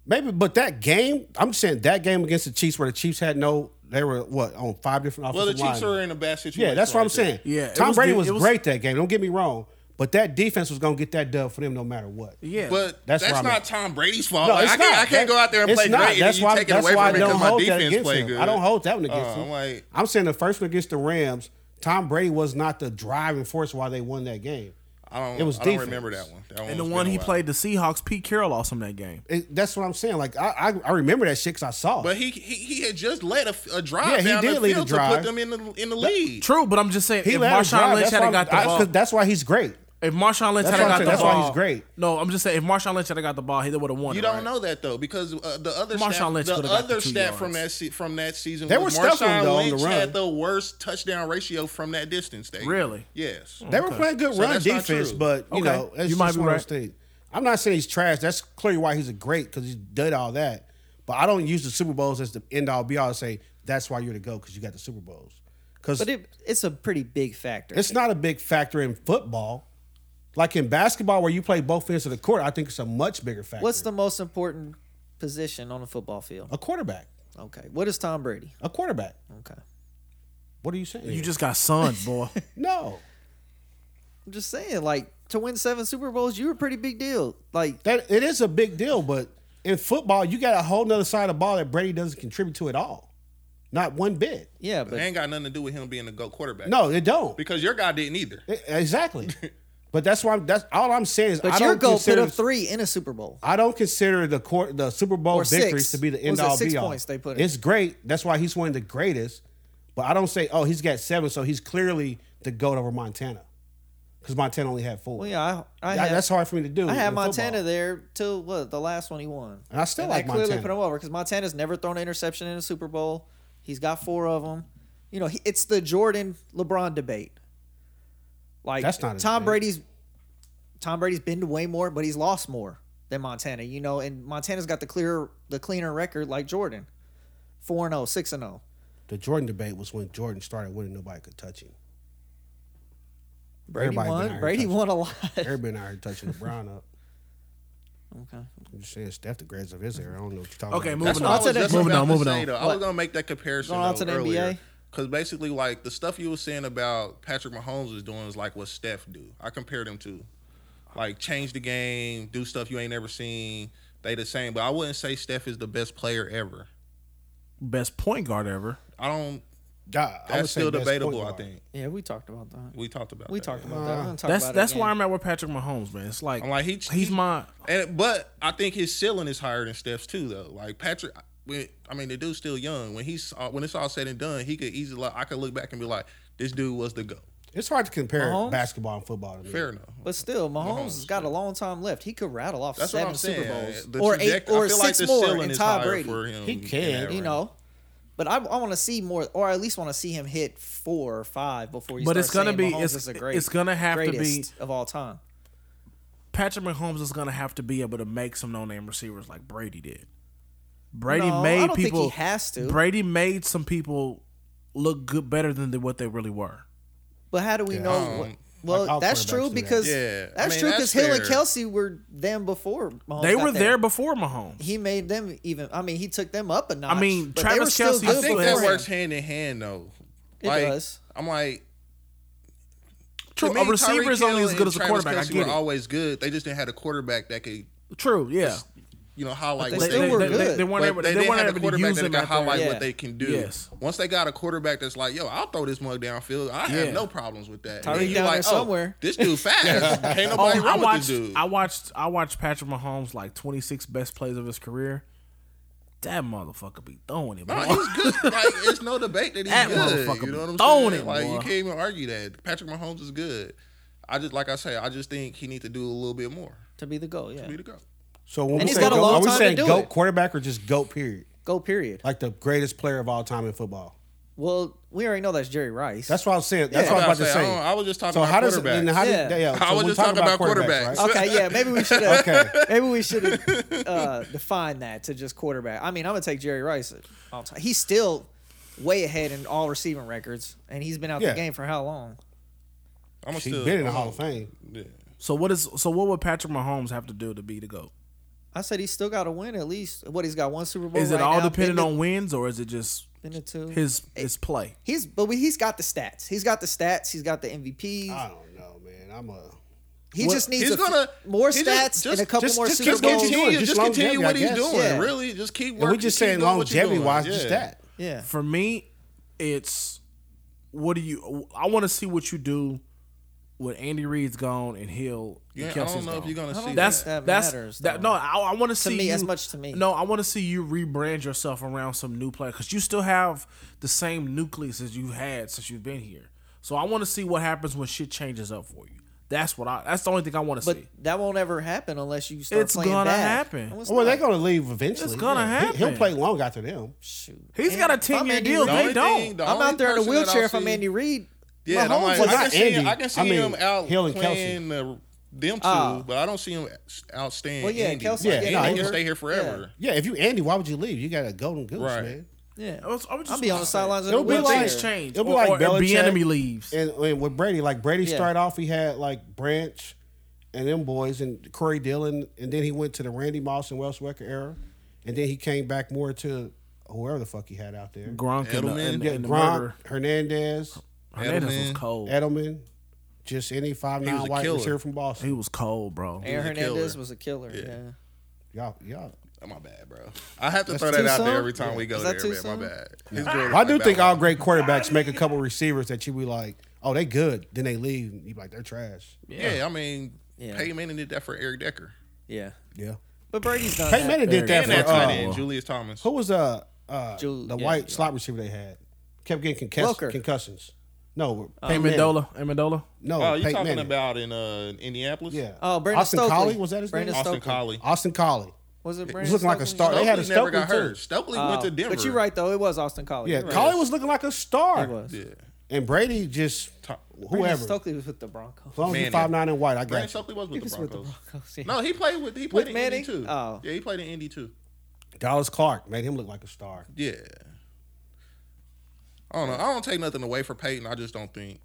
Speaker 1: Maybe, but that game, I'm just saying that game against the Chiefs, where the Chiefs had no, they were what on five different offensive
Speaker 4: Well, the Chiefs
Speaker 1: linemen.
Speaker 4: are in a bad situation.
Speaker 1: yeah, that's what I'm
Speaker 4: right there.
Speaker 1: saying.
Speaker 2: Yeah, it
Speaker 1: Tom
Speaker 2: was
Speaker 1: Brady
Speaker 2: the-
Speaker 1: was,
Speaker 2: it was-
Speaker 1: great that game. Don't get me wrong, but that defense was gonna get that dub for them no matter what.
Speaker 2: Yeah.
Speaker 4: But
Speaker 1: That's
Speaker 4: that's,
Speaker 1: where I'm
Speaker 4: not
Speaker 1: at.
Speaker 4: Tom Brady's fault.
Speaker 1: No,
Speaker 4: Like,
Speaker 1: it's
Speaker 4: I can't,
Speaker 1: not.
Speaker 4: I can't go out there and
Speaker 1: It's
Speaker 4: play
Speaker 1: not.
Speaker 4: great
Speaker 1: That's
Speaker 4: and you
Speaker 1: why-
Speaker 4: take it
Speaker 1: that's
Speaker 4: away
Speaker 1: why I
Speaker 4: from me because
Speaker 1: don't
Speaker 4: my
Speaker 1: hold that
Speaker 4: defense
Speaker 1: against
Speaker 4: played
Speaker 1: him.
Speaker 4: good.
Speaker 1: I don't hold that one against
Speaker 4: Uh,
Speaker 1: him.
Speaker 4: I'm like-
Speaker 1: I'm saying the first one against the Rams, Tom Brady was not the driving force why they won that game.
Speaker 4: I don't.
Speaker 1: It was
Speaker 4: I don't
Speaker 1: defense.
Speaker 4: remember that one. That
Speaker 2: And the
Speaker 4: one's
Speaker 2: one
Speaker 4: been a
Speaker 2: he
Speaker 4: while.
Speaker 2: played the Seahawks, Pete Carroll lost him that game.
Speaker 1: It- that's what I'm saying. Like I, I, I remember that shit because I saw it.
Speaker 4: But he, he he had just led a, a drive
Speaker 1: Yeah, he
Speaker 4: down
Speaker 1: did
Speaker 4: the
Speaker 1: lead a
Speaker 4: field to
Speaker 1: drive.
Speaker 4: put them in the in the lead.
Speaker 2: True, but I'm just saying
Speaker 1: he
Speaker 2: if
Speaker 1: let him
Speaker 2: Marshawn
Speaker 1: drive.
Speaker 2: Lynch
Speaker 1: That's
Speaker 2: had
Speaker 1: why
Speaker 2: have got the
Speaker 1: I'm- I- 'cause
Speaker 2: ball,
Speaker 1: That's why he's great.
Speaker 2: if Marshawn Lynch
Speaker 1: That's why
Speaker 2: had have
Speaker 1: I'm
Speaker 2: got
Speaker 1: saying-
Speaker 2: the
Speaker 1: that's why
Speaker 2: ball,
Speaker 1: he's great.
Speaker 2: No, I'm just saying if Marshawn Lynch had have got the ball, he would have won.
Speaker 4: You
Speaker 2: it,
Speaker 4: don't
Speaker 2: right?
Speaker 4: know that though because uh, the other
Speaker 2: Marshawn
Speaker 4: stat,
Speaker 2: Lynch
Speaker 4: the
Speaker 2: would've got the
Speaker 4: other
Speaker 2: two
Speaker 4: stat
Speaker 2: yards.
Speaker 4: from that se- from that season
Speaker 1: They
Speaker 4: was
Speaker 1: were stuffing him,
Speaker 4: Marshawn
Speaker 1: though, on the
Speaker 4: Lynch
Speaker 1: run.
Speaker 4: had the worst touchdown ratio from that distance. They
Speaker 2: Really?
Speaker 4: yes.
Speaker 1: They were playing good
Speaker 4: So
Speaker 1: run
Speaker 4: that's not
Speaker 1: defense,
Speaker 4: true.
Speaker 1: but you
Speaker 2: Okay.
Speaker 1: know, it's
Speaker 2: You
Speaker 1: you
Speaker 2: might
Speaker 1: just
Speaker 2: be
Speaker 1: one of those
Speaker 2: right.
Speaker 1: things. I'm not saying he's trash. That's clearly why he's a great because he did all that. But I don't use the Super Bowls as the end all be all. to Say that's why you're the go because you got the Super Bowls. Because
Speaker 3: But it, it's a pretty big factor.
Speaker 1: it's not a big factor in football, like in basketball where you play both ends of the court. I think it's a much bigger factor.
Speaker 3: What's the most important position on a football field?
Speaker 1: a quarterback?
Speaker 3: Okay, what is Tom Brady?
Speaker 1: A quarterback.
Speaker 3: Okay,
Speaker 1: What are you saying?
Speaker 2: You just got sunned, boy.
Speaker 1: no.
Speaker 3: I'm just saying, like to win seven Super Bowls, you were a pretty big deal. Like
Speaker 1: That it is a big deal, but in football you got a whole nother side of the ball that Brady doesn't contribute to at all, not one bit.
Speaker 3: yeah,
Speaker 4: It
Speaker 3: but
Speaker 4: ain't got nothing to do with him being a go quarterback.
Speaker 1: No, it don't.
Speaker 4: because your guy didn't either.
Speaker 1: E- Exactly. but that's why I'm, that's all I'm saying is I
Speaker 3: but your
Speaker 1: don't
Speaker 3: goal put
Speaker 1: consider
Speaker 3: up three in a Super Bowl.
Speaker 1: I don't consider the court the Super Bowl
Speaker 3: Or six.
Speaker 1: victories to be the
Speaker 3: What
Speaker 1: end
Speaker 3: was it,
Speaker 1: all
Speaker 3: six
Speaker 1: be all.
Speaker 3: points they put in?
Speaker 1: It's great. That's why he's one of the greatest. But I don't say, oh, he's got seven, so he's clearly the goat over Montana. because Montana only had four.
Speaker 3: Well, Oh, yeah, I, I
Speaker 1: That-
Speaker 3: had,
Speaker 1: that's hard for me to do.
Speaker 3: I
Speaker 1: in
Speaker 3: had
Speaker 1: football.
Speaker 3: Montana there till what the last one he won.
Speaker 1: And I still
Speaker 3: And
Speaker 1: like
Speaker 3: that clearly
Speaker 1: Montana.
Speaker 3: put him over because Montana's never thrown an interception in a Super Bowl. He's got four of them. You know, he, it's the Jordan LeBron debate. Like
Speaker 1: That's not a
Speaker 3: Tom
Speaker 1: debate.
Speaker 3: Brady's. Tom Brady's been to way more, but he's lost more than Montana. You know, and Montana's got the clear, the cleaner record like Jordan, four and 0, 6 and oh. zero.
Speaker 1: The Jordan debate was when Jordan started winning, nobody could touch him.
Speaker 3: Brady
Speaker 1: Everybody been out
Speaker 3: won.
Speaker 1: here
Speaker 3: Brady
Speaker 1: touching-
Speaker 3: won a lot.
Speaker 1: Everybody out here touching LeBron up.
Speaker 3: okay.
Speaker 1: I'm just saying Steph the greatest of his era. I don't know what you're talking
Speaker 2: Okay,
Speaker 1: about.
Speaker 2: moving
Speaker 4: That's
Speaker 2: on.
Speaker 4: what I was
Speaker 3: Moving
Speaker 4: just
Speaker 2: on,
Speaker 4: about to
Speaker 2: moving
Speaker 4: say,
Speaker 2: on.
Speaker 4: though. I was gonna make that comparison
Speaker 3: Going on
Speaker 4: though,
Speaker 3: to the
Speaker 4: earlier.
Speaker 3: NBA?
Speaker 4: Cause basically, like the stuff you were saying about Patrick Mahomes was doing is like what Steph do. I compared them to, like change the game, do stuff you ain't ever seen. They the same, but I wouldn't say Steph is the best player ever.
Speaker 2: Best point guard ever.
Speaker 4: I don't.
Speaker 1: Yeah, I would
Speaker 4: That's
Speaker 1: say
Speaker 4: still
Speaker 1: best
Speaker 4: debatable.
Speaker 1: point
Speaker 4: I
Speaker 1: guard.
Speaker 4: think
Speaker 3: Yeah, we talked about that.
Speaker 4: we talked about.
Speaker 3: We
Speaker 4: that.
Speaker 3: talked about that. We're gonna talk
Speaker 2: That's
Speaker 3: about
Speaker 2: that's
Speaker 3: it
Speaker 2: where
Speaker 3: again.
Speaker 2: I'm at with Patrick Mahomes, man. It's like,
Speaker 4: I'm like, he-
Speaker 2: he's
Speaker 4: he-
Speaker 2: my
Speaker 4: And but I think his ceiling is higher than Steph's too, though. Like Patrick, when- I mean, the dude's still young. When he's uh, when it's all said and done, he could easily. Like, I could look back and be like, this dude was the go.
Speaker 1: It's hard to compare
Speaker 3: Mahomes?
Speaker 1: basketball and football to me.
Speaker 4: Fair enough.
Speaker 3: But still, Mahomes has got a long time left. He could rattle off
Speaker 4: Mm-hmm. That's
Speaker 3: seven
Speaker 4: what I'm saying.
Speaker 3: Super Bowls
Speaker 4: The
Speaker 3: or
Speaker 4: traject-
Speaker 3: eight or
Speaker 4: I feel like
Speaker 3: six
Speaker 4: the
Speaker 3: more
Speaker 4: ceiling
Speaker 3: and
Speaker 4: is
Speaker 3: Tom
Speaker 4: higher
Speaker 3: Brady.
Speaker 4: for him
Speaker 1: He
Speaker 4: in that
Speaker 1: can,
Speaker 3: You
Speaker 4: range.
Speaker 3: know, but I, I want to see more, or at least want to see him hit four or five before you.
Speaker 2: But
Speaker 3: start
Speaker 2: it's gonna
Speaker 3: saying
Speaker 2: be-
Speaker 3: Mahomes
Speaker 2: it's-
Speaker 3: is a great,
Speaker 2: it's gonna have to be-
Speaker 3: greatest of all time.
Speaker 2: Patrick Mahomes is gonna have to be able to make some no-name receivers like Brady did. Brady
Speaker 3: No, I
Speaker 2: made
Speaker 3: don't think
Speaker 2: people.
Speaker 3: he has to.
Speaker 2: Brady made some people look good, better than the, what they really were.
Speaker 3: But how do we know?
Speaker 4: Um,
Speaker 3: what, well,
Speaker 1: like all
Speaker 3: that's
Speaker 1: quarterbacks
Speaker 3: true
Speaker 1: do that.
Speaker 3: because
Speaker 4: Yeah, I
Speaker 3: that's
Speaker 4: mean,
Speaker 3: true because
Speaker 4: that's
Speaker 3: Hill and
Speaker 4: fair.
Speaker 3: Kelsey were them before. Mahomes
Speaker 2: They
Speaker 3: got
Speaker 2: were there. before Mahomes.
Speaker 3: He made them even. I mean, he took them up a notch.
Speaker 2: mean,
Speaker 3: but
Speaker 2: Travis
Speaker 3: they were still
Speaker 2: Kelce
Speaker 4: I
Speaker 3: good
Speaker 2: was
Speaker 4: think
Speaker 2: Good
Speaker 4: that
Speaker 2: for
Speaker 3: before
Speaker 4: works
Speaker 3: him.
Speaker 4: hand in hand though.
Speaker 3: It
Speaker 4: Like,
Speaker 3: does.
Speaker 4: I'm like.
Speaker 2: True,
Speaker 4: to
Speaker 2: a
Speaker 4: me,
Speaker 2: receiver
Speaker 4: Tyreek
Speaker 2: is only
Speaker 4: Hill
Speaker 2: as good
Speaker 4: and
Speaker 2: as a
Speaker 4: Travis
Speaker 2: quarterback. I
Speaker 4: Kelce
Speaker 2: get
Speaker 4: were
Speaker 2: it.
Speaker 4: always good. They just didn't have a quarterback that could,
Speaker 2: True, yeah.
Speaker 4: you know, highlight.
Speaker 3: they
Speaker 4: what
Speaker 2: They,
Speaker 3: still
Speaker 2: they-
Speaker 3: were
Speaker 2: they-
Speaker 3: good.
Speaker 2: they- they weren't
Speaker 4: But
Speaker 2: able.
Speaker 4: they,
Speaker 2: They, weren't
Speaker 4: didn't have
Speaker 2: able
Speaker 4: a
Speaker 2: to
Speaker 4: quarterback
Speaker 2: use
Speaker 4: that
Speaker 2: him
Speaker 4: can
Speaker 2: out
Speaker 4: highlight
Speaker 2: there.
Speaker 3: Yeah.
Speaker 4: what they can do.
Speaker 2: Yes.
Speaker 4: Once they got a quarterback that's like, yo, I'll throw this mug downfield. I
Speaker 2: Yeah.
Speaker 4: have no problems with that.
Speaker 3: Tyreek
Speaker 4: And you oh,
Speaker 3: down there somewhere.
Speaker 4: This dude fast. Can't
Speaker 2: Oh,
Speaker 4: nobody
Speaker 2: I
Speaker 4: run with
Speaker 2: watched.
Speaker 4: this dude.
Speaker 2: I watched. I watched Patrick Mahomes like 26 best plays of his career. That motherfucker be throwing it.
Speaker 4: No,
Speaker 2: boy.
Speaker 4: he's good. Like, it's no debate that he's
Speaker 2: That
Speaker 4: good.
Speaker 2: motherfucker
Speaker 4: You know what I'm
Speaker 2: throwing
Speaker 4: saying?
Speaker 2: it,
Speaker 4: like you
Speaker 2: boy.
Speaker 4: can't even argue that. Patrick Mahomes is good. I just like I say, I just think he need to do a little bit more.
Speaker 3: to be the goal. Yeah,
Speaker 4: He need to go.
Speaker 1: So when
Speaker 3: And
Speaker 1: we
Speaker 3: he's
Speaker 1: say
Speaker 3: got a
Speaker 1: goat,
Speaker 3: long
Speaker 1: are we
Speaker 3: time to
Speaker 1: saying
Speaker 3: do
Speaker 1: goat
Speaker 3: it.
Speaker 1: quarterback or just goat period?
Speaker 3: go. Period.
Speaker 1: Like the greatest player of all time in football.
Speaker 3: Well, we already know that's Jerry Rice.
Speaker 1: That's what I was saying. That's
Speaker 3: Yeah.
Speaker 1: what I was
Speaker 4: I
Speaker 1: about to
Speaker 4: say, I
Speaker 1: say.
Speaker 4: don't- I was just talking
Speaker 1: so
Speaker 4: about
Speaker 1: how does
Speaker 4: quarterbacks.
Speaker 1: and how did
Speaker 3: Yeah.
Speaker 1: yeah, yeah
Speaker 4: I
Speaker 1: so
Speaker 4: was
Speaker 1: we're
Speaker 4: just
Speaker 1: talking
Speaker 4: talking
Speaker 1: about
Speaker 4: about
Speaker 1: quarterbacks,
Speaker 4: quarterbacks.
Speaker 1: right?
Speaker 3: okay. Yeah, maybe we should have.
Speaker 1: Okay.
Speaker 3: Maybe we should have uh, defined that to just quarterback. I mean, I'm gonna take Jerry Rice all time. He's still way ahead in all receiving records, and he's been out
Speaker 1: Yeah.
Speaker 3: the game for how long?
Speaker 4: I'm gonna
Speaker 1: He's
Speaker 4: still-
Speaker 1: been in the Hall of Fame.
Speaker 4: Yeah.
Speaker 2: So what is? So what would Patrick Mahomes have to do to be the goat?
Speaker 3: I said he's still got to win at least. What he's got one Super Bowl.
Speaker 2: Is it
Speaker 3: right
Speaker 2: all
Speaker 3: now,
Speaker 2: dependent
Speaker 3: been
Speaker 2: on wins, or is it just
Speaker 3: to- been to two.
Speaker 2: his his play?
Speaker 3: He's but we, he's got the stats. He's got the stats. He's got the MVPs.
Speaker 2: Ah,
Speaker 1: I don't know, man. I'm a
Speaker 3: he just needs
Speaker 4: he's
Speaker 3: a few-
Speaker 4: gonna-
Speaker 3: more
Speaker 4: he
Speaker 3: stats
Speaker 4: just-
Speaker 3: and a
Speaker 4: just-
Speaker 3: couple
Speaker 1: just-
Speaker 3: more
Speaker 1: just
Speaker 3: Super
Speaker 1: keep
Speaker 4: Just
Speaker 1: going.
Speaker 3: Bowls.
Speaker 1: Continue,
Speaker 4: continue,
Speaker 1: just
Speaker 4: just
Speaker 1: longevity,
Speaker 4: continue what
Speaker 1: I
Speaker 4: he's
Speaker 1: guess.
Speaker 4: doing.
Speaker 3: Yeah.
Speaker 4: Really, just keep
Speaker 1: and
Speaker 4: working.
Speaker 1: we're just
Speaker 4: keep
Speaker 1: saying
Speaker 4: doing what you're
Speaker 1: longevity
Speaker 4: doing.
Speaker 1: wise,
Speaker 4: Yeah.
Speaker 1: just that.
Speaker 3: Yeah.
Speaker 2: For me, it's what do you? I want to see what you do when Andy Reed's gone and Hill.
Speaker 4: Yeah,
Speaker 2: and
Speaker 4: I
Speaker 2: Kelsey's
Speaker 4: don't know
Speaker 2: gone.
Speaker 4: if you're gonna
Speaker 3: I don't
Speaker 4: see
Speaker 3: think
Speaker 2: that's
Speaker 4: that.
Speaker 2: that
Speaker 3: That
Speaker 2: that's
Speaker 3: matters,
Speaker 2: that. No,
Speaker 3: though.
Speaker 2: I, I want to see
Speaker 3: me,
Speaker 2: you,
Speaker 3: as much to me.
Speaker 2: No, I want to see you rebrand yourself around some new player because you still have the same nucleus as you've had since you've been here. So I want to see what happens when shit changes up for you. That's what I. That's the only thing I want to
Speaker 3: But
Speaker 2: see.
Speaker 3: that won't ever happen unless you start
Speaker 2: It's
Speaker 3: playing
Speaker 2: gonna
Speaker 3: bad.
Speaker 2: happen.
Speaker 3: No, it's
Speaker 1: Well, they're
Speaker 3: not.
Speaker 1: gonna leave eventually.
Speaker 2: It's gonna
Speaker 1: He- He'll
Speaker 2: happen.
Speaker 1: play long after them.
Speaker 3: Shoot.
Speaker 2: He's
Speaker 3: And
Speaker 2: got a
Speaker 3: if I'm
Speaker 2: 10 year
Speaker 3: Andy
Speaker 2: deal.
Speaker 3: Reid,
Speaker 4: The
Speaker 2: They
Speaker 4: only
Speaker 2: don't.
Speaker 4: thing- the
Speaker 3: I'm
Speaker 4: only
Speaker 3: out there in a
Speaker 4: person that I'll
Speaker 3: wheelchair if I'm
Speaker 4: see-
Speaker 3: Andy Reid.
Speaker 4: Yeah,
Speaker 3: Mahomes
Speaker 4: and I'm like,
Speaker 3: was
Speaker 4: I can see,
Speaker 1: Andy.
Speaker 4: I can see
Speaker 1: I mean,
Speaker 4: him out
Speaker 1: Hill and
Speaker 4: playing the, them two,
Speaker 3: Oh.
Speaker 4: but I don't see him outstaying.
Speaker 3: Well, yeah,
Speaker 4: Andy.
Speaker 3: Kelsey
Speaker 1: Yeah,
Speaker 4: Andy
Speaker 1: no,
Speaker 4: can
Speaker 1: you're-
Speaker 4: stay here forever.
Speaker 1: Yeah, if you Andy, why would you leave? You got a golden goose,
Speaker 4: Right.
Speaker 1: man.
Speaker 3: Yeah,
Speaker 2: I was- I was
Speaker 3: I'll
Speaker 2: just
Speaker 3: be on
Speaker 2: gonna
Speaker 3: the
Speaker 2: say.
Speaker 3: sidelines. in
Speaker 1: It'll
Speaker 3: a
Speaker 1: be
Speaker 3: wheelchair.
Speaker 1: like
Speaker 2: Things change.
Speaker 1: It'll be
Speaker 2: Or-
Speaker 1: like
Speaker 2: or- or
Speaker 1: Belichick
Speaker 2: enemy leaves.
Speaker 1: And, and with Brady, like Brady
Speaker 3: Yeah.
Speaker 1: started off, he had like Branch and them boys and Corey Dillon, and then he went to the Randy Moss and Wes Wecker era, and then he came back more to whoever the fuck he had out there.
Speaker 2: Gronk and, the,
Speaker 4: Edelman.
Speaker 2: and, the-
Speaker 1: yeah,
Speaker 2: and the
Speaker 1: Gronk,
Speaker 2: murder. Oh.
Speaker 1: Hernandez,
Speaker 2: Hernandez was
Speaker 4: Edelman.
Speaker 2: cold.
Speaker 1: Edelman, just any five
Speaker 4: was
Speaker 1: nine
Speaker 4: a
Speaker 1: white
Speaker 4: killer.
Speaker 1: receiver from Boston.
Speaker 2: He was cold, bro.
Speaker 3: Aaron
Speaker 4: was a
Speaker 3: Hernandez
Speaker 4: killer.
Speaker 3: was a killer. Yeah.
Speaker 1: Y'all, y'all.
Speaker 4: Oh, my bad, bro. I have to throw that
Speaker 3: too
Speaker 4: out
Speaker 3: soon?
Speaker 4: there every time we go
Speaker 3: Is that
Speaker 4: there,
Speaker 3: too
Speaker 4: man. My
Speaker 3: soon?
Speaker 4: bad. His girl
Speaker 1: I
Speaker 4: like
Speaker 1: do
Speaker 4: that
Speaker 1: think
Speaker 4: one.
Speaker 1: all great quarterbacks make a couple receivers that you be like, oh, they good. Then they leave. and You be like, they're trash.
Speaker 4: Yeah, I mean,
Speaker 3: Yeah.
Speaker 4: Peyton Manning did that for Eric Decker.
Speaker 3: Yeah.
Speaker 1: Yeah.
Speaker 3: But Brady's done
Speaker 1: Peyton
Speaker 3: that.
Speaker 1: Manning did that
Speaker 4: And
Speaker 1: for
Speaker 4: that tight
Speaker 1: uh,
Speaker 4: end, Julius Thomas.
Speaker 1: who was uh, uh
Speaker 3: Jul-
Speaker 1: the
Speaker 3: yeah,
Speaker 1: white
Speaker 3: yeah.
Speaker 1: slot receiver they had? Kept getting concuss-
Speaker 3: Welker.
Speaker 1: concussions. No,
Speaker 2: Amendola, Amendola.
Speaker 1: No,
Speaker 4: Uh, Oh, you
Speaker 1: Peyton
Speaker 4: talking
Speaker 1: Manning.
Speaker 4: about in uh Indianapolis?
Speaker 1: Yeah.
Speaker 3: Oh, Brandon
Speaker 1: Austin
Speaker 3: Stokely.
Speaker 1: Collie was that his
Speaker 3: Brandon
Speaker 1: name?
Speaker 4: Austin
Speaker 3: Stokely. Oh,
Speaker 4: Collie.
Speaker 1: Austin Collie.
Speaker 3: Was it Brandon?
Speaker 1: was looking like a
Speaker 3: Stokely?
Speaker 1: star. They had a
Speaker 4: Stokely never
Speaker 1: Stokely
Speaker 4: got hurt.
Speaker 1: too.
Speaker 4: Stokely
Speaker 3: Oh,
Speaker 4: went to Denver.
Speaker 3: But you're right though. It was Austin Collie.
Speaker 1: Yeah,
Speaker 3: Oh, You're right.
Speaker 1: Collie was looking like a star.
Speaker 3: It was.
Speaker 4: Yeah.
Speaker 1: And Brady just
Speaker 3: Brandon
Speaker 1: whoever.
Speaker 3: Stokely was with the Broncos.
Speaker 1: As long as you're
Speaker 4: Manning.
Speaker 1: five nine and white, I
Speaker 4: Brandon
Speaker 1: got you.
Speaker 4: Stokely was with,
Speaker 3: He was
Speaker 4: the
Speaker 3: with the
Speaker 4: Broncos.
Speaker 3: Broncos. yeah.
Speaker 4: No, he played with he played in
Speaker 3: Manning?
Speaker 4: Indy too.
Speaker 3: Oh.
Speaker 4: Yeah, he played in Indy too.
Speaker 1: Dallas Clark made him look like a star.
Speaker 4: Yeah. I don't know. I don't take nothing away for Peyton. I just don't think. I-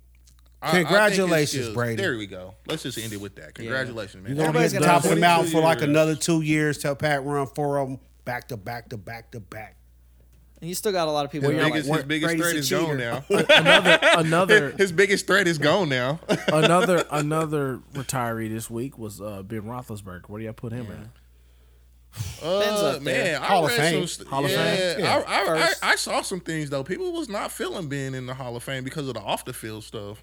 Speaker 4: I think his
Speaker 1: Congratulations,
Speaker 4: skills-
Speaker 1: Brady.
Speaker 4: There we go. Let's just end it with that. Congratulations,
Speaker 1: You're
Speaker 4: man.
Speaker 1: gonna
Speaker 3: Everybody's
Speaker 1: be
Speaker 3: gonna
Speaker 1: topping
Speaker 3: have
Speaker 1: him out
Speaker 4: 22
Speaker 1: for like
Speaker 4: years.
Speaker 1: another two years. Tell Pat run four of them back to back to back to back.
Speaker 3: And you still got a lot of people.
Speaker 4: His
Speaker 3: that are
Speaker 4: biggest,
Speaker 3: like,
Speaker 4: his biggest
Speaker 3: Brady's
Speaker 4: threat
Speaker 3: a
Speaker 4: is gone
Speaker 3: cheater.
Speaker 4: now.
Speaker 2: Another, another,
Speaker 4: his biggest threat is gone now.
Speaker 2: another, another retiree this week was uh, Ben Roethlisberger. Where do y'all put him in?
Speaker 3: Ben's
Speaker 4: Uh,
Speaker 3: up there.
Speaker 4: man,
Speaker 1: Hall
Speaker 4: I
Speaker 1: of
Speaker 4: read
Speaker 1: Fame.
Speaker 4: some. St-
Speaker 2: Hall of
Speaker 4: yeah,
Speaker 2: Fame.
Speaker 1: Yeah.
Speaker 4: I, I, I,
Speaker 3: First.
Speaker 4: I saw some things though. People was not feeling being in the Hall of Fame because of the off the field stuff.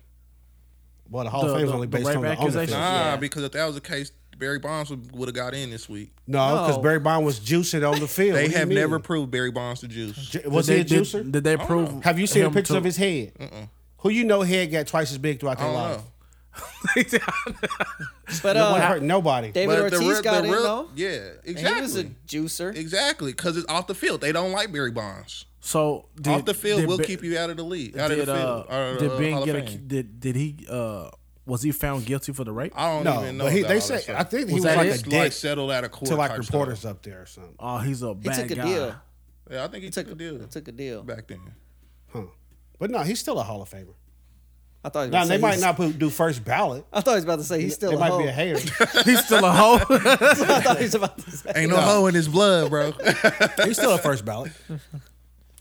Speaker 1: Well, the Hall
Speaker 2: The-
Speaker 1: of Fame is
Speaker 2: the-
Speaker 1: only
Speaker 2: the
Speaker 1: based
Speaker 2: right
Speaker 1: on the
Speaker 2: back
Speaker 1: on the
Speaker 2: accusation?
Speaker 1: field.
Speaker 4: Nah,
Speaker 3: Yeah.
Speaker 4: because if that was the case, Barry Bonds would have got in this week.
Speaker 1: No, because
Speaker 3: No.
Speaker 1: Barry Bond was juicing on the field.
Speaker 4: They
Speaker 1: What do you
Speaker 4: have
Speaker 1: mean?
Speaker 4: never proved Barry Bonds to juice.
Speaker 1: Ju- was
Speaker 2: did
Speaker 1: he
Speaker 2: they,
Speaker 1: a
Speaker 2: did-
Speaker 1: juicer?
Speaker 2: Did, they prove?
Speaker 1: have you seen a
Speaker 2: him
Speaker 1: picture
Speaker 2: to-
Speaker 1: of his head? Who you know head got twice as big throughout
Speaker 4: I
Speaker 1: their
Speaker 4: don't
Speaker 1: life?
Speaker 4: know.
Speaker 3: But
Speaker 1: That wouldn't
Speaker 3: uh,
Speaker 1: hurt nobody.
Speaker 3: David
Speaker 4: the
Speaker 3: Ortiz
Speaker 4: real-
Speaker 3: got
Speaker 4: the
Speaker 3: in
Speaker 4: real-
Speaker 3: though.
Speaker 4: Yeah,
Speaker 3: And
Speaker 4: exactly.
Speaker 3: He was a juicer.
Speaker 4: Exactly, because it's off the field. They don't like Barry Bonds.
Speaker 2: So did,
Speaker 4: off the field
Speaker 2: did
Speaker 4: will
Speaker 2: Ben-
Speaker 4: keep you out of the league. Out
Speaker 2: Did,
Speaker 4: of the
Speaker 2: uh,
Speaker 4: field. or,
Speaker 2: did
Speaker 4: uh,
Speaker 2: Ben
Speaker 4: Hall of
Speaker 2: get a,
Speaker 4: Fame.
Speaker 2: did did he uh, was he found guilty for the rape?
Speaker 4: I don't
Speaker 1: No,
Speaker 4: even know.
Speaker 1: but he,
Speaker 4: about
Speaker 1: they
Speaker 4: all that
Speaker 1: say
Speaker 4: stuff.
Speaker 1: I think he
Speaker 2: Was
Speaker 1: was
Speaker 2: that
Speaker 1: like
Speaker 2: it?
Speaker 1: a
Speaker 4: It's like
Speaker 1: dick
Speaker 4: settled out of court
Speaker 1: to like
Speaker 4: type
Speaker 1: reporters
Speaker 4: stuff.
Speaker 1: up there or something.
Speaker 2: Oh, he's a
Speaker 3: He
Speaker 2: bad
Speaker 3: took a
Speaker 2: guy.
Speaker 3: deal.
Speaker 4: Yeah, I think he
Speaker 3: He
Speaker 4: took a
Speaker 3: took
Speaker 4: deal
Speaker 3: he took a deal.
Speaker 4: back then.
Speaker 1: Huh. But no, he's still a Hall of Famer.
Speaker 3: I thought. He was
Speaker 1: Now
Speaker 3: gonna
Speaker 1: they
Speaker 3: say
Speaker 1: might
Speaker 3: he's-
Speaker 1: not put, do first ballot.
Speaker 3: I thought he was about to say he's still
Speaker 1: They
Speaker 3: a
Speaker 1: might
Speaker 3: hoe.
Speaker 1: be a hater.
Speaker 2: He's still a hoe.
Speaker 3: I thought he was about to say.
Speaker 4: Ain't no hoe in his blood, bro.
Speaker 1: he's still a first ballot.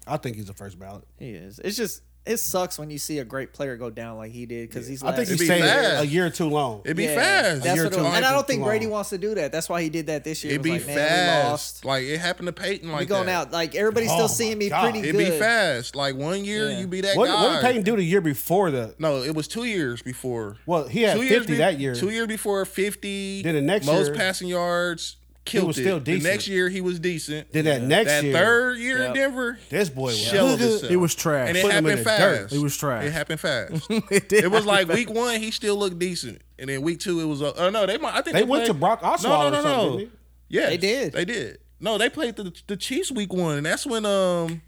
Speaker 1: I think he's a first ballot.
Speaker 3: He is. It's just it sucks when you see a great player go down like he did because he's.
Speaker 1: I think
Speaker 3: last-
Speaker 1: he
Speaker 4: It'd be
Speaker 1: stayed
Speaker 4: fast.
Speaker 1: a year too long.
Speaker 4: It'd be
Speaker 3: Yeah,
Speaker 4: fast.
Speaker 3: That's
Speaker 1: Year
Speaker 3: what it
Speaker 1: two.
Speaker 3: was. And I don't think
Speaker 1: Too
Speaker 3: Brady
Speaker 1: long.
Speaker 3: wants to do that. That's why he did that this year.
Speaker 4: It'd
Speaker 3: It
Speaker 4: be
Speaker 3: was like, Man, we
Speaker 4: fast.
Speaker 3: lost.
Speaker 4: Like it happened to Peyton. Like
Speaker 3: We going
Speaker 4: that.
Speaker 3: out. Like everybody's
Speaker 1: Oh,
Speaker 3: still
Speaker 1: my
Speaker 3: seeing me
Speaker 1: God.
Speaker 3: pretty
Speaker 4: It'd
Speaker 3: good.
Speaker 4: be fast. Like one year
Speaker 3: Yeah.
Speaker 4: you be that
Speaker 1: What,
Speaker 4: guy.
Speaker 1: what did Peyton do the year before the?
Speaker 4: No, it was two years before.
Speaker 1: Well, he had
Speaker 4: two
Speaker 1: 50
Speaker 4: be-
Speaker 1: that year.
Speaker 4: Two years before fifty.
Speaker 1: Then the next
Speaker 4: most
Speaker 1: year,
Speaker 4: passing yards killed
Speaker 1: was
Speaker 4: it.
Speaker 1: still decent.
Speaker 4: The next year he was decent.
Speaker 1: Then that next
Speaker 4: that
Speaker 1: year,
Speaker 4: third year in
Speaker 3: Yep.
Speaker 4: Denver,
Speaker 1: this boy was
Speaker 4: shelled himself.
Speaker 2: He was trash.
Speaker 4: And it
Speaker 1: Put him in
Speaker 4: happened
Speaker 1: the dirt.
Speaker 4: fast.
Speaker 2: He was trash.
Speaker 4: It happened fast.
Speaker 2: It did.
Speaker 4: it was like week one, he still looked decent, and then week two, it was. Uh, oh no, they might. I think
Speaker 1: They went to Brock Osweiler
Speaker 4: No, no, no,
Speaker 1: or something,
Speaker 4: no.
Speaker 1: didn't
Speaker 4: Yeah,
Speaker 3: They did.
Speaker 4: They did. No, they played the the Chiefs week one, and that's when um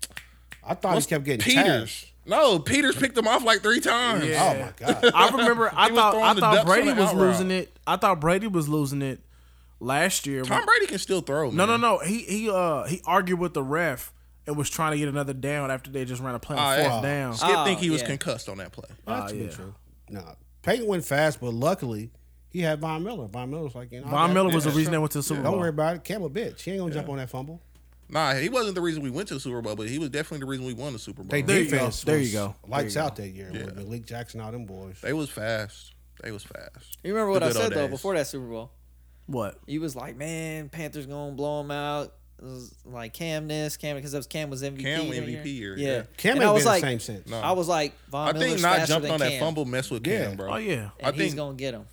Speaker 1: I thought he kept getting
Speaker 4: Peters.
Speaker 1: Peters.
Speaker 4: No, Peters picked them off like three times.
Speaker 2: Yeah.
Speaker 1: Oh my god!
Speaker 2: I remember. I
Speaker 4: He was
Speaker 2: thought.
Speaker 4: throwing
Speaker 2: I
Speaker 4: the
Speaker 2: thought
Speaker 4: ducks on
Speaker 2: Brady
Speaker 4: the
Speaker 2: was
Speaker 4: out route.
Speaker 2: losing it. I thought Brady was losing it last year.
Speaker 4: Tom Brady can still throw.
Speaker 2: No, no, no. He he uh he argued with the ref and was trying to get another down after they just ran a play on
Speaker 4: Ah,
Speaker 2: fourth
Speaker 4: yeah.
Speaker 2: down.
Speaker 4: Skip
Speaker 3: Oh,
Speaker 4: think he was
Speaker 3: yeah.
Speaker 4: concussed on that play.
Speaker 1: That's
Speaker 2: yeah.
Speaker 1: true. No, Peyton went fast, but luckily he had Von Miller. Von Miller was like, you know, I
Speaker 2: Von
Speaker 1: got
Speaker 2: Miller
Speaker 1: it.
Speaker 2: was the
Speaker 4: that's
Speaker 2: reason
Speaker 4: true.
Speaker 2: they went to the Super Bowl.
Speaker 1: Don't worry about it. Cam a bitch. He ain't gonna jump on that fumble.
Speaker 4: Nah, he wasn't the reason we went to the Super Bowl, but he was definitely the reason we won the Super Bowl.
Speaker 1: They
Speaker 2: There you go.
Speaker 1: defense.
Speaker 2: There you
Speaker 1: was
Speaker 2: go. There
Speaker 1: Lights
Speaker 2: you go.
Speaker 1: out that year with Malik Jackson, all them boys.
Speaker 4: They was fast. They was fast.
Speaker 3: You remember
Speaker 4: The
Speaker 3: what I
Speaker 4: good
Speaker 3: said
Speaker 4: old
Speaker 3: though
Speaker 4: days.
Speaker 3: before that Super Bowl?
Speaker 2: What?
Speaker 3: You was like, man, Panthers gonna blow him out. It was like Cam this, Cam because that was Cam was MVP.
Speaker 4: Cam
Speaker 3: that
Speaker 4: MVP year, yeah.
Speaker 3: Yeah,
Speaker 1: Cam
Speaker 3: And
Speaker 1: ain't
Speaker 3: I was
Speaker 1: been the
Speaker 3: like,
Speaker 1: same since. No.
Speaker 3: I Oh, was like, Von
Speaker 4: I think
Speaker 3: Miller's
Speaker 4: not
Speaker 3: faster
Speaker 4: jumped
Speaker 3: than
Speaker 4: on
Speaker 3: Cam,
Speaker 4: that fumble mess with
Speaker 1: Yeah.
Speaker 4: Cam, bro.
Speaker 2: Oh yeah.
Speaker 4: I
Speaker 3: and he's
Speaker 4: think
Speaker 3: gonna get him.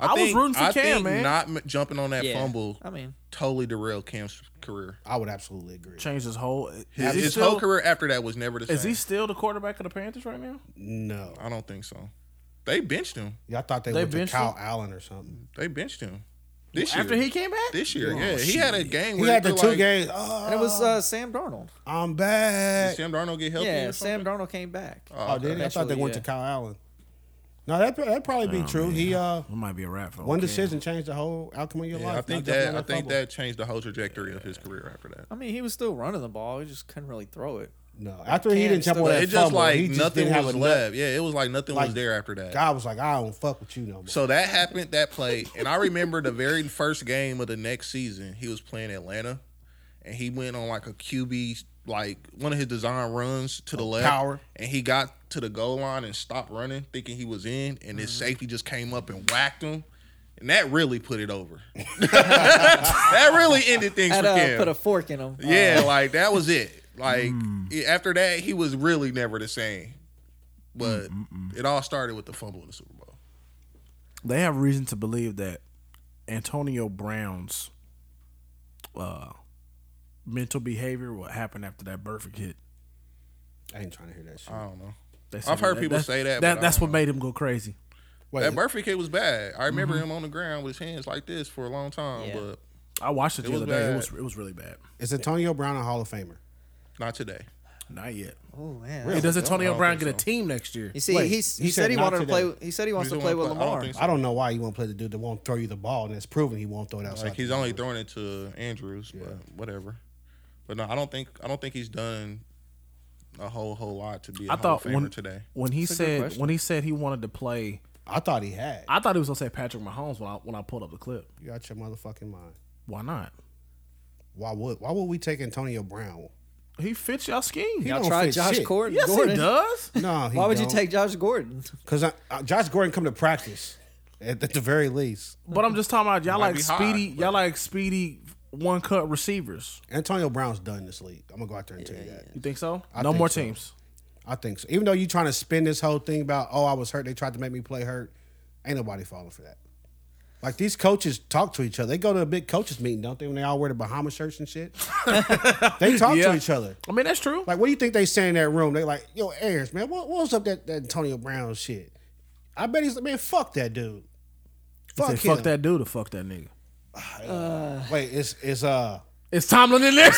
Speaker 2: I was
Speaker 4: think-
Speaker 2: rooting for
Speaker 4: I
Speaker 2: Cam,
Speaker 4: think
Speaker 2: man.
Speaker 4: Not m- jumping on that
Speaker 3: Yeah.
Speaker 4: fumble
Speaker 3: I mean,
Speaker 4: totally derailed Cam's career.
Speaker 1: I would absolutely agree.
Speaker 2: Changed his whole. Is
Speaker 4: His,
Speaker 2: he
Speaker 4: his
Speaker 2: still,
Speaker 4: whole career after that was never the same.
Speaker 2: Is he still the quarterback of the Panthers right now?
Speaker 1: No,
Speaker 4: I don't think so. They benched him.
Speaker 1: y'all thought they,
Speaker 2: They
Speaker 1: went to
Speaker 2: benched
Speaker 1: Kyle Allen or something.
Speaker 4: They benched him this year.
Speaker 2: After he came back.
Speaker 4: this year,
Speaker 3: Oh,
Speaker 4: yeah, he had a game.
Speaker 1: He
Speaker 4: Where
Speaker 1: had the
Speaker 4: threw,
Speaker 1: two
Speaker 4: like,
Speaker 1: games.
Speaker 3: and
Speaker 1: Oh,
Speaker 3: it was
Speaker 4: Um,
Speaker 3: uh, Sam Darnold.
Speaker 1: I'm
Speaker 4: Did
Speaker 1: back.
Speaker 4: Sam Darnold get healthy.
Speaker 3: Yeah,
Speaker 4: or
Speaker 3: Sam
Speaker 4: something?
Speaker 3: Darnold came back.
Speaker 1: Oh, did he? I thought they
Speaker 3: Eventually,
Speaker 1: went
Speaker 3: yeah.
Speaker 1: to Kyle Allen. No, that that probably be true. He uh,
Speaker 2: It might be a wrap for
Speaker 1: one
Speaker 2: Cam.
Speaker 1: decision changed the whole outcome of your
Speaker 4: Yeah,
Speaker 1: life.
Speaker 4: I
Speaker 1: not just
Speaker 4: think that I
Speaker 1: another
Speaker 4: think
Speaker 1: fumble.
Speaker 4: that changed the whole trajectory of his career after that.
Speaker 3: I mean, he was still running the ball. He just couldn't really throw it.
Speaker 1: no, after he
Speaker 3: Cam
Speaker 1: didn't jump on
Speaker 3: still-
Speaker 1: that
Speaker 4: It just
Speaker 1: fumble, he
Speaker 4: like
Speaker 1: just
Speaker 4: nothing
Speaker 1: didn't have
Speaker 4: was
Speaker 1: enough-
Speaker 4: left. Yeah, it was like nothing
Speaker 1: Like,
Speaker 4: was there after that.
Speaker 1: God was like, I don't fuck with you no more.
Speaker 4: So that happened, that play, and I remember the very first game of the next season. He was playing Atlanta, and he went on like a QB, like one of his design runs to the left,
Speaker 1: Oh, power.
Speaker 4: and he got to the goal line and stopped running, thinking he was in, and his
Speaker 1: Mm-hmm.
Speaker 4: safety just came up and whacked him, and that really put it over. that really ended things
Speaker 3: Had
Speaker 4: for
Speaker 3: uh,
Speaker 4: Cam.
Speaker 3: put a fork in him.
Speaker 2: Uh,
Speaker 4: yeah, like that was it. Like
Speaker 2: mm.
Speaker 4: it- after that, he was really never the same. But
Speaker 2: Mm,
Speaker 4: it all started with the fumble in the Super Bowl.
Speaker 2: They have reason to believe that Antonio Brown's uh, mental behavior will happen after that perfect hit.
Speaker 1: I ain't trying to hear that shit.
Speaker 4: I don't know.
Speaker 2: They
Speaker 4: I've
Speaker 2: said
Speaker 4: heard people say that, but uh, I
Speaker 2: that's
Speaker 4: don't
Speaker 2: what made him go crazy.
Speaker 1: Wait,
Speaker 4: That Murphy kick was bad. I remember
Speaker 2: Mm-hmm.
Speaker 4: him on the ground with his hands like this for a long time,
Speaker 3: Yeah.
Speaker 4: but
Speaker 2: I watched it the
Speaker 4: was
Speaker 2: other day. It
Speaker 4: bad.
Speaker 2: was it was really bad.
Speaker 1: is Antonio Brown a Hall of Famer?
Speaker 4: not today.
Speaker 2: Not yet.
Speaker 3: Oh man.
Speaker 2: Hey, does Antonio
Speaker 4: don't
Speaker 2: Brown
Speaker 4: think
Speaker 2: get a
Speaker 4: so.
Speaker 2: team next year?
Speaker 3: You see,
Speaker 1: Wait,
Speaker 3: he's, he
Speaker 1: you said
Speaker 3: said he
Speaker 1: not
Speaker 3: wanted
Speaker 1: today.
Speaker 3: to play. He said he wants to
Speaker 4: He don't
Speaker 3: play
Speaker 4: wanna
Speaker 3: with
Speaker 4: play- I don't
Speaker 3: Lamar.
Speaker 4: think so.
Speaker 1: I don't know why you won't play the dude that won't throw you the ball, and it's proven he won't throw it outside.
Speaker 4: Like he's
Speaker 1: the
Speaker 4: only throwing it to Andrews, but whatever. But no, I don't think I don't think he's done a whole whole lot to be a
Speaker 2: I
Speaker 4: Hall
Speaker 2: thought
Speaker 4: of Famer
Speaker 2: when
Speaker 4: today.
Speaker 2: when he
Speaker 3: a good
Speaker 2: said
Speaker 3: question.
Speaker 2: when he said he wanted to play,
Speaker 1: I thought he had.
Speaker 2: I thought he was gonna say Patrick Mahomes when I when I pulled up the clip.
Speaker 1: you got your motherfucking mind.
Speaker 2: Why not?
Speaker 1: Why would why would we take Antonio Brown?
Speaker 2: He fits y'all scheme.
Speaker 1: He
Speaker 3: Y'all
Speaker 1: don't
Speaker 3: tried
Speaker 1: fit
Speaker 3: Josh
Speaker 1: shit.
Speaker 3: Gordon.
Speaker 2: yes,
Speaker 3: Gordon.
Speaker 2: he does.
Speaker 4: Oh,
Speaker 1: No, he
Speaker 3: Why would you
Speaker 1: don't.
Speaker 3: take Josh Gordon?
Speaker 1: Because uh, Josh Gordon come to practice at, at the very least.
Speaker 2: But I'm just talking about y'all
Speaker 4: Might
Speaker 2: like
Speaker 4: be high,
Speaker 2: speedy.
Speaker 4: but-
Speaker 2: y'all like speedy one cut receivers.
Speaker 1: Antonio Brown's done this league. I'm gonna go out there and tell you that.
Speaker 2: You think so?
Speaker 1: I
Speaker 2: no
Speaker 1: think
Speaker 2: more
Speaker 1: so.
Speaker 2: teams.
Speaker 1: I think so. Even though you trying to spin this whole thing about oh I was hurt, they tried to make me play hurt. Ain't nobody falling for that. Like these coaches talk to each other. They go to a big coaches meeting, don't they? When they all wear the Bahama shirts and shit, they talk
Speaker 2: Yeah.
Speaker 1: to each other.
Speaker 2: I mean, that's true.
Speaker 1: Like, what do you think they say in that room? They like, yo, Ayers, man, what, what was up that, that Antonio Brown shit? I bet he's like, man, fuck that dude. Fuck
Speaker 2: Say,
Speaker 1: him.
Speaker 2: fuck that dude or fuck that nigga.
Speaker 1: Wait, it's it's uh.
Speaker 2: It's Tomlin in there.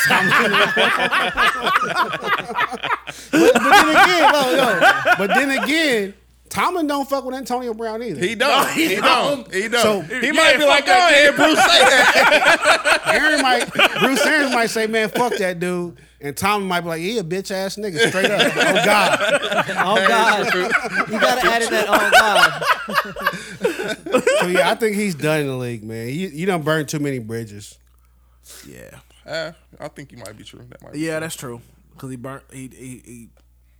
Speaker 1: But then again, no, no. But then again, Tomlin don't fuck with Antonio Brown either.
Speaker 4: He don't.
Speaker 2: he
Speaker 4: he, don't. He don't.
Speaker 1: So-
Speaker 4: he might be like, go ahead, Bruce, say that.
Speaker 1: Aaron might, Bruce Aaron might say, man, fuck that dude. And Tomlin might be like, he a bitch ass nigga, straight up. Oh God.
Speaker 3: Oh God! you gotta add in that. Oh God!
Speaker 1: So yeah, I think he's done in the league, man. You you don't burn too many bridges.
Speaker 2: yeah,
Speaker 4: Uh, I think you might be true. That might be
Speaker 2: yeah, that's true. Because he burnt. He, he he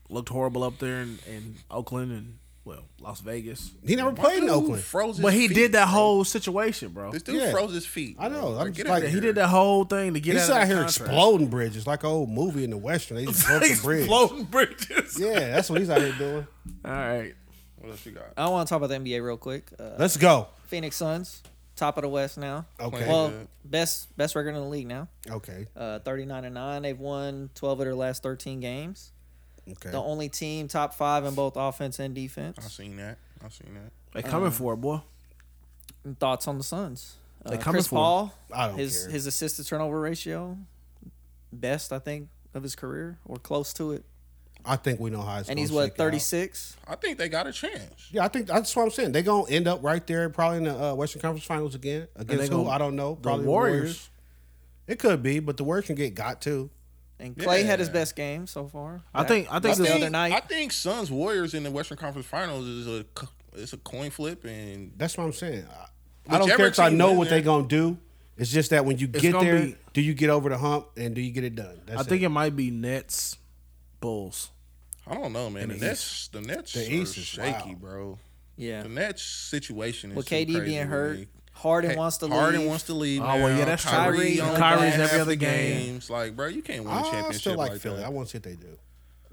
Speaker 2: looked horrible up there in, in Oakland and well Las Vegas.
Speaker 1: He never played in
Speaker 4: Dude
Speaker 1: Oakland.
Speaker 4: Froze his
Speaker 2: But he
Speaker 4: feet,
Speaker 2: did that
Speaker 4: bro.
Speaker 2: whole situation, bro.
Speaker 4: This dude
Speaker 1: Yeah.
Speaker 4: froze his feet.
Speaker 1: I know.
Speaker 4: bro.
Speaker 1: I'm
Speaker 4: Like,
Speaker 1: just
Speaker 4: get
Speaker 1: like-
Speaker 4: out of
Speaker 2: He
Speaker 4: here.
Speaker 2: did that whole thing to get
Speaker 1: He's
Speaker 2: out
Speaker 1: out
Speaker 2: of that
Speaker 1: here
Speaker 2: contract.
Speaker 1: exploding bridges like an old movie in the western. They just broke the bridge.
Speaker 2: Exploding bridges.
Speaker 1: Yeah, that's what he's out here doing.
Speaker 2: All right.
Speaker 4: What else you got?
Speaker 3: I want to talk about the NBA real quick. Uh,
Speaker 1: Let's go.
Speaker 3: Phoenix Suns, top of the West now.
Speaker 1: Okay.
Speaker 3: Well,
Speaker 4: good.
Speaker 3: best best record in the league now.
Speaker 1: Okay.
Speaker 3: Uh, Thirty nine and nine. They've won twelve of their last thirteen games.
Speaker 1: Okay.
Speaker 3: The only team top five in both offense and defense.
Speaker 4: I seen that. I seen that.
Speaker 2: They coming for it, boy.
Speaker 3: And Thoughts on the Suns? Uh,
Speaker 2: They coming
Speaker 3: Chris
Speaker 2: for
Speaker 3: Paul.
Speaker 1: I don't
Speaker 3: his
Speaker 1: care.
Speaker 3: his assist to turnover ratio, best I think of his career or close to it.
Speaker 1: I think we know how it's
Speaker 3: And
Speaker 1: gonna
Speaker 3: he's what
Speaker 1: shake out.
Speaker 3: thirty six.
Speaker 4: I think they got a chance.
Speaker 1: Yeah, I think that's what I'm saying. They're gonna end up right there, probably in the uh, Western Conference Finals again
Speaker 2: they
Speaker 1: against who?
Speaker 2: gonna-
Speaker 1: I don't know. Probably
Speaker 2: Warriors.
Speaker 1: It could be, but the Warriors can get got too.
Speaker 3: And Clay had his
Speaker 4: Yeah.
Speaker 3: best game so far.
Speaker 2: I think. I think.
Speaker 3: the
Speaker 2: this-
Speaker 3: other night.
Speaker 4: I think Suns Warriors in the Western Conference Finals is a c- it's a coin flip and
Speaker 1: That's what I'm saying. I, I don't
Speaker 4: Whichever
Speaker 1: care if I
Speaker 4: team
Speaker 1: know
Speaker 4: win
Speaker 1: what they're
Speaker 4: there-
Speaker 1: gonna do. It's just that when you get
Speaker 2: gonna
Speaker 1: there,
Speaker 2: be-
Speaker 1: do you get over the hump and do you get it done? That's
Speaker 2: I think
Speaker 1: it.
Speaker 2: it might be Nets, Bulls.
Speaker 4: I don't know, man. The, Nets, the Nets,
Speaker 1: The
Speaker 4: are
Speaker 1: East is
Speaker 4: shaky,
Speaker 1: wild.
Speaker 4: bro.
Speaker 3: yeah.
Speaker 4: The Nets situation is
Speaker 3: With
Speaker 4: too
Speaker 3: KD
Speaker 4: crazy
Speaker 3: being
Speaker 4: to
Speaker 3: hurt,
Speaker 4: me.
Speaker 3: Harden
Speaker 4: Hey,
Speaker 3: wants to
Speaker 4: Harden
Speaker 3: leave.
Speaker 4: wants to leave.
Speaker 2: Oh, well,
Speaker 4: now.
Speaker 2: yeah, that's true.
Speaker 3: Kyrie- Kyrie's
Speaker 4: only playing
Speaker 2: every
Speaker 4: half
Speaker 2: other
Speaker 4: the
Speaker 2: game.
Speaker 4: Games. Like, bro, you can't win a
Speaker 1: I
Speaker 4: championship
Speaker 1: still like, Philly.
Speaker 4: that.
Speaker 1: I want to see what they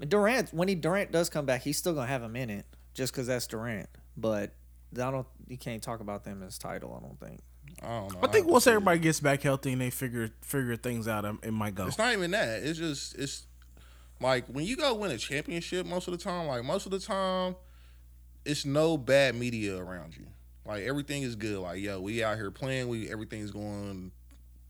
Speaker 1: do.
Speaker 3: Durant when he Durant does come back, he's still gonna have a minute just because that's Durant. But I don't. You can't talk about them as title. I don't think.
Speaker 4: I don't know.
Speaker 2: I think
Speaker 4: have to
Speaker 2: once
Speaker 4: see.
Speaker 2: everybody gets back healthy and they figure figure things out, um, it might go.
Speaker 4: It's not even that. It's just it's like when you go win a championship most of the time, like most of the time, it's no bad media around you. Like everything is good. Like, yo, we out here playing, we everything's going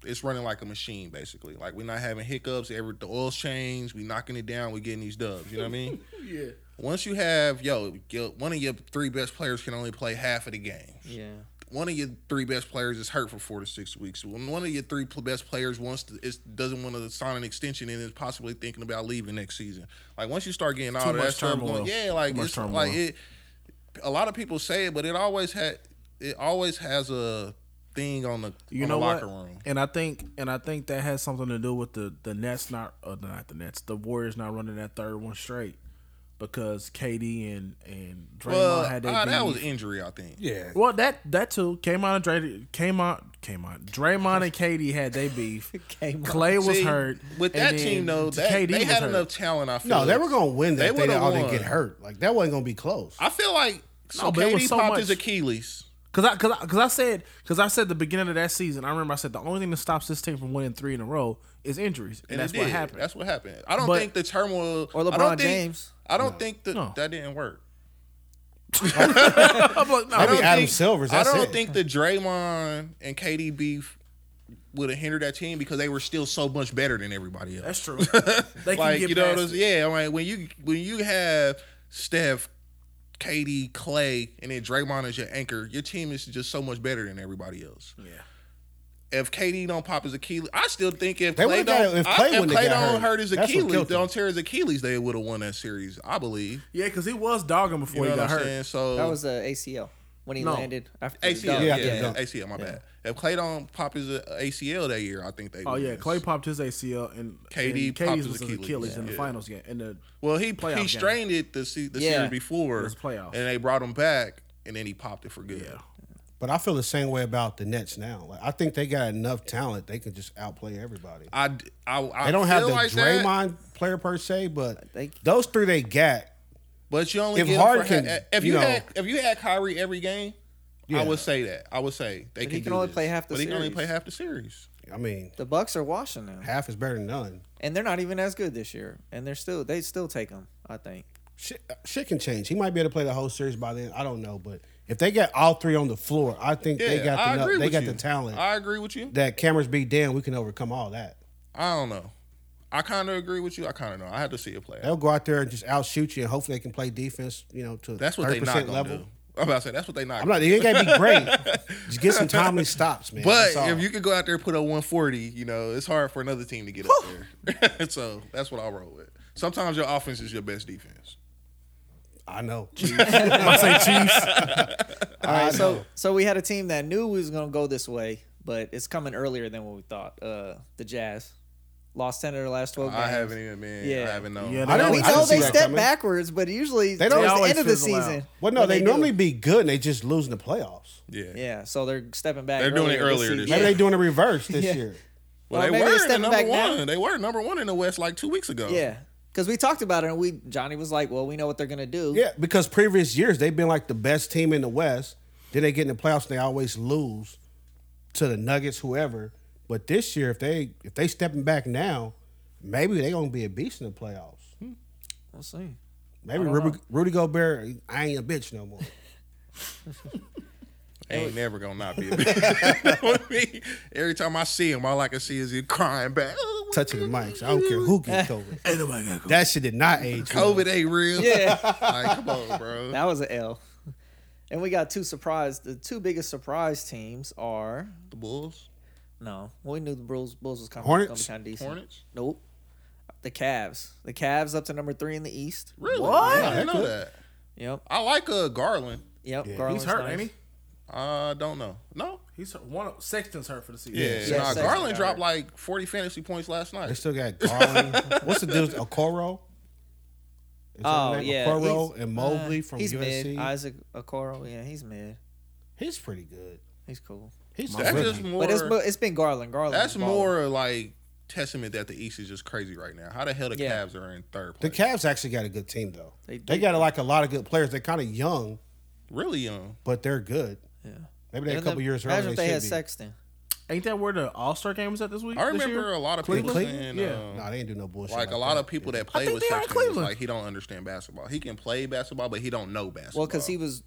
Speaker 4: it's running like a machine basically. Like we're not having hiccups, every the oil's changed, we knocking it down, we getting these dubs. You know what I mean? yeah. Once you have yo, yo, one of your three best players can only play half of the games
Speaker 3: Yeah.
Speaker 4: one of your three best players is hurt for four to six weeks. When one of your three pl- best players wants to, is, doesn't want to sign an extension and is possibly thinking about leaving next season. Like once you start getting all of
Speaker 2: much
Speaker 4: that stuff
Speaker 2: turmoil.
Speaker 4: going, yeah, like
Speaker 2: Too much
Speaker 4: it's
Speaker 2: turmoil.
Speaker 4: like it. A lot of people say it, but it always had it always has a thing on the
Speaker 2: you
Speaker 4: on
Speaker 2: know
Speaker 4: the
Speaker 2: what?
Speaker 4: locker room.
Speaker 2: And I think and I think that has something to do with the the Nets not uh, not the Nets the Warriors not running that third one straight because KD and and Draymond
Speaker 4: Well,
Speaker 2: had
Speaker 4: ah,
Speaker 2: that.
Speaker 4: that was
Speaker 2: beef.
Speaker 4: injury, I think.
Speaker 1: Yeah.
Speaker 2: well that that too. Draymond and Dray came out came on Draymond and KD had they beef.
Speaker 3: Came on.
Speaker 2: Clay was
Speaker 4: See,
Speaker 2: hurt
Speaker 4: with
Speaker 2: and
Speaker 4: that
Speaker 2: then
Speaker 4: team though. That,
Speaker 2: KD
Speaker 4: they
Speaker 2: was
Speaker 4: had
Speaker 2: hurt.
Speaker 4: enough talent. I feel
Speaker 1: No, they were gonna win that.
Speaker 4: They
Speaker 1: If They,
Speaker 4: would've
Speaker 1: all didn't
Speaker 4: won.
Speaker 1: get hurt. Like that wasn't gonna be close.
Speaker 4: I feel like so
Speaker 2: No, but it was
Speaker 4: KD
Speaker 2: so
Speaker 4: popped
Speaker 2: much-
Speaker 4: his Achilles.
Speaker 2: Cause I, cause I, cause I said, cause I said the beginning of that season, I remember I said the only thing that stops this team from winning three in a row is injuries, and,
Speaker 4: And
Speaker 2: that's
Speaker 4: it
Speaker 2: what
Speaker 4: did.
Speaker 2: happened.
Speaker 4: That's what happened. I don't
Speaker 2: But-
Speaker 4: think the turmoil
Speaker 3: Or
Speaker 4: I don't
Speaker 3: LeBron
Speaker 4: think-
Speaker 3: James.
Speaker 4: I don't think that
Speaker 2: No.
Speaker 4: that didn't work.
Speaker 2: I'm like, no,
Speaker 4: I don't
Speaker 1: Adam
Speaker 4: think,
Speaker 1: Silvers,
Speaker 4: I
Speaker 1: that's
Speaker 4: don't
Speaker 1: it.
Speaker 4: think the Draymond and KDB f- would have hindered that team because they were still so much better than everybody else.
Speaker 2: that's true. They can
Speaker 4: like
Speaker 2: get
Speaker 4: you know,
Speaker 2: past
Speaker 4: what I'm
Speaker 2: it.
Speaker 4: yeah. I mean, when you when you have Steph, KD, Clay, and then Draymond as your anchor, your team is just so much better than everybody else.
Speaker 2: yeah.
Speaker 4: If KD don't pop his Achilles, I still think if
Speaker 1: They
Speaker 4: Clay
Speaker 1: would've got
Speaker 4: don't
Speaker 1: it if
Speaker 4: I-
Speaker 1: Klay
Speaker 4: if
Speaker 1: wouldn't have
Speaker 4: Klay
Speaker 1: got
Speaker 4: don't
Speaker 1: hurt.
Speaker 4: hurt his
Speaker 1: That's what
Speaker 4: Achilles,
Speaker 1: killed them.
Speaker 4: don't tear his Achilles, they would have won that series. I believe.
Speaker 2: Yeah, because he was dogging
Speaker 4: You
Speaker 2: before
Speaker 4: know
Speaker 2: he
Speaker 4: what I'm
Speaker 2: got hurt.
Speaker 4: saying? So
Speaker 3: That was the ACL when he
Speaker 2: No.
Speaker 3: landed after the
Speaker 4: ACL,
Speaker 3: dunk.
Speaker 4: yeah,
Speaker 1: Yeah, yeah, yeah.
Speaker 4: ACL. My bad. If Clay don't pop his uh, ACL that year, I think they.
Speaker 2: Oh
Speaker 4: would
Speaker 2: yeah,
Speaker 4: miss.
Speaker 2: Clay popped his ACL and
Speaker 4: KD
Speaker 2: and
Speaker 4: popped his
Speaker 2: KD's was his
Speaker 4: Achilles.
Speaker 2: Achilles, in the
Speaker 4: Yeah.
Speaker 2: finals game. In the
Speaker 4: Well, he
Speaker 2: playoff
Speaker 4: he
Speaker 2: game.
Speaker 4: strained it the se- the
Speaker 3: Yeah.
Speaker 4: series before
Speaker 2: It was playoffs.
Speaker 4: and they brought him back, and then he popped it for good.
Speaker 2: yeah,
Speaker 1: But I feel the same way about the Nets now. Like I think they got enough talent; they can just outplay everybody.
Speaker 4: I d- I, I
Speaker 1: They don't have
Speaker 4: feel
Speaker 1: the
Speaker 4: like that,
Speaker 1: Draymond player per se, but
Speaker 3: They-
Speaker 1: those three they got.
Speaker 4: but you only
Speaker 1: if
Speaker 4: get him for
Speaker 1: Harden
Speaker 4: ha-
Speaker 1: can,
Speaker 4: if
Speaker 1: you
Speaker 4: you
Speaker 1: know-
Speaker 4: had if you had Kyrie every game,
Speaker 1: Yeah.
Speaker 4: I would say that I would say
Speaker 3: But
Speaker 4: they can,
Speaker 3: he can
Speaker 4: do
Speaker 3: only
Speaker 4: this.
Speaker 3: play half the
Speaker 4: but he can only
Speaker 3: series.
Speaker 4: play half the series.
Speaker 1: I mean,
Speaker 3: The Bucks are washing them,
Speaker 1: half is better than none.
Speaker 3: and they're not even as good this year. And they're still they still take them. I think.
Speaker 1: Shit, uh, shit can change. He might be able to play the whole series by then. I don't know, but if they got all three on the floor, I think
Speaker 4: Yeah,
Speaker 1: they got
Speaker 4: I
Speaker 1: the
Speaker 4: agree
Speaker 1: enough, they
Speaker 4: with
Speaker 1: got
Speaker 4: you.
Speaker 1: the talent
Speaker 4: I agree with you.
Speaker 1: that cameras be down. We can overcome all that.
Speaker 4: I don't know. I kind of agree with you. I kind of know. I had to see it play. out.
Speaker 1: They'll go out there and just outshoot you, and hopefully they can play defense. You know, to
Speaker 4: That's what they not gonna do. I'm about to say that's what they not.
Speaker 1: I'm not. They ain't gotta be great. just get some timely stops, man.
Speaker 4: But
Speaker 1: That's all.
Speaker 4: if you could go out there and put a 140, you know, it's hard for another team to get up there. so that's what I roll with. Sometimes your offense is your best defense.
Speaker 1: I know.
Speaker 2: I say Chiefs.
Speaker 3: All right, so so we had a team that knew we was gonna go this way, but it's coming earlier than what we thought. Uh, the Jazz lost ten of their last twelve.
Speaker 4: I
Speaker 3: games.
Speaker 4: haven't even been.
Speaker 3: Yeah.
Speaker 4: I haven't known.
Speaker 2: Yeah,
Speaker 1: I didn't-
Speaker 3: We
Speaker 1: I didn't
Speaker 3: know
Speaker 1: see
Speaker 3: they
Speaker 1: that
Speaker 3: step
Speaker 1: coming.
Speaker 3: backwards, but usually
Speaker 1: They don't-
Speaker 3: towards the
Speaker 2: They
Speaker 3: end of the
Speaker 2: always fizzle
Speaker 3: season.
Speaker 2: out.
Speaker 1: Well, no,
Speaker 3: when
Speaker 1: they,
Speaker 3: do.
Speaker 1: normally be good. and They just lose in the playoffs.
Speaker 4: yeah.
Speaker 3: Yeah, so they're stepping back.
Speaker 4: They're doing it
Speaker 3: this
Speaker 4: earlier this
Speaker 3: season.
Speaker 1: Maybe
Speaker 4: Yeah.
Speaker 1: they doing a reverse this
Speaker 3: Yeah.
Speaker 1: year.
Speaker 4: Well,
Speaker 3: Well,
Speaker 4: they
Speaker 3: maybe they're
Speaker 4: were the
Speaker 3: stepping
Speaker 4: number
Speaker 3: back now.
Speaker 4: one. They were number one in the West like two weeks ago.
Speaker 3: Yeah, because we talked about it, and we Johnny was like, "Well, we know what they're gonna do."
Speaker 1: Yeah, because previous years they've been like the best team in the West. Then they get in the playoffs and they always lose to the Nuggets, whoever. But this year, if they if they stepping back now, maybe they gonna be a beast in the playoffs.
Speaker 3: we'll see.
Speaker 1: Maybe Rudy, Rudy Gobert, I ain't a bitch no more.
Speaker 4: They ain't never gonna not be. A you know what I mean? Every time I see him, all I can see is he crying back. Oh,
Speaker 1: Touching the mics, I don't care who gets COVID.
Speaker 2: Ain't nobody got
Speaker 1: That shit did not age. well.
Speaker 4: COVID ain't real.
Speaker 3: Yeah,
Speaker 4: like, come on, bro.
Speaker 3: that was an L. And we got two surprise. The two biggest surprise teams are
Speaker 4: The Bulls,
Speaker 3: no. well, We knew the Bulls. Bulls was coming.
Speaker 1: Hornets?
Speaker 3: Gonna be kind of decent.
Speaker 4: Hornets.
Speaker 3: Nope. The Cavs. The Cavs up to number three in the East.
Speaker 4: Really?
Speaker 2: What?
Speaker 4: I didn't know that.
Speaker 3: Yep.
Speaker 4: I like uh, Garland.
Speaker 3: Yep.
Speaker 2: He's
Speaker 3: Garland's
Speaker 2: hurt, ain't
Speaker 3: nice.
Speaker 2: he?
Speaker 4: I Uh, don't know. No.
Speaker 2: He's hurt. one. of- Sexton's hurt for the season.
Speaker 4: Yeah,
Speaker 3: Yeah,
Speaker 4: nah,
Speaker 3: Sexton
Speaker 4: Garland
Speaker 3: got
Speaker 4: dropped
Speaker 3: hurt.
Speaker 4: like 40 fantasy points last
Speaker 1: They
Speaker 4: night.
Speaker 1: still got Garland. What's the dude? Okoro. Is that
Speaker 3: Oh
Speaker 1: his name?
Speaker 3: yeah.
Speaker 1: Okoro
Speaker 3: he's-
Speaker 1: and Mobley
Speaker 3: uh,
Speaker 1: from
Speaker 3: he's
Speaker 1: USC.
Speaker 3: Mid. Isaac Okoro. Yeah, he's mid.
Speaker 1: He's pretty good.
Speaker 3: He's cool.
Speaker 1: He's
Speaker 4: That's
Speaker 1: really
Speaker 4: just more.
Speaker 3: but it's it's been Garland. Garland.
Speaker 4: that's
Speaker 3: balling.
Speaker 4: more like testament that the East is just crazy right now. How the hell the
Speaker 3: Yeah.
Speaker 4: Cavs are in third
Speaker 1: The
Speaker 4: place?
Speaker 1: Cavs actually got a good team though.
Speaker 3: They
Speaker 1: They,
Speaker 3: do.
Speaker 1: got like a lot of good players. They're kind of young,
Speaker 4: really um, young.
Speaker 1: but they're good.
Speaker 3: Yeah.
Speaker 1: Maybe they're a
Speaker 3: Imagine
Speaker 1: couple
Speaker 3: if-
Speaker 1: years earlier.
Speaker 3: Imagine
Speaker 1: They,
Speaker 3: if they
Speaker 1: should
Speaker 3: had
Speaker 1: be.
Speaker 3: Sexton.
Speaker 2: Ain't that where the All Star game was at this week?
Speaker 4: I
Speaker 2: this
Speaker 4: remember uh,
Speaker 2: year?
Speaker 4: a lot of people
Speaker 2: Cleveland?
Speaker 4: saying,
Speaker 2: Yeah.
Speaker 4: um,
Speaker 1: Nah, they ain't do no bullshit.
Speaker 4: like a lot of people that play
Speaker 2: think
Speaker 4: with
Speaker 2: they are in
Speaker 4: Sexton was
Speaker 2: Cleveland.
Speaker 4: like he don't understand basketball. He can play basketball, but he don't know basketball.
Speaker 3: Well, because he was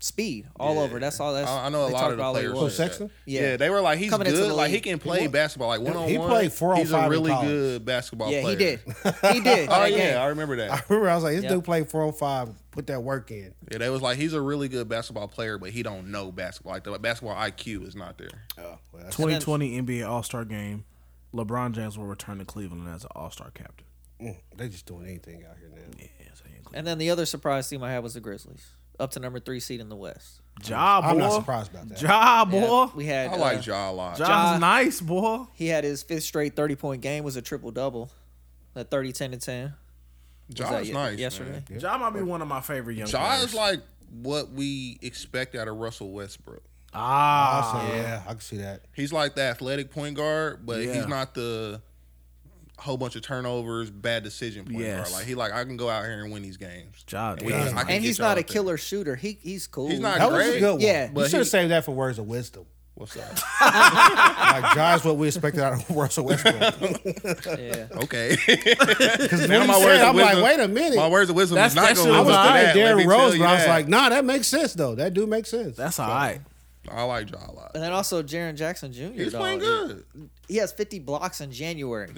Speaker 3: speed all
Speaker 4: Yeah.
Speaker 3: over. That's all. That's
Speaker 4: I, I know a
Speaker 3: they
Speaker 4: lot
Speaker 3: talked
Speaker 4: of the
Speaker 3: about all he
Speaker 4: players.
Speaker 3: was.
Speaker 1: Who, Sexton?
Speaker 4: Yeah.
Speaker 3: Yeah.
Speaker 4: they were like he's
Speaker 3: Coming into
Speaker 4: good.
Speaker 3: the
Speaker 4: Like he
Speaker 3: league.
Speaker 4: can play
Speaker 1: He-
Speaker 4: basketball. Like one on one.
Speaker 1: played four on
Speaker 4: He's
Speaker 1: five
Speaker 4: a
Speaker 1: in
Speaker 4: really
Speaker 1: college.
Speaker 4: good basketball
Speaker 3: Yeah,
Speaker 4: player.
Speaker 3: he did. He did.
Speaker 4: Oh
Speaker 3: That
Speaker 4: yeah,
Speaker 3: game.
Speaker 4: I remember that.
Speaker 1: I remember I was like, this
Speaker 3: Yeah.
Speaker 1: dude played four on five, put that work in.
Speaker 4: Yeah, they was like he's a really good basketball player, but he don't know basketball. Like the basketball IQ is not there.
Speaker 1: Oh, well, that's-
Speaker 2: 2020 NBA All Star game. LeBron James will return to Cleveland as an All Star captain.
Speaker 1: mm, they just doing anything out here now.
Speaker 2: Yeah, so he in Cleveland.
Speaker 3: And then the other surprise team I had was the Grizzlies, up to number three seed in the West.
Speaker 2: Ja, boy.
Speaker 1: I'm not surprised about that.
Speaker 2: Ja, boy.
Speaker 3: Yeah, we had.
Speaker 4: I like
Speaker 3: uh,
Speaker 4: Ja a lot.
Speaker 2: Ja's
Speaker 3: Ja-
Speaker 2: nice, boy.
Speaker 3: He had his fifth straight thirty point game. Was a triple double, at 30, 10, and ten.
Speaker 4: Ja
Speaker 3: that
Speaker 4: is
Speaker 3: ye-
Speaker 4: nice.
Speaker 3: yesterday?
Speaker 4: man.
Speaker 2: Ja might be one of my favorite young
Speaker 4: Ja
Speaker 2: players.
Speaker 4: is like what we expect out of Russell Westbrook.
Speaker 2: ah,
Speaker 1: Also, yeah, I can see that.
Speaker 4: He's like the athletic point guard, but
Speaker 2: Yeah.
Speaker 4: he's not the a whole bunch of turnovers, bad decision point guard.
Speaker 2: Yes.
Speaker 4: Like he like I can go out here and win these games.
Speaker 2: Job,
Speaker 4: we-
Speaker 2: damn.
Speaker 4: I can
Speaker 3: and
Speaker 4: get
Speaker 3: he's
Speaker 4: y'all
Speaker 3: not a
Speaker 4: out there.
Speaker 3: killer shooter. He he's cool.
Speaker 4: He's not
Speaker 1: That was a
Speaker 4: Great.
Speaker 1: good one.
Speaker 3: Yeah.
Speaker 1: you
Speaker 4: But
Speaker 1: should have
Speaker 4: he-
Speaker 1: saved that for words of wisdom.
Speaker 4: What's up?
Speaker 1: Like Josh, what we expected out of words of wisdom.
Speaker 3: Yeah.
Speaker 4: okay.
Speaker 1: Because
Speaker 4: Now
Speaker 1: when
Speaker 4: my
Speaker 1: he said,
Speaker 4: words of
Speaker 1: I'm
Speaker 4: wisdom-
Speaker 1: like, wait a minute.
Speaker 4: My words of wisdom
Speaker 2: That's-
Speaker 4: is not
Speaker 2: that's
Speaker 4: going
Speaker 2: your
Speaker 4: to
Speaker 1: I was
Speaker 4: live up to
Speaker 1: thinking
Speaker 4: that. let me
Speaker 1: Darren
Speaker 4: tell
Speaker 1: Rose,
Speaker 4: you
Speaker 1: but I was
Speaker 4: that.
Speaker 1: like, nah, that makes sense though. That do make sense.
Speaker 2: That's all right.
Speaker 4: I like Ja a lot.
Speaker 3: And then also Jaron Jackson Jr.
Speaker 4: He's
Speaker 3: dog.
Speaker 4: playing good.
Speaker 3: He has 50 blocks in January.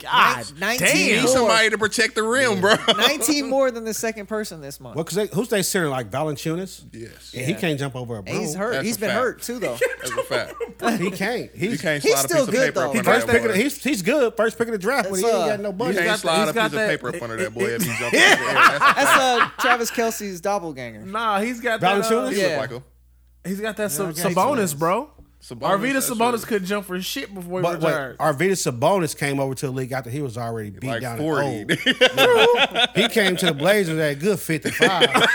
Speaker 2: God
Speaker 3: Nin-
Speaker 4: He
Speaker 2: damn.
Speaker 4: needs
Speaker 3: more-
Speaker 4: somebody to protect the rim, bro.
Speaker 3: 19 more than the second person this month.
Speaker 1: well, cause they, who's they sitting like Valanciunas?
Speaker 4: yes,
Speaker 1: And he can't jump over a broom.
Speaker 3: and he's hurt.
Speaker 4: That's
Speaker 3: He's
Speaker 4: a
Speaker 3: been
Speaker 4: fact.
Speaker 3: hurt too though.
Speaker 4: that's a fact.
Speaker 1: He can't. He's,
Speaker 4: You can't
Speaker 3: He's
Speaker 4: slide a piece
Speaker 3: still
Speaker 4: of
Speaker 3: good,
Speaker 4: paper
Speaker 3: though.
Speaker 4: up
Speaker 3: He
Speaker 4: under
Speaker 1: First
Speaker 4: that
Speaker 1: pick of the,
Speaker 4: boy.
Speaker 1: he's he's good. First pick of the draft, but he
Speaker 3: That's,
Speaker 1: ain't
Speaker 3: uh,
Speaker 1: got no
Speaker 4: You
Speaker 1: budget.
Speaker 4: can't slide
Speaker 2: he's
Speaker 4: a
Speaker 2: got
Speaker 4: piece of
Speaker 2: that-
Speaker 4: paper up under that boy if he jumps
Speaker 3: That's uh, Travis Kelsey's doppelganger.
Speaker 2: Nah, he's got that. Uh,
Speaker 1: Valanciunas?
Speaker 3: Yeah.
Speaker 4: Michael.
Speaker 2: He's got that Sab-
Speaker 1: okay.
Speaker 2: Sabonis, bro.
Speaker 4: Sabonis,
Speaker 2: Arvita
Speaker 4: that's
Speaker 2: Sabonis
Speaker 4: right.
Speaker 2: could jump for shit before he
Speaker 1: But wait,
Speaker 2: retired.
Speaker 1: Arvidas Sabonis came over to the league after he was already beat
Speaker 4: Like
Speaker 1: down
Speaker 4: 40.
Speaker 1: and old. He came to the Blazers at a good 55.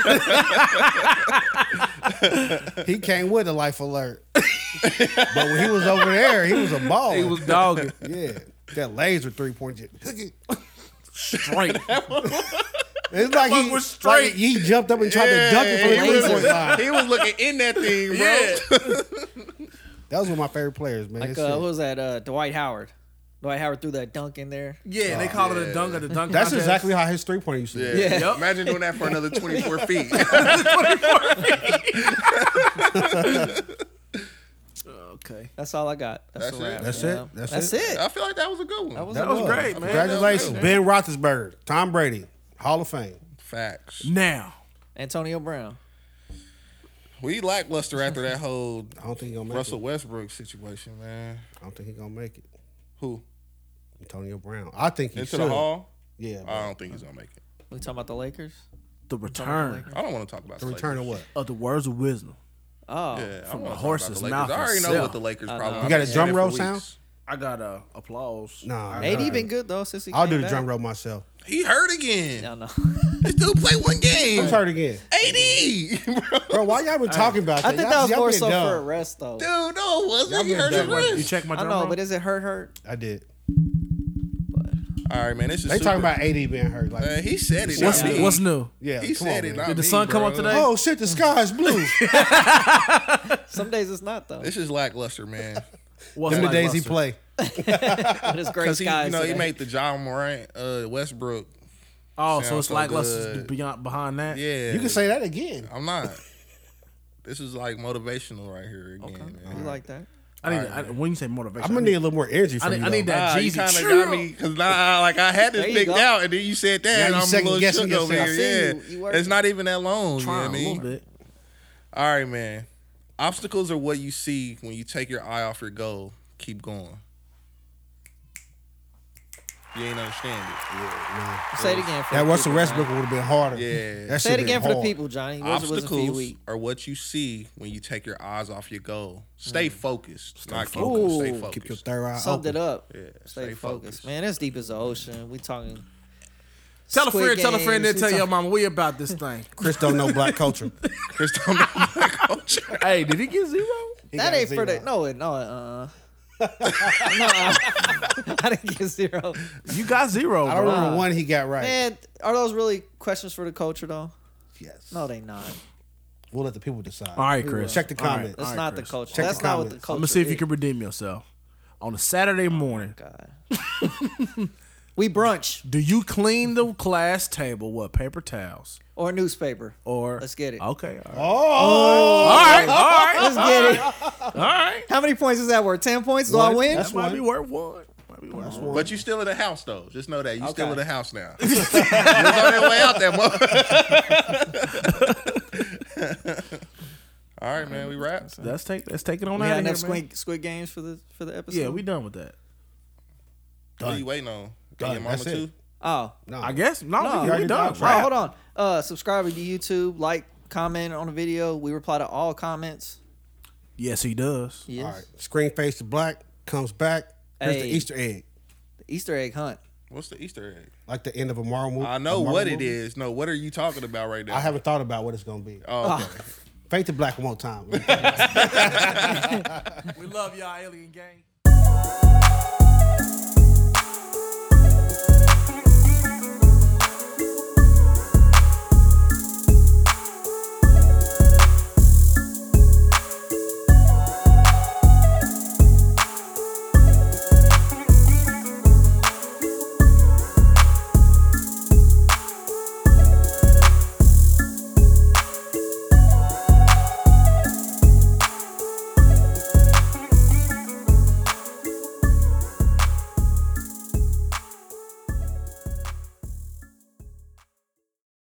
Speaker 1: he came with a life alert. but when he was over there, he was a baller.
Speaker 2: He was dogging
Speaker 1: yeah. That laser three point. It's
Speaker 2: straight.
Speaker 1: like
Speaker 2: fuck
Speaker 1: he,
Speaker 2: was
Speaker 1: like
Speaker 2: straight.
Speaker 1: he jumped up and tried to dunk it
Speaker 4: Yeah,
Speaker 1: from
Speaker 4: he
Speaker 1: the
Speaker 4: was-
Speaker 1: three point line.
Speaker 4: He was looking in that thing, bro.
Speaker 2: yeah.
Speaker 1: That was one of my favorite players, man.
Speaker 3: Like
Speaker 1: That
Speaker 3: uh,
Speaker 1: shit.
Speaker 3: who was that? Uh, Dwight Howard. Dwight Howard threw that dunk in there.
Speaker 2: Yeah, they call it a
Speaker 4: yeah.
Speaker 2: dunk of the dunk.
Speaker 1: That's
Speaker 2: contest.
Speaker 1: exactly how his three point used to be.
Speaker 4: Yeah.
Speaker 3: Yeah.
Speaker 4: Imagine doing that for another 24 feet.
Speaker 2: Okay.
Speaker 3: That's all I got. That's,
Speaker 4: That's
Speaker 3: a
Speaker 4: it.
Speaker 3: wrap.
Speaker 1: That's
Speaker 3: you
Speaker 1: it.
Speaker 3: know?
Speaker 1: That's
Speaker 3: That's
Speaker 1: it.
Speaker 3: it.
Speaker 4: I feel like that was a good one.
Speaker 3: That was
Speaker 2: That was
Speaker 1: Oh,
Speaker 2: great, man.
Speaker 1: Congratulations,
Speaker 2: That was
Speaker 1: Ben Roethlisberger, Tom Brady, Hall of Fame.
Speaker 4: Facts.
Speaker 2: Now,
Speaker 3: Antonio Brown.
Speaker 4: We lackluster after that whole
Speaker 1: I don't think he gonna make
Speaker 4: Russell
Speaker 1: it.
Speaker 4: Westbrook situation, man.
Speaker 1: I don't think he gonna make it.
Speaker 4: Who?
Speaker 1: Antonio Brown. I think he
Speaker 4: Into
Speaker 1: should.
Speaker 4: the hall?
Speaker 1: Yeah.
Speaker 4: I don't think he's gonna make it.
Speaker 3: We talking about the Lakers?
Speaker 2: the return
Speaker 4: I don't want to talk about
Speaker 1: the return of
Speaker 4: Lakers.
Speaker 1: what?
Speaker 2: of the words of wisdom. From
Speaker 3: Oh,
Speaker 4: Yeah, I don't wanna
Speaker 2: a
Speaker 4: talk about
Speaker 2: horse's
Speaker 4: the Lakers.
Speaker 2: mouth
Speaker 4: I already know
Speaker 2: itself.
Speaker 4: what the Lakers
Speaker 3: I know.
Speaker 4: problem.
Speaker 3: You
Speaker 1: got a
Speaker 4: I've been
Speaker 1: drum
Speaker 4: saying it
Speaker 1: roll
Speaker 4: for
Speaker 1: sound?
Speaker 4: weeks.
Speaker 2: I got uh, applause.
Speaker 1: Nah.
Speaker 3: AD
Speaker 1: nah.
Speaker 3: been good though since he.
Speaker 1: I'll
Speaker 3: came
Speaker 1: do the
Speaker 3: back.
Speaker 1: drum roll myself.
Speaker 4: He hurt again.
Speaker 3: No, no.
Speaker 4: This dude played one
Speaker 1: I'm
Speaker 4: game.
Speaker 1: hurt again,
Speaker 4: AD, bro.
Speaker 1: bro. Why y'all been talking about that?
Speaker 3: I think
Speaker 1: Y'all-
Speaker 3: that was
Speaker 1: y'all
Speaker 3: more
Speaker 1: been
Speaker 3: so for a
Speaker 1: dumb.
Speaker 3: rest though.
Speaker 4: Dude, no, it wasn't. He
Speaker 1: been
Speaker 4: hurt his
Speaker 1: dumb.
Speaker 2: You
Speaker 4: wrist.
Speaker 2: check my
Speaker 3: I
Speaker 2: drum
Speaker 3: know,
Speaker 2: roll?
Speaker 3: but is it hurt? Hurt?
Speaker 1: I did.
Speaker 4: All right, man. This is
Speaker 1: They
Speaker 4: super.
Speaker 1: talking about AD being hurt. Like,
Speaker 4: Man, he said it.
Speaker 2: what's
Speaker 4: not me.
Speaker 2: what's new?
Speaker 1: yeah,
Speaker 4: He
Speaker 1: come
Speaker 4: said
Speaker 1: on,
Speaker 4: it.
Speaker 1: man.
Speaker 4: not
Speaker 2: Did the
Speaker 4: me,
Speaker 2: sun come
Speaker 4: bro.
Speaker 2: up today?
Speaker 1: Oh shit, the sky is blue.
Speaker 3: Some days it's not though.
Speaker 4: This is lackluster, man.
Speaker 2: What's
Speaker 1: Them the days he
Speaker 2: lackluster?
Speaker 1: play.
Speaker 3: But it's great
Speaker 4: Because he,
Speaker 3: skies.
Speaker 4: you know, he
Speaker 3: today.
Speaker 4: made the John Morant, uh, Westbrook.
Speaker 2: Oh, so
Speaker 4: Sounds
Speaker 2: it's
Speaker 4: so
Speaker 2: lackluster
Speaker 4: good.
Speaker 2: beyond behind that.
Speaker 4: Yeah,
Speaker 1: You can say that again.
Speaker 4: I'm not. This is like motivational right here again, man.
Speaker 3: You like that?
Speaker 2: I need. I, when you say motivation,
Speaker 1: I'm gonna
Speaker 2: I
Speaker 1: need a little more energy
Speaker 2: I
Speaker 1: from
Speaker 2: need-
Speaker 1: you.
Speaker 2: I need
Speaker 1: though.
Speaker 2: that.
Speaker 4: Nah, you
Speaker 2: Jeezy.
Speaker 4: kind of
Speaker 2: True.
Speaker 4: got me because nah, like I had this
Speaker 3: There you
Speaker 4: picked
Speaker 3: go.
Speaker 4: out, and then you said that,
Speaker 1: Now
Speaker 4: and
Speaker 1: you
Speaker 4: I'm a
Speaker 1: second
Speaker 4: little
Speaker 1: guessing
Speaker 4: shook over
Speaker 1: yourself.
Speaker 3: I
Speaker 4: here.
Speaker 3: seen you- you
Speaker 4: Yeah,
Speaker 3: working.
Speaker 4: it's not even that long. You know
Speaker 2: try
Speaker 4: what I
Speaker 2: a little
Speaker 4: mean?
Speaker 2: bit.
Speaker 4: All right, man. Obstacles are what you see when you take your eye off your goal. Keep going. You ain't understand it.
Speaker 3: Say it again. For
Speaker 1: That
Speaker 3: the
Speaker 1: Russell
Speaker 3: people,
Speaker 1: Westbrook
Speaker 3: Johnny.
Speaker 1: would have been harder.
Speaker 4: Yeah.
Speaker 1: That
Speaker 3: Say
Speaker 1: shit
Speaker 3: it again
Speaker 1: been
Speaker 3: for the
Speaker 1: hard.
Speaker 3: people, Johnny. Wizard was a few
Speaker 4: Obstacles
Speaker 3: week.
Speaker 4: are what you see when you take your eyes off your goal. Stay focused. Stay not
Speaker 2: focused.
Speaker 4: focused. Keep, stay
Speaker 3: Mm. Ooh.
Speaker 4: focused.
Speaker 1: Keep your third eye
Speaker 3: Summed
Speaker 1: open.
Speaker 3: it up.
Speaker 4: Yeah,
Speaker 3: Stay,
Speaker 4: stay
Speaker 3: focused.
Speaker 4: focused.
Speaker 3: man. That's deep as the ocean. We talking.
Speaker 2: Tell a
Speaker 3: Squid
Speaker 2: friend, tell a friend, then
Speaker 3: Games,
Speaker 2: tell
Speaker 3: we
Speaker 2: your mama we about this thing.
Speaker 1: Chris don't know black culture.
Speaker 4: Chris don't know my culture.
Speaker 2: hey, did he get zero?
Speaker 1: He
Speaker 3: That
Speaker 1: got
Speaker 3: ain't for
Speaker 1: zero.
Speaker 3: the no, it- no. Uh, no, I didn't get zero.
Speaker 2: You got zero,
Speaker 1: I don't
Speaker 2: bro.
Speaker 1: remember one he got right.
Speaker 3: Man, are those really questions for the culture though?
Speaker 1: Yes.
Speaker 3: No, they not.
Speaker 1: We'll let the people decide.
Speaker 2: All right, Chris.
Speaker 1: Check the
Speaker 2: All right.
Speaker 1: comments.
Speaker 3: That's
Speaker 2: All right,
Speaker 3: not the
Speaker 2: Chris.
Speaker 3: culture.
Speaker 1: Check the
Speaker 3: That's not what the
Speaker 1: comments.
Speaker 3: culture.
Speaker 2: I'm gonna see if you
Speaker 3: is.
Speaker 2: can redeem yourself. On a Saturday morning,
Speaker 3: Oh God. we brunch
Speaker 2: do you clean the class table with paper towels
Speaker 3: or newspaper.
Speaker 2: or?
Speaker 3: Let's get it.
Speaker 2: Okay. All right.
Speaker 1: Oh,
Speaker 2: All right. All right.
Speaker 3: Let's get it.
Speaker 2: All right.
Speaker 3: How many points is that worth? Ten points? Do I
Speaker 1: One.
Speaker 3: win?
Speaker 1: That's
Speaker 2: That might
Speaker 1: one.
Speaker 2: be worth one. Might be worth one.
Speaker 4: But you still in the house though. Just know that you still
Speaker 3: Okay.
Speaker 4: in the house now. you was on that way out that mother. All right, man. We wrapped.
Speaker 2: Let's take. Let's take it on
Speaker 3: we
Speaker 2: out
Speaker 3: had
Speaker 2: of here,
Speaker 3: enough
Speaker 2: man.
Speaker 3: squid, squid games for the for the episode.
Speaker 2: Yeah, we done with that.
Speaker 4: What are you waiting on?
Speaker 1: Done.
Speaker 4: Your mama
Speaker 1: That's it.
Speaker 4: too.
Speaker 3: Oh
Speaker 1: no.
Speaker 2: I guess no,
Speaker 3: No,
Speaker 2: we,
Speaker 3: you
Speaker 2: we
Speaker 1: already
Speaker 2: done.
Speaker 1: done.
Speaker 3: Oh,
Speaker 2: Right.
Speaker 3: hold on. Uh, subscribe to YouTube, like, comment on the video. We reply to all comments.
Speaker 2: Yes, he does.
Speaker 3: Yes.
Speaker 1: All right. Screen face to black comes back. Here's the
Speaker 3: Hey.
Speaker 1: Easter egg,
Speaker 3: The Easter egg hunt.
Speaker 4: What's the Easter egg?
Speaker 1: like the end of a Marvel movie.
Speaker 4: I know what it is. No, what are you talking about right now?
Speaker 1: I haven't thought about what it's gonna be.
Speaker 4: Oh, okay.
Speaker 1: Fade to black one more time.
Speaker 2: We love y'all, Alien Gang.